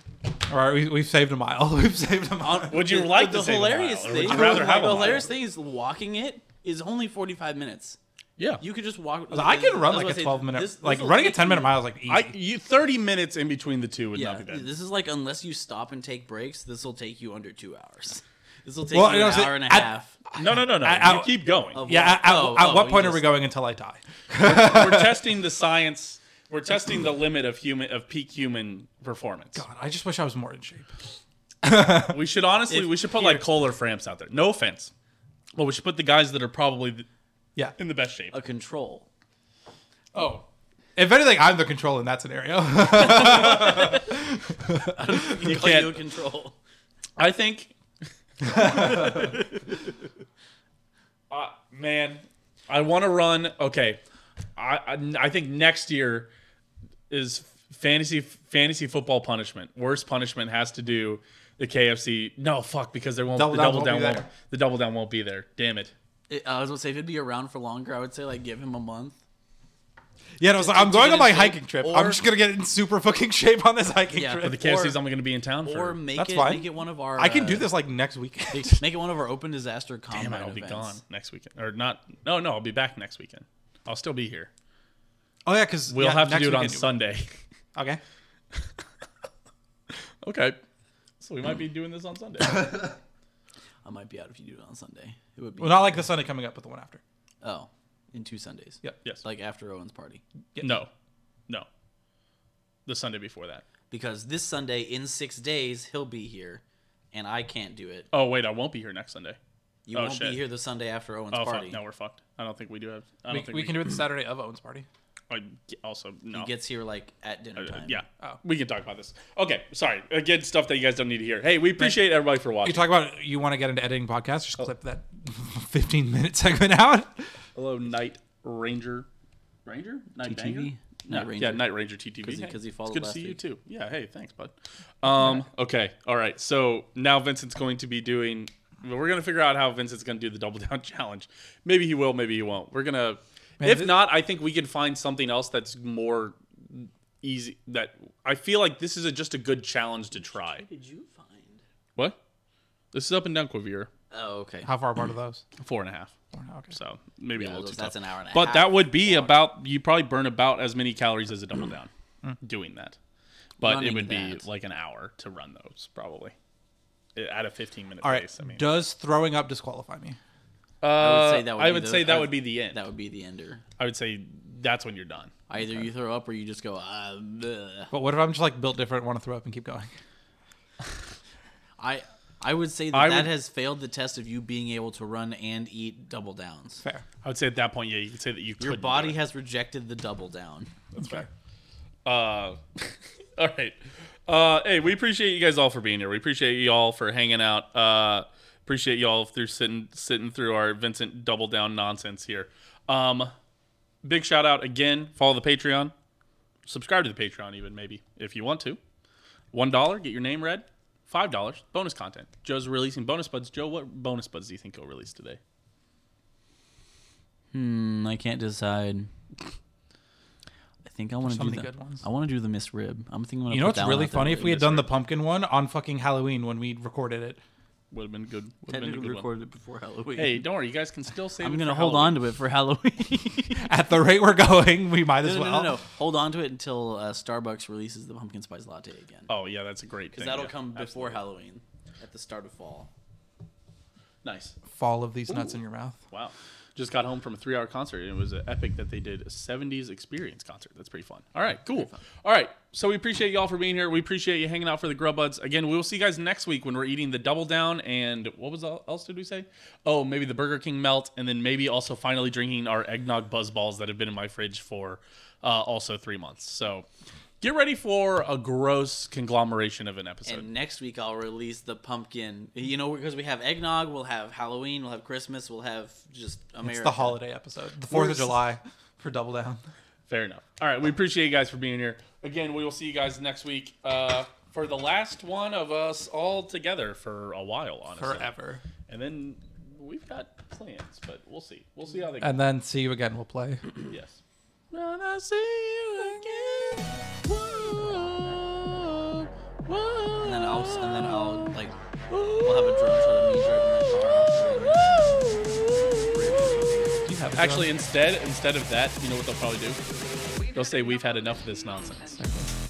[SPEAKER 2] All right, we, we've saved a mile. We've saved a mile.
[SPEAKER 1] Would you
[SPEAKER 3] The-
[SPEAKER 1] like
[SPEAKER 3] the,
[SPEAKER 1] to save a mile,
[SPEAKER 3] hilarious
[SPEAKER 1] or
[SPEAKER 3] thing?
[SPEAKER 1] Would you rather have
[SPEAKER 3] the
[SPEAKER 1] a mile?
[SPEAKER 3] hilarious thing is walking it is only 45 minutes.
[SPEAKER 1] Yeah.
[SPEAKER 3] You could just walk.
[SPEAKER 2] I can run like
[SPEAKER 3] was about
[SPEAKER 2] a
[SPEAKER 3] to say,
[SPEAKER 2] 12 minute,
[SPEAKER 3] this-
[SPEAKER 2] like
[SPEAKER 3] this'll
[SPEAKER 2] running a
[SPEAKER 3] take
[SPEAKER 2] 10 minute
[SPEAKER 3] you-
[SPEAKER 2] mile is like easy.
[SPEAKER 1] I you thirty minutes in between the two would
[SPEAKER 3] Yeah,
[SPEAKER 1] not be bad.
[SPEAKER 3] this is like unless you stop and take breaks, this will take you under two hours. This will take
[SPEAKER 2] Well, you
[SPEAKER 3] you
[SPEAKER 2] know,
[SPEAKER 3] an
[SPEAKER 2] so
[SPEAKER 3] hour and a
[SPEAKER 2] at-
[SPEAKER 3] half.
[SPEAKER 1] no, no, no, no.
[SPEAKER 2] I-
[SPEAKER 1] you
[SPEAKER 2] I-
[SPEAKER 1] keep going.
[SPEAKER 3] of
[SPEAKER 2] yeah.
[SPEAKER 3] what-
[SPEAKER 2] At, at-
[SPEAKER 3] oh,
[SPEAKER 2] at
[SPEAKER 3] oh,
[SPEAKER 2] what
[SPEAKER 3] you
[SPEAKER 2] point are
[SPEAKER 3] just-
[SPEAKER 2] we going until I die?
[SPEAKER 1] We're testing the science. We're testing the limit of human of peak human performance.
[SPEAKER 2] God, I just wish I was more in shape.
[SPEAKER 1] We should honestly, we should put like Cole or Framps out there. No offense, but we should put the guys that are probably th-
[SPEAKER 2] Yeah.
[SPEAKER 1] in the best shape.
[SPEAKER 3] A control.
[SPEAKER 2] Oh. If anything, I'm the control in that scenario.
[SPEAKER 3] You
[SPEAKER 1] can't-
[SPEAKER 3] a control.
[SPEAKER 1] I think. uh, man, I want to run. Okay, I, I I think next year is fantasy fantasy football punishment. Worst punishment has to do the KFC. No, fuck, because there won't
[SPEAKER 2] Double
[SPEAKER 1] the
[SPEAKER 2] down
[SPEAKER 1] double
[SPEAKER 2] won't
[SPEAKER 1] down
[SPEAKER 2] be
[SPEAKER 1] won't
[SPEAKER 2] there.
[SPEAKER 1] the double down won't be there. Damn it.
[SPEAKER 3] It- I was gonna say if it'd be around for longer, I would say like give him a month.
[SPEAKER 2] yeah, and I was like, I'm going
[SPEAKER 3] get
[SPEAKER 2] on my
[SPEAKER 3] in shape,
[SPEAKER 2] hiking trip.
[SPEAKER 3] or-
[SPEAKER 2] I'm just gonna get in super fucking shape on this hiking
[SPEAKER 3] Yeah,
[SPEAKER 1] But the
[SPEAKER 2] trip.
[SPEAKER 1] KFC's only going to be in town
[SPEAKER 3] Or
[SPEAKER 1] for.
[SPEAKER 3] make
[SPEAKER 2] That's
[SPEAKER 3] it
[SPEAKER 2] fine.
[SPEAKER 3] make it one of our.
[SPEAKER 2] I can
[SPEAKER 3] uh,
[SPEAKER 2] do this like next weekend.
[SPEAKER 3] Make it one of our open disaster combine
[SPEAKER 1] Damn it, I'll be
[SPEAKER 3] events.
[SPEAKER 1] gone next weekend, or not? No, no, I'll be back next weekend. I'll still be here.
[SPEAKER 2] Oh yeah, because
[SPEAKER 1] We'll have to do it on Sunday.
[SPEAKER 2] Okay.
[SPEAKER 1] okay, so we might be doing this on Sunday.
[SPEAKER 3] I might be out if you do it on Sunday. It would be
[SPEAKER 2] Well, not like the Sunday coming up, but the one after.
[SPEAKER 3] oh, in two Sundays.
[SPEAKER 2] Yeah.
[SPEAKER 1] Yes.
[SPEAKER 3] Like after Owen's party,
[SPEAKER 1] No, no. The Sunday before that.
[SPEAKER 3] because this Sunday in six days he'll be here, and I can't do it.
[SPEAKER 1] Oh wait, I won't be here next Sunday.
[SPEAKER 3] You
[SPEAKER 1] Oh,
[SPEAKER 3] won't
[SPEAKER 1] shit.
[SPEAKER 3] be here the Sunday after Owen's
[SPEAKER 1] Oh
[SPEAKER 3] party.
[SPEAKER 1] fuck, no, we're fucked. I don't think we do have. I don't
[SPEAKER 2] We,
[SPEAKER 1] think
[SPEAKER 2] we can do it the Saturday of Owen's party.
[SPEAKER 1] I also no.
[SPEAKER 3] He gets here like at dinner
[SPEAKER 1] Uh,
[SPEAKER 3] time.
[SPEAKER 1] yeah,
[SPEAKER 2] Oh.
[SPEAKER 1] we can talk about this. Okay, sorry. Again, stuff that you guys don't need to hear. Hey, we appreciate everybody for
[SPEAKER 2] You
[SPEAKER 1] watching.
[SPEAKER 2] talk about you want to get into editing podcasts, just
[SPEAKER 3] Oh.
[SPEAKER 2] clip that 15 minute segment out.
[SPEAKER 1] Hello, Night Ranger. Ranger? Night
[SPEAKER 3] TTV?
[SPEAKER 1] Banger?
[SPEAKER 3] Night
[SPEAKER 1] No,
[SPEAKER 3] Ranger.
[SPEAKER 1] Yeah, Night Ranger TTV.
[SPEAKER 3] 'Cause he-
[SPEAKER 1] Hey,
[SPEAKER 3] 'cause he
[SPEAKER 1] It's
[SPEAKER 3] followed
[SPEAKER 1] good to
[SPEAKER 3] last
[SPEAKER 1] see you
[SPEAKER 3] week.
[SPEAKER 1] too. Yeah. Hey, thanks, bud. Um. Okay. All right. So now Vincent's going to be doing. We're gonna figure out how Vincent's gonna do the double down challenge. Maybe he will. Maybe he won't. We're gonna. if
[SPEAKER 2] this-
[SPEAKER 1] not, I think we can find something else that's more easy. That I feel like this is a, just a good challenge to try.
[SPEAKER 3] Did you find?
[SPEAKER 1] What? This is up and down Quivir.
[SPEAKER 3] Oh, okay.
[SPEAKER 2] How far apart are those?
[SPEAKER 1] Four and a half.
[SPEAKER 2] Okay.
[SPEAKER 1] So maybe a
[SPEAKER 3] Yeah,
[SPEAKER 1] little
[SPEAKER 3] those-
[SPEAKER 1] too
[SPEAKER 3] that's
[SPEAKER 1] tough.
[SPEAKER 3] an hour and a
[SPEAKER 1] but
[SPEAKER 3] half.
[SPEAKER 1] that would be about you probably burn about as many calories as a double down doing that. But it
[SPEAKER 3] Running
[SPEAKER 1] would be
[SPEAKER 3] that.
[SPEAKER 1] like an hour to run those probably Eh, at a 15 minute
[SPEAKER 2] All right.
[SPEAKER 1] pace. I mean,
[SPEAKER 2] Does throwing up disqualify me?
[SPEAKER 3] I would say
[SPEAKER 1] Uh,
[SPEAKER 3] that would
[SPEAKER 1] I
[SPEAKER 3] be
[SPEAKER 1] would
[SPEAKER 3] the-
[SPEAKER 1] say that
[SPEAKER 3] I-
[SPEAKER 1] would be the end.
[SPEAKER 3] That would be the ender.
[SPEAKER 1] I would say that's when you're done.
[SPEAKER 3] Either you throw up or you just go. Uh, bleh."
[SPEAKER 2] But what if I'm just like built different, want to throw up and keep going?
[SPEAKER 3] I I would say that
[SPEAKER 1] I
[SPEAKER 3] that
[SPEAKER 1] would-
[SPEAKER 3] has failed the test of you being able to run and eat double downs.
[SPEAKER 2] Fair.
[SPEAKER 1] I would say at that point, yeah, you could say that you could.
[SPEAKER 3] Your body has rejected the double down.
[SPEAKER 1] Uh, all right. Uh, hey, we appreciate you guys all for being here. We appreciate you all for hanging out. Uh, Appreciate y'all if they're sitting sitting through our Vincent double down nonsense here. Um, big shout out again. Follow the Patreon. Subscribe to the Patreon even maybe if you want to. One dollar, get your name read. Five dollars, bonus content. Joe's releasing bonus buds. Joe, what bonus buds do you think he'll release today?
[SPEAKER 3] Mm, I can't decide. I think I want to
[SPEAKER 2] so
[SPEAKER 3] do
[SPEAKER 2] many
[SPEAKER 3] the.
[SPEAKER 2] good ones.
[SPEAKER 3] I want to do the Miss Rib. I'm thinking. I'm gonna
[SPEAKER 2] You know what's
[SPEAKER 3] put that one
[SPEAKER 2] really
[SPEAKER 3] out there.
[SPEAKER 2] funny? If we had done the pumpkin one on fucking Halloween when we recorded it,
[SPEAKER 1] Would have been good. Would have been a
[SPEAKER 3] Technically
[SPEAKER 1] good one.
[SPEAKER 3] recorded it before Halloween.
[SPEAKER 1] Hey, don't worry. You guys can still save.
[SPEAKER 3] I'm gonna hold on to it for Halloween.
[SPEAKER 2] at the rate we're going, we might as
[SPEAKER 3] no, no,
[SPEAKER 2] well.
[SPEAKER 3] no, no, no. Hold on to it until uh, Starbucks releases the pumpkin spice latte again.
[SPEAKER 1] Oh yeah, that's a great.
[SPEAKER 3] Because
[SPEAKER 1] thing.
[SPEAKER 3] that'll
[SPEAKER 1] yeah,
[SPEAKER 3] come before
[SPEAKER 1] absolutely.
[SPEAKER 3] Halloween, at the start of fall.
[SPEAKER 1] Nice.
[SPEAKER 2] Fall of these nuts in your mouth.
[SPEAKER 1] Wow. Just got home from a three hour concert and it was an epic that they did a 70s experience concert. That's pretty fun. All right, cool. All right. So we appreciate y'all for being here. We appreciate you hanging out for the Grub Buds. Again, we will see you guys next week when we're eating the Double Down and what was el- else did we say? Oh, maybe the Burger King melt and then maybe also finally drinking our eggnog buzz balls that have been in my fridge for uh, also three months. So get ready for a gross conglomeration of an episode.
[SPEAKER 3] And next week I'll release the pumpkin. You know, because we have eggnog, we'll have Halloween, we'll have Christmas, we'll have just America.
[SPEAKER 2] It's the holiday episode, the Fourth of
[SPEAKER 3] Worse.
[SPEAKER 2] July for Double Down.
[SPEAKER 1] Fair enough. All right, we appreciate you guys for being here. Again, we will see you guys next week uh, for the last one of us all together for a while, honestly.
[SPEAKER 2] Forever.
[SPEAKER 1] And then we've got plans, but we'll see. We'll see how they go.
[SPEAKER 2] And then see you again. We'll play.
[SPEAKER 1] yes.
[SPEAKER 2] When I see you again. Whoa, whoa.
[SPEAKER 3] And then I'll and then I'll like we'll have a drum shot of me driving my car.
[SPEAKER 2] Do you have a
[SPEAKER 1] Actually, instead instead of that, you know what they'll probably do? They'll say we've had enough of this nonsense.